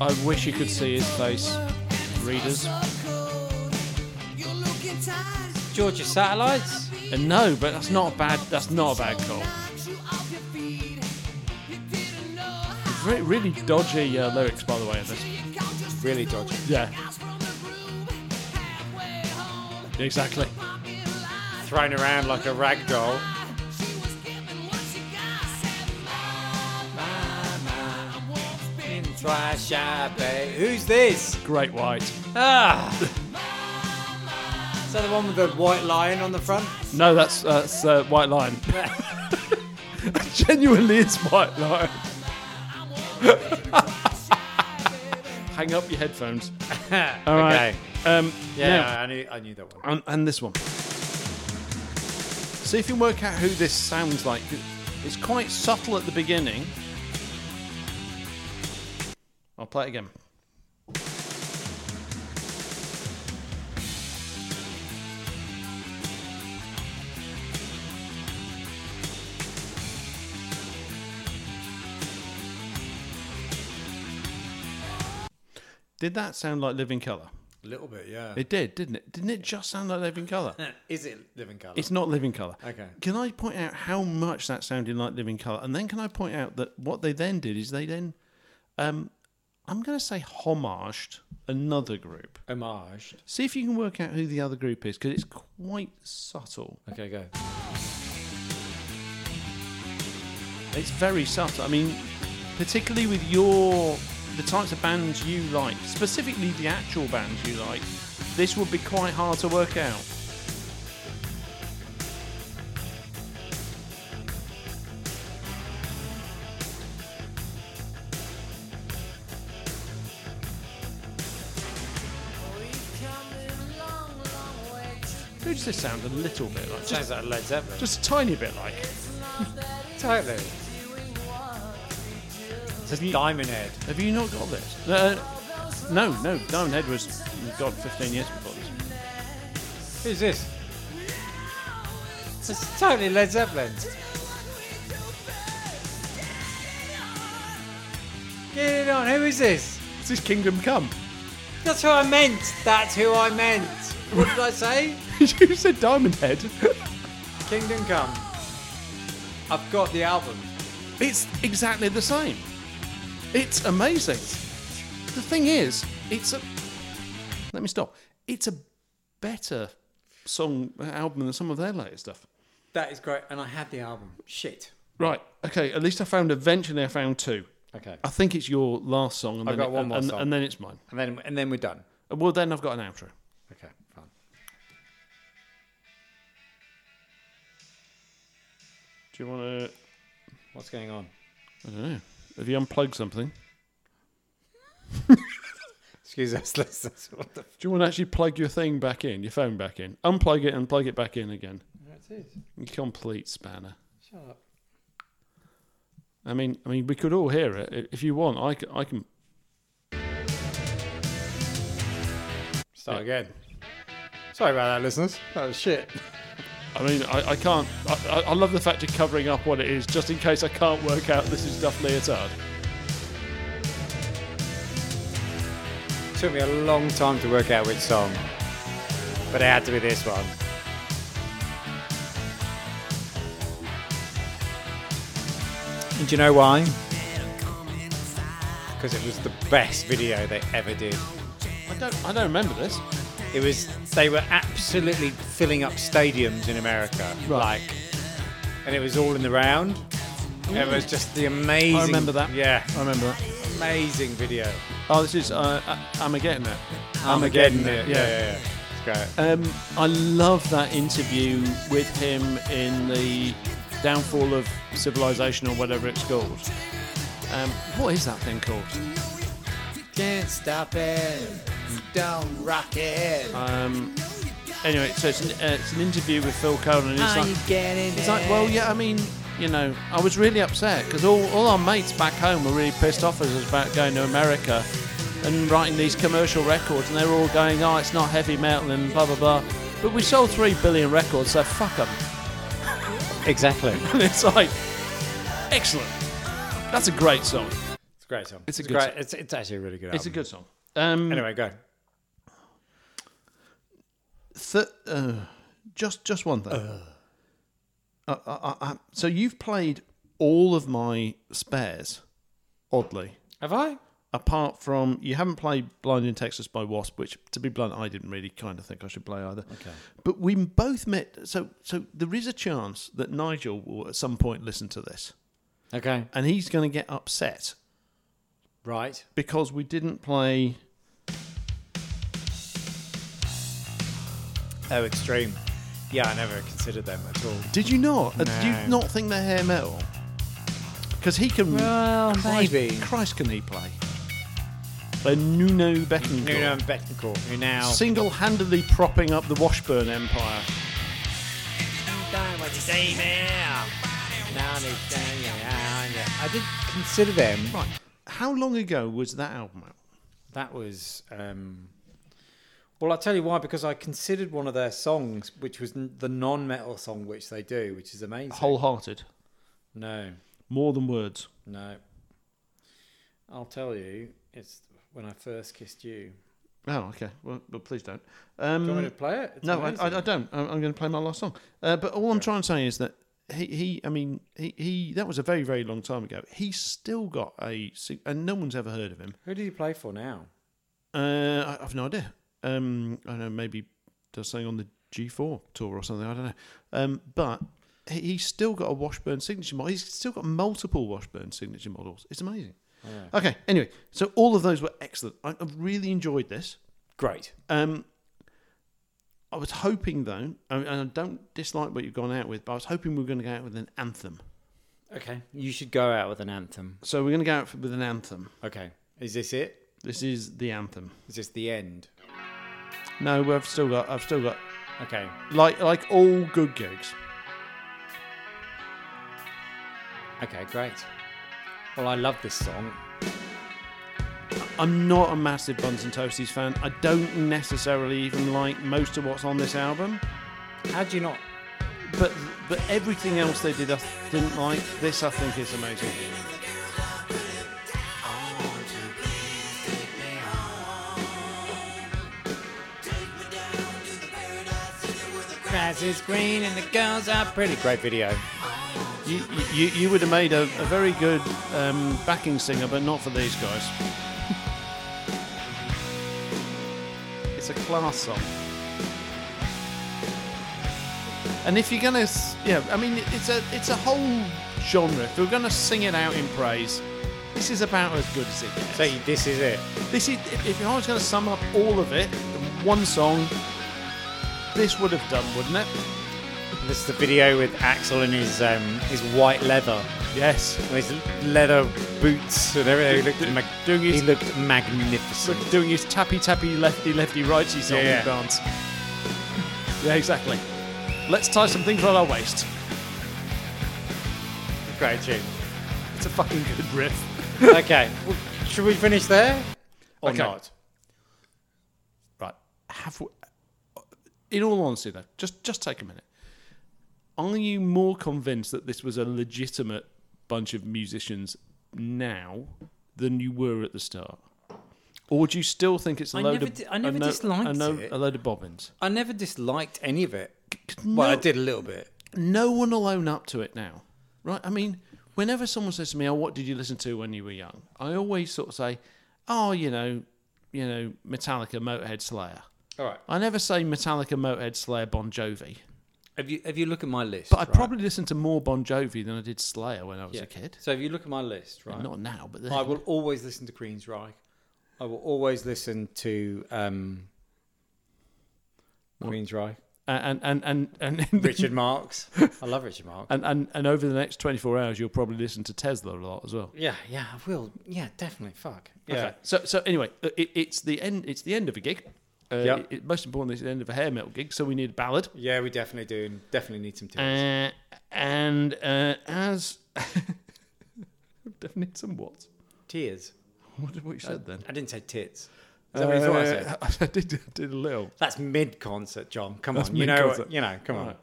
Speaker 2: I wish you could see his face, readers.
Speaker 5: You're looking tired,
Speaker 1: Georgia Satellites?
Speaker 2: And no, but that's not a bad. That's not a bad call. Re- really dodgy uh, lyrics, by the way. Of this.
Speaker 1: Really dodgy.
Speaker 2: Yeah. Exactly.
Speaker 1: Thrown around like a rag doll. Who's this?
Speaker 2: Great White.
Speaker 1: Ah! Is that the one with the white lion on the front?
Speaker 2: No, that's that's uh, White Lion. Genuinely, it's White Lion. Hang up your headphones. All right.
Speaker 1: Okay.
Speaker 2: Um,
Speaker 1: Yeah,
Speaker 2: now-
Speaker 1: I, knew, I knew that one.
Speaker 2: and, and this one. See if you can work out who this sounds like. It's quite subtle at the beginning. I'll play it again. Did that sound like Living Colour?
Speaker 1: A little bit, yeah.
Speaker 2: It did, didn't it? Didn't it just sound like Living Colour?
Speaker 1: Is it Living Colour?
Speaker 2: It's not Living Colour.
Speaker 1: Okay.
Speaker 2: Can I point out how much that sounded like Living Colour? And then can I point out that what they then did is they then, um, I'm going to say, homaged another group.
Speaker 1: homaged.
Speaker 2: See if you can work out who the other group is because it's quite subtle.
Speaker 1: Okay, go.
Speaker 2: It's very subtle. I mean, particularly with your the types of bands you like, specifically the actual bands you like, this would be quite hard to work out. Who does this sound a little bit like? Just,
Speaker 1: Sounds like Led Zeppelin.
Speaker 2: just a tiny bit like.
Speaker 1: Totally. Says Diamond Head.
Speaker 2: Have you not got this? Uh, no, no. Diamond Head was God 15 years before this.
Speaker 1: Who's this? It's totally Led Zeppelin. Get it on. Who is this?
Speaker 2: It's his Kingdom Come.
Speaker 1: That's who I meant. That's who I meant. What did I say?
Speaker 2: you said Diamond Head.
Speaker 1: Kingdom Come. I've got the album.
Speaker 2: it's exactly the same. It's amazing. The thing is, it's a. Let me stop. It's a better song album than some of their later stuff.
Speaker 1: That is great. And I had the album. Shit.
Speaker 2: Right. Okay. At least I found. Eventually, I found two.
Speaker 1: Okay.
Speaker 2: I think it's your last song. And
Speaker 1: I've
Speaker 2: then
Speaker 1: got one more
Speaker 2: and,
Speaker 1: song.
Speaker 2: and then it's mine.
Speaker 1: And then and then we're done.
Speaker 2: Well, then I've got an outro.
Speaker 1: Okay, fine.
Speaker 2: Do you want to?
Speaker 1: What's going on?
Speaker 2: I don't know. Have you unplugged something?
Speaker 1: Excuse us, listeners. What the
Speaker 2: Do you want to actually plug your thing back in, your phone back in? Unplug it and plug it back in again.
Speaker 1: That's it.
Speaker 2: You complete spanner.
Speaker 1: Shut up.
Speaker 2: I mean, I mean, we could all hear it I- if you want. I can. I can
Speaker 1: Start again. Sorry about that, listeners. That was shit.
Speaker 2: I mean, I, I can't. I, I- I love the fact you're covering up what it is, just in case I can't work out this is Duff Leotard.
Speaker 1: Took me a long time to work out which song, but it had to be this one. And do you know why? Because it was the best video they ever did.
Speaker 2: I don't. I don't remember this.
Speaker 1: It was they were absolutely filling up stadiums in America,
Speaker 2: Right.
Speaker 1: like, and it was all in the round. It was just the amazing.
Speaker 2: I remember that.
Speaker 1: Yeah,
Speaker 2: I remember that.
Speaker 1: amazing video.
Speaker 2: Oh, this is. Uh, I, I'm a getting it.
Speaker 1: Armageddon.
Speaker 2: it,
Speaker 1: it. Yeah, yeah, yeah. It's great.
Speaker 2: Um, I love that interview with him in the downfall of civilization or whatever it's called. Um, what is that thing called?
Speaker 1: Can't stop it. Don't rock it.
Speaker 2: Um, anyway, so it's an, uh, it's an interview with Phil Cohen, and it's like, it's like, well, yeah, I mean, you know, I was really upset because all, all our mates back home were really pissed off at us about going to America and writing these commercial records, and they were all going, oh, it's not heavy metal and blah blah blah. But we sold three billion records, so fuck them.
Speaker 1: Exactly.
Speaker 2: And it's like, excellent. That's a great song.
Speaker 1: It's a great song.
Speaker 2: It's a
Speaker 1: it's
Speaker 2: good
Speaker 1: great.
Speaker 2: song.
Speaker 1: It's, it's actually a really good album.
Speaker 2: It's a good song. Um,
Speaker 1: Anyway, go.
Speaker 2: th- uh,
Speaker 3: Just just one thing. Uh, I, I, I, so you've played all of my spares, oddly.
Speaker 1: Have I?
Speaker 3: Apart from you haven't played Blind in Texas by Wasp, which, to be blunt, I didn't really kind of think I should play either. Okay. But we both met, so so there is a chance that Nigel will at some point listen to this,
Speaker 1: Okay.
Speaker 3: and he's going to get upset
Speaker 1: Right.
Speaker 3: because we didn't play
Speaker 1: Oh, extreme. Yeah, I never considered them at all.
Speaker 3: Did you not? Uh, Did you
Speaker 1: No.
Speaker 3: not think they're hair metal? Because he can.
Speaker 1: Well,
Speaker 3: Christ,
Speaker 1: maybe.
Speaker 3: Christ, can he play? They're Nuno Beckencourt.
Speaker 1: Nuno and Bettencourt, who now.
Speaker 3: Single handedly propping up the Washburn Empire.
Speaker 1: I did consider them.
Speaker 3: Right. How long ago was that album out?
Speaker 1: That was. Um, well, I'll tell you why, because I considered one of their songs, which was n- the non metal song which they do, which is amazing.
Speaker 3: Wholehearted.
Speaker 1: no,
Speaker 3: More than words.
Speaker 1: no. I'll tell you, it's when I first kissed you.
Speaker 3: Oh, okay. Well, well please don't.
Speaker 1: Do
Speaker 3: Um,
Speaker 1: you want me to play it? It's
Speaker 3: no, I, I,
Speaker 1: amazing.
Speaker 3: I don't. I'm, I'm going to play my last song. Uh, but all I'm trying to say is that he, he I mean, he, he, that was a very, very long time ago. He's still got a, si- and no one's ever heard of him.
Speaker 1: Who do you play for now?
Speaker 3: Uh, I, I've no idea. Um, I don't know maybe does something on the G4 tour or something. I don't know. Um, but he, he's still got a Washburn signature model. He's still got multiple Washburn signature models. It's amazing. Okay. Anyway, so all of those were excellent. I, I've really enjoyed this.
Speaker 1: Great.
Speaker 3: Um, I was hoping though, and and I don't dislike what you've gone out with, but I was hoping we were going to go out with an anthem.
Speaker 1: Okay. You should go out with an anthem.
Speaker 3: So we're going to go out with an anthem.
Speaker 1: Okay. Is this it?
Speaker 3: This is the anthem.
Speaker 1: Is this the end?
Speaker 3: No, we've still got. I've still got
Speaker 1: Okay.
Speaker 3: like like all good gigs.
Speaker 1: Okay, great. Well, I love this song.
Speaker 3: I'm not a massive Buns and Toasties fan. I don't necessarily even like most of what's on this album,
Speaker 1: How do you not?
Speaker 3: but but everything else they did I didn't like. This I think is amazing.
Speaker 1: Grass is green and the girls are pretty. Great video.
Speaker 3: You you, you would have made a, a very good um, backing singer, but not for these guys. it's a class song. And if you're gonna, s- yeah, I mean, it's a it's a whole genre. If we're gonna sing it out in praise, this is about as good as it gets.
Speaker 1: So this is it.
Speaker 3: This is if if I was going to sum up all of it in one song, this would have done, wouldn't it?
Speaker 1: This is the video with Axel in his um, his white leather,
Speaker 3: Yes.
Speaker 1: his leather boots and everything. He looked, mag-
Speaker 3: doing
Speaker 1: he
Speaker 3: his
Speaker 1: looked magnificent.
Speaker 3: look- doing his tappy tappy lefty lefty righty song
Speaker 1: Yeah, yeah.
Speaker 3: dance. Yeah, exactly. Let's tie some things around our waist.
Speaker 1: Great tune.
Speaker 3: It's a fucking good riff.
Speaker 1: okay, well, should we finish there or
Speaker 3: Okay.
Speaker 1: not?
Speaker 3: Right. Have we, in all honesty though, just just take a minute. Are you more convinced that this was a legitimate bunch of musicians now than you were at the start? Or do you still think it's a
Speaker 1: I
Speaker 3: load
Speaker 1: never
Speaker 3: of
Speaker 1: di- I never
Speaker 3: a no-
Speaker 1: disliked
Speaker 3: a, no-
Speaker 1: it.
Speaker 3: a load of bobbins?
Speaker 1: I never disliked any of it.
Speaker 3: No,
Speaker 1: Well, I did a little bit.
Speaker 3: no one will own up to it now. Right? I mean, whenever someone says to me, Oh, what did you listen to when you were young? I always sort of say, Oh, you know, you know, Metallica, Motorhead Slayer.
Speaker 1: All right.
Speaker 3: I never say Metallica, Motorhead, Slayer, Bon Jovi.
Speaker 1: If you if you look at my list,
Speaker 3: But I
Speaker 1: right?
Speaker 3: probably listened to more Bon Jovi than I did Slayer when I was
Speaker 1: Yeah.
Speaker 3: a kid.
Speaker 1: So if you look at my list, right?
Speaker 3: Not now, but then.
Speaker 1: I will always listen to Queensryche. I will always listen to um, Queensryche.
Speaker 3: And and and and and,
Speaker 1: Richard Marx. I love Richard Marx.
Speaker 3: and, and and over the next twenty four hours, you'll probably listen to Tesla a lot as well.
Speaker 1: Yeah, yeah, I will. Yeah, definitely. Fuck. Yeah.
Speaker 3: Okay. So so anyway, uh, it, it's the end. It's the end of a gig. Uh,
Speaker 1: Yep.
Speaker 3: it- it- most importantly, it's the end of a hair metal gig. So we need a ballad.
Speaker 1: Yeah, we definitely do. and Definitely need some tips.
Speaker 3: Uh, and uh, as definitely some what?
Speaker 1: Tears.
Speaker 3: What what you said then?
Speaker 1: I didn't say tits. Is that what you thought I said?
Speaker 3: Uh, I did I did a little.
Speaker 1: That's mid concert, John. Come
Speaker 3: That's
Speaker 1: on. You know,
Speaker 3: mid-concert.
Speaker 1: you know, come on.
Speaker 3: Right.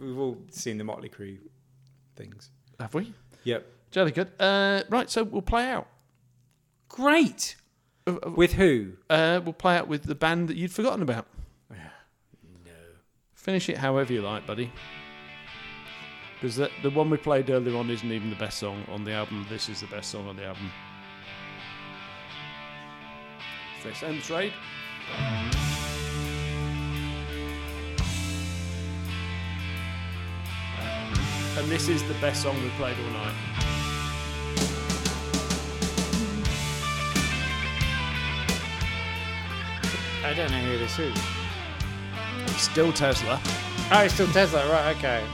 Speaker 1: We've all seen the Motley Crue things.
Speaker 3: Have we?
Speaker 1: Yep.
Speaker 3: Jolly good. Uh, right. So we'll play out.
Speaker 1: Great.
Speaker 3: Uh, uh,
Speaker 1: With who?
Speaker 3: Uh, we'll play out with the band that you'd forgotten about.
Speaker 1: No.
Speaker 2: Finish it however you like, buddy. Because the, the one we played earlier on isn't even the best song on the album. This is the best song on the album. This ends trade. And this is the best song we played all night.
Speaker 1: I don't know who this is.
Speaker 2: Still Tesla.
Speaker 1: Oh, it's still Tesla, right? Okay.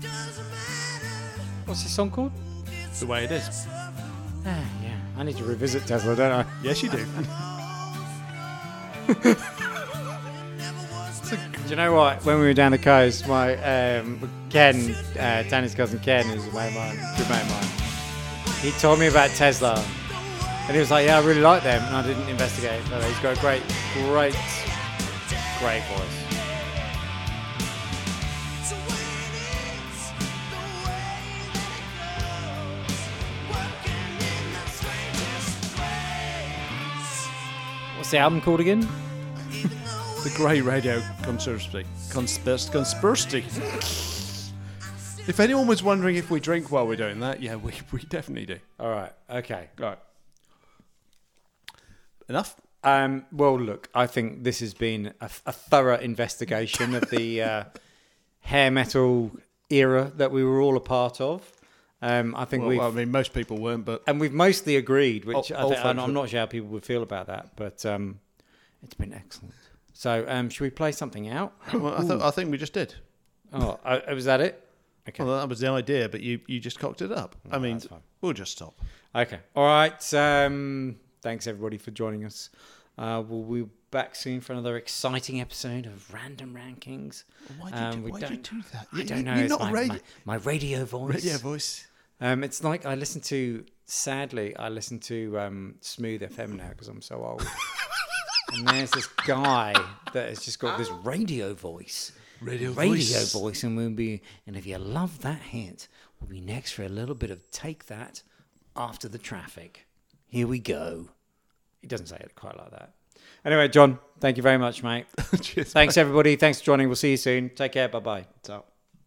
Speaker 4: Doesn't matter.
Speaker 1: What's this song called?
Speaker 2: The way it is.
Speaker 1: Ah, Yeah, I need to revisit Tesla, don't I?
Speaker 2: Yes, you do.
Speaker 1: Do you know what? When we were down the coast, my um, Ken, uh, Danny's cousin Ken, who's a mate of mine, good mate of mine, he told me about Tesla, and he was like, "Yeah, I really like them," and I didn't investigate. But he's got a great, great, great voice. What's the album called again?
Speaker 2: The Grey Radio Conspiracy. Conspiracy. Conspiracy. if anyone was wondering if we drink while we're doing that, yeah, we, we definitely do.
Speaker 1: All right, okay.
Speaker 2: Right. Enough.
Speaker 1: Um, well, look, I think this has been a, a thorough investigation of the uh, hair metal era that we were all a part of. Um, I think
Speaker 2: Well,
Speaker 1: we've
Speaker 2: I mean, most people weren't, but
Speaker 1: and we've mostly agreed, which
Speaker 2: Oh,
Speaker 1: I
Speaker 2: oh,
Speaker 1: th- I'm,
Speaker 2: thanks.
Speaker 1: I'm not sure how people would feel about that, but um, it's been excellent. So, um, should we play something out?
Speaker 2: well, I, th- I think we just did.
Speaker 1: Oh, uh, was that it? Okay.
Speaker 2: Well, that was the idea, but you, you just cocked it up. I mean,
Speaker 1: that's fine.
Speaker 2: we'll just stop.
Speaker 1: Okay. All right. Um, thanks everybody for joining us. Uh, we'll be back soon for another exciting episode of Random Rankings.
Speaker 3: Why
Speaker 1: did you- Um, we why did you
Speaker 3: do that?
Speaker 1: I don't know.
Speaker 3: You're
Speaker 1: it's
Speaker 3: not
Speaker 1: my,
Speaker 3: a radio,
Speaker 1: my, my radio voice.
Speaker 3: radio voice.
Speaker 1: Um, it's like I listen to. Sadly, I listen to um, Smooth FM now because I'm so old. and there's this guy that has just got this radio voice.
Speaker 3: Radio voice.
Speaker 1: voice. and we'll be. And if you love that hint, we'll be next for a little bit of take that after the traffic. Here we go. He doesn't say it quite like that. Anyway, John, thank you very much, mate.
Speaker 3: Cheers.
Speaker 1: Thanks, everybody. Thanks for joining. We'll see you soon. Take care. Bye bye.
Speaker 2: So.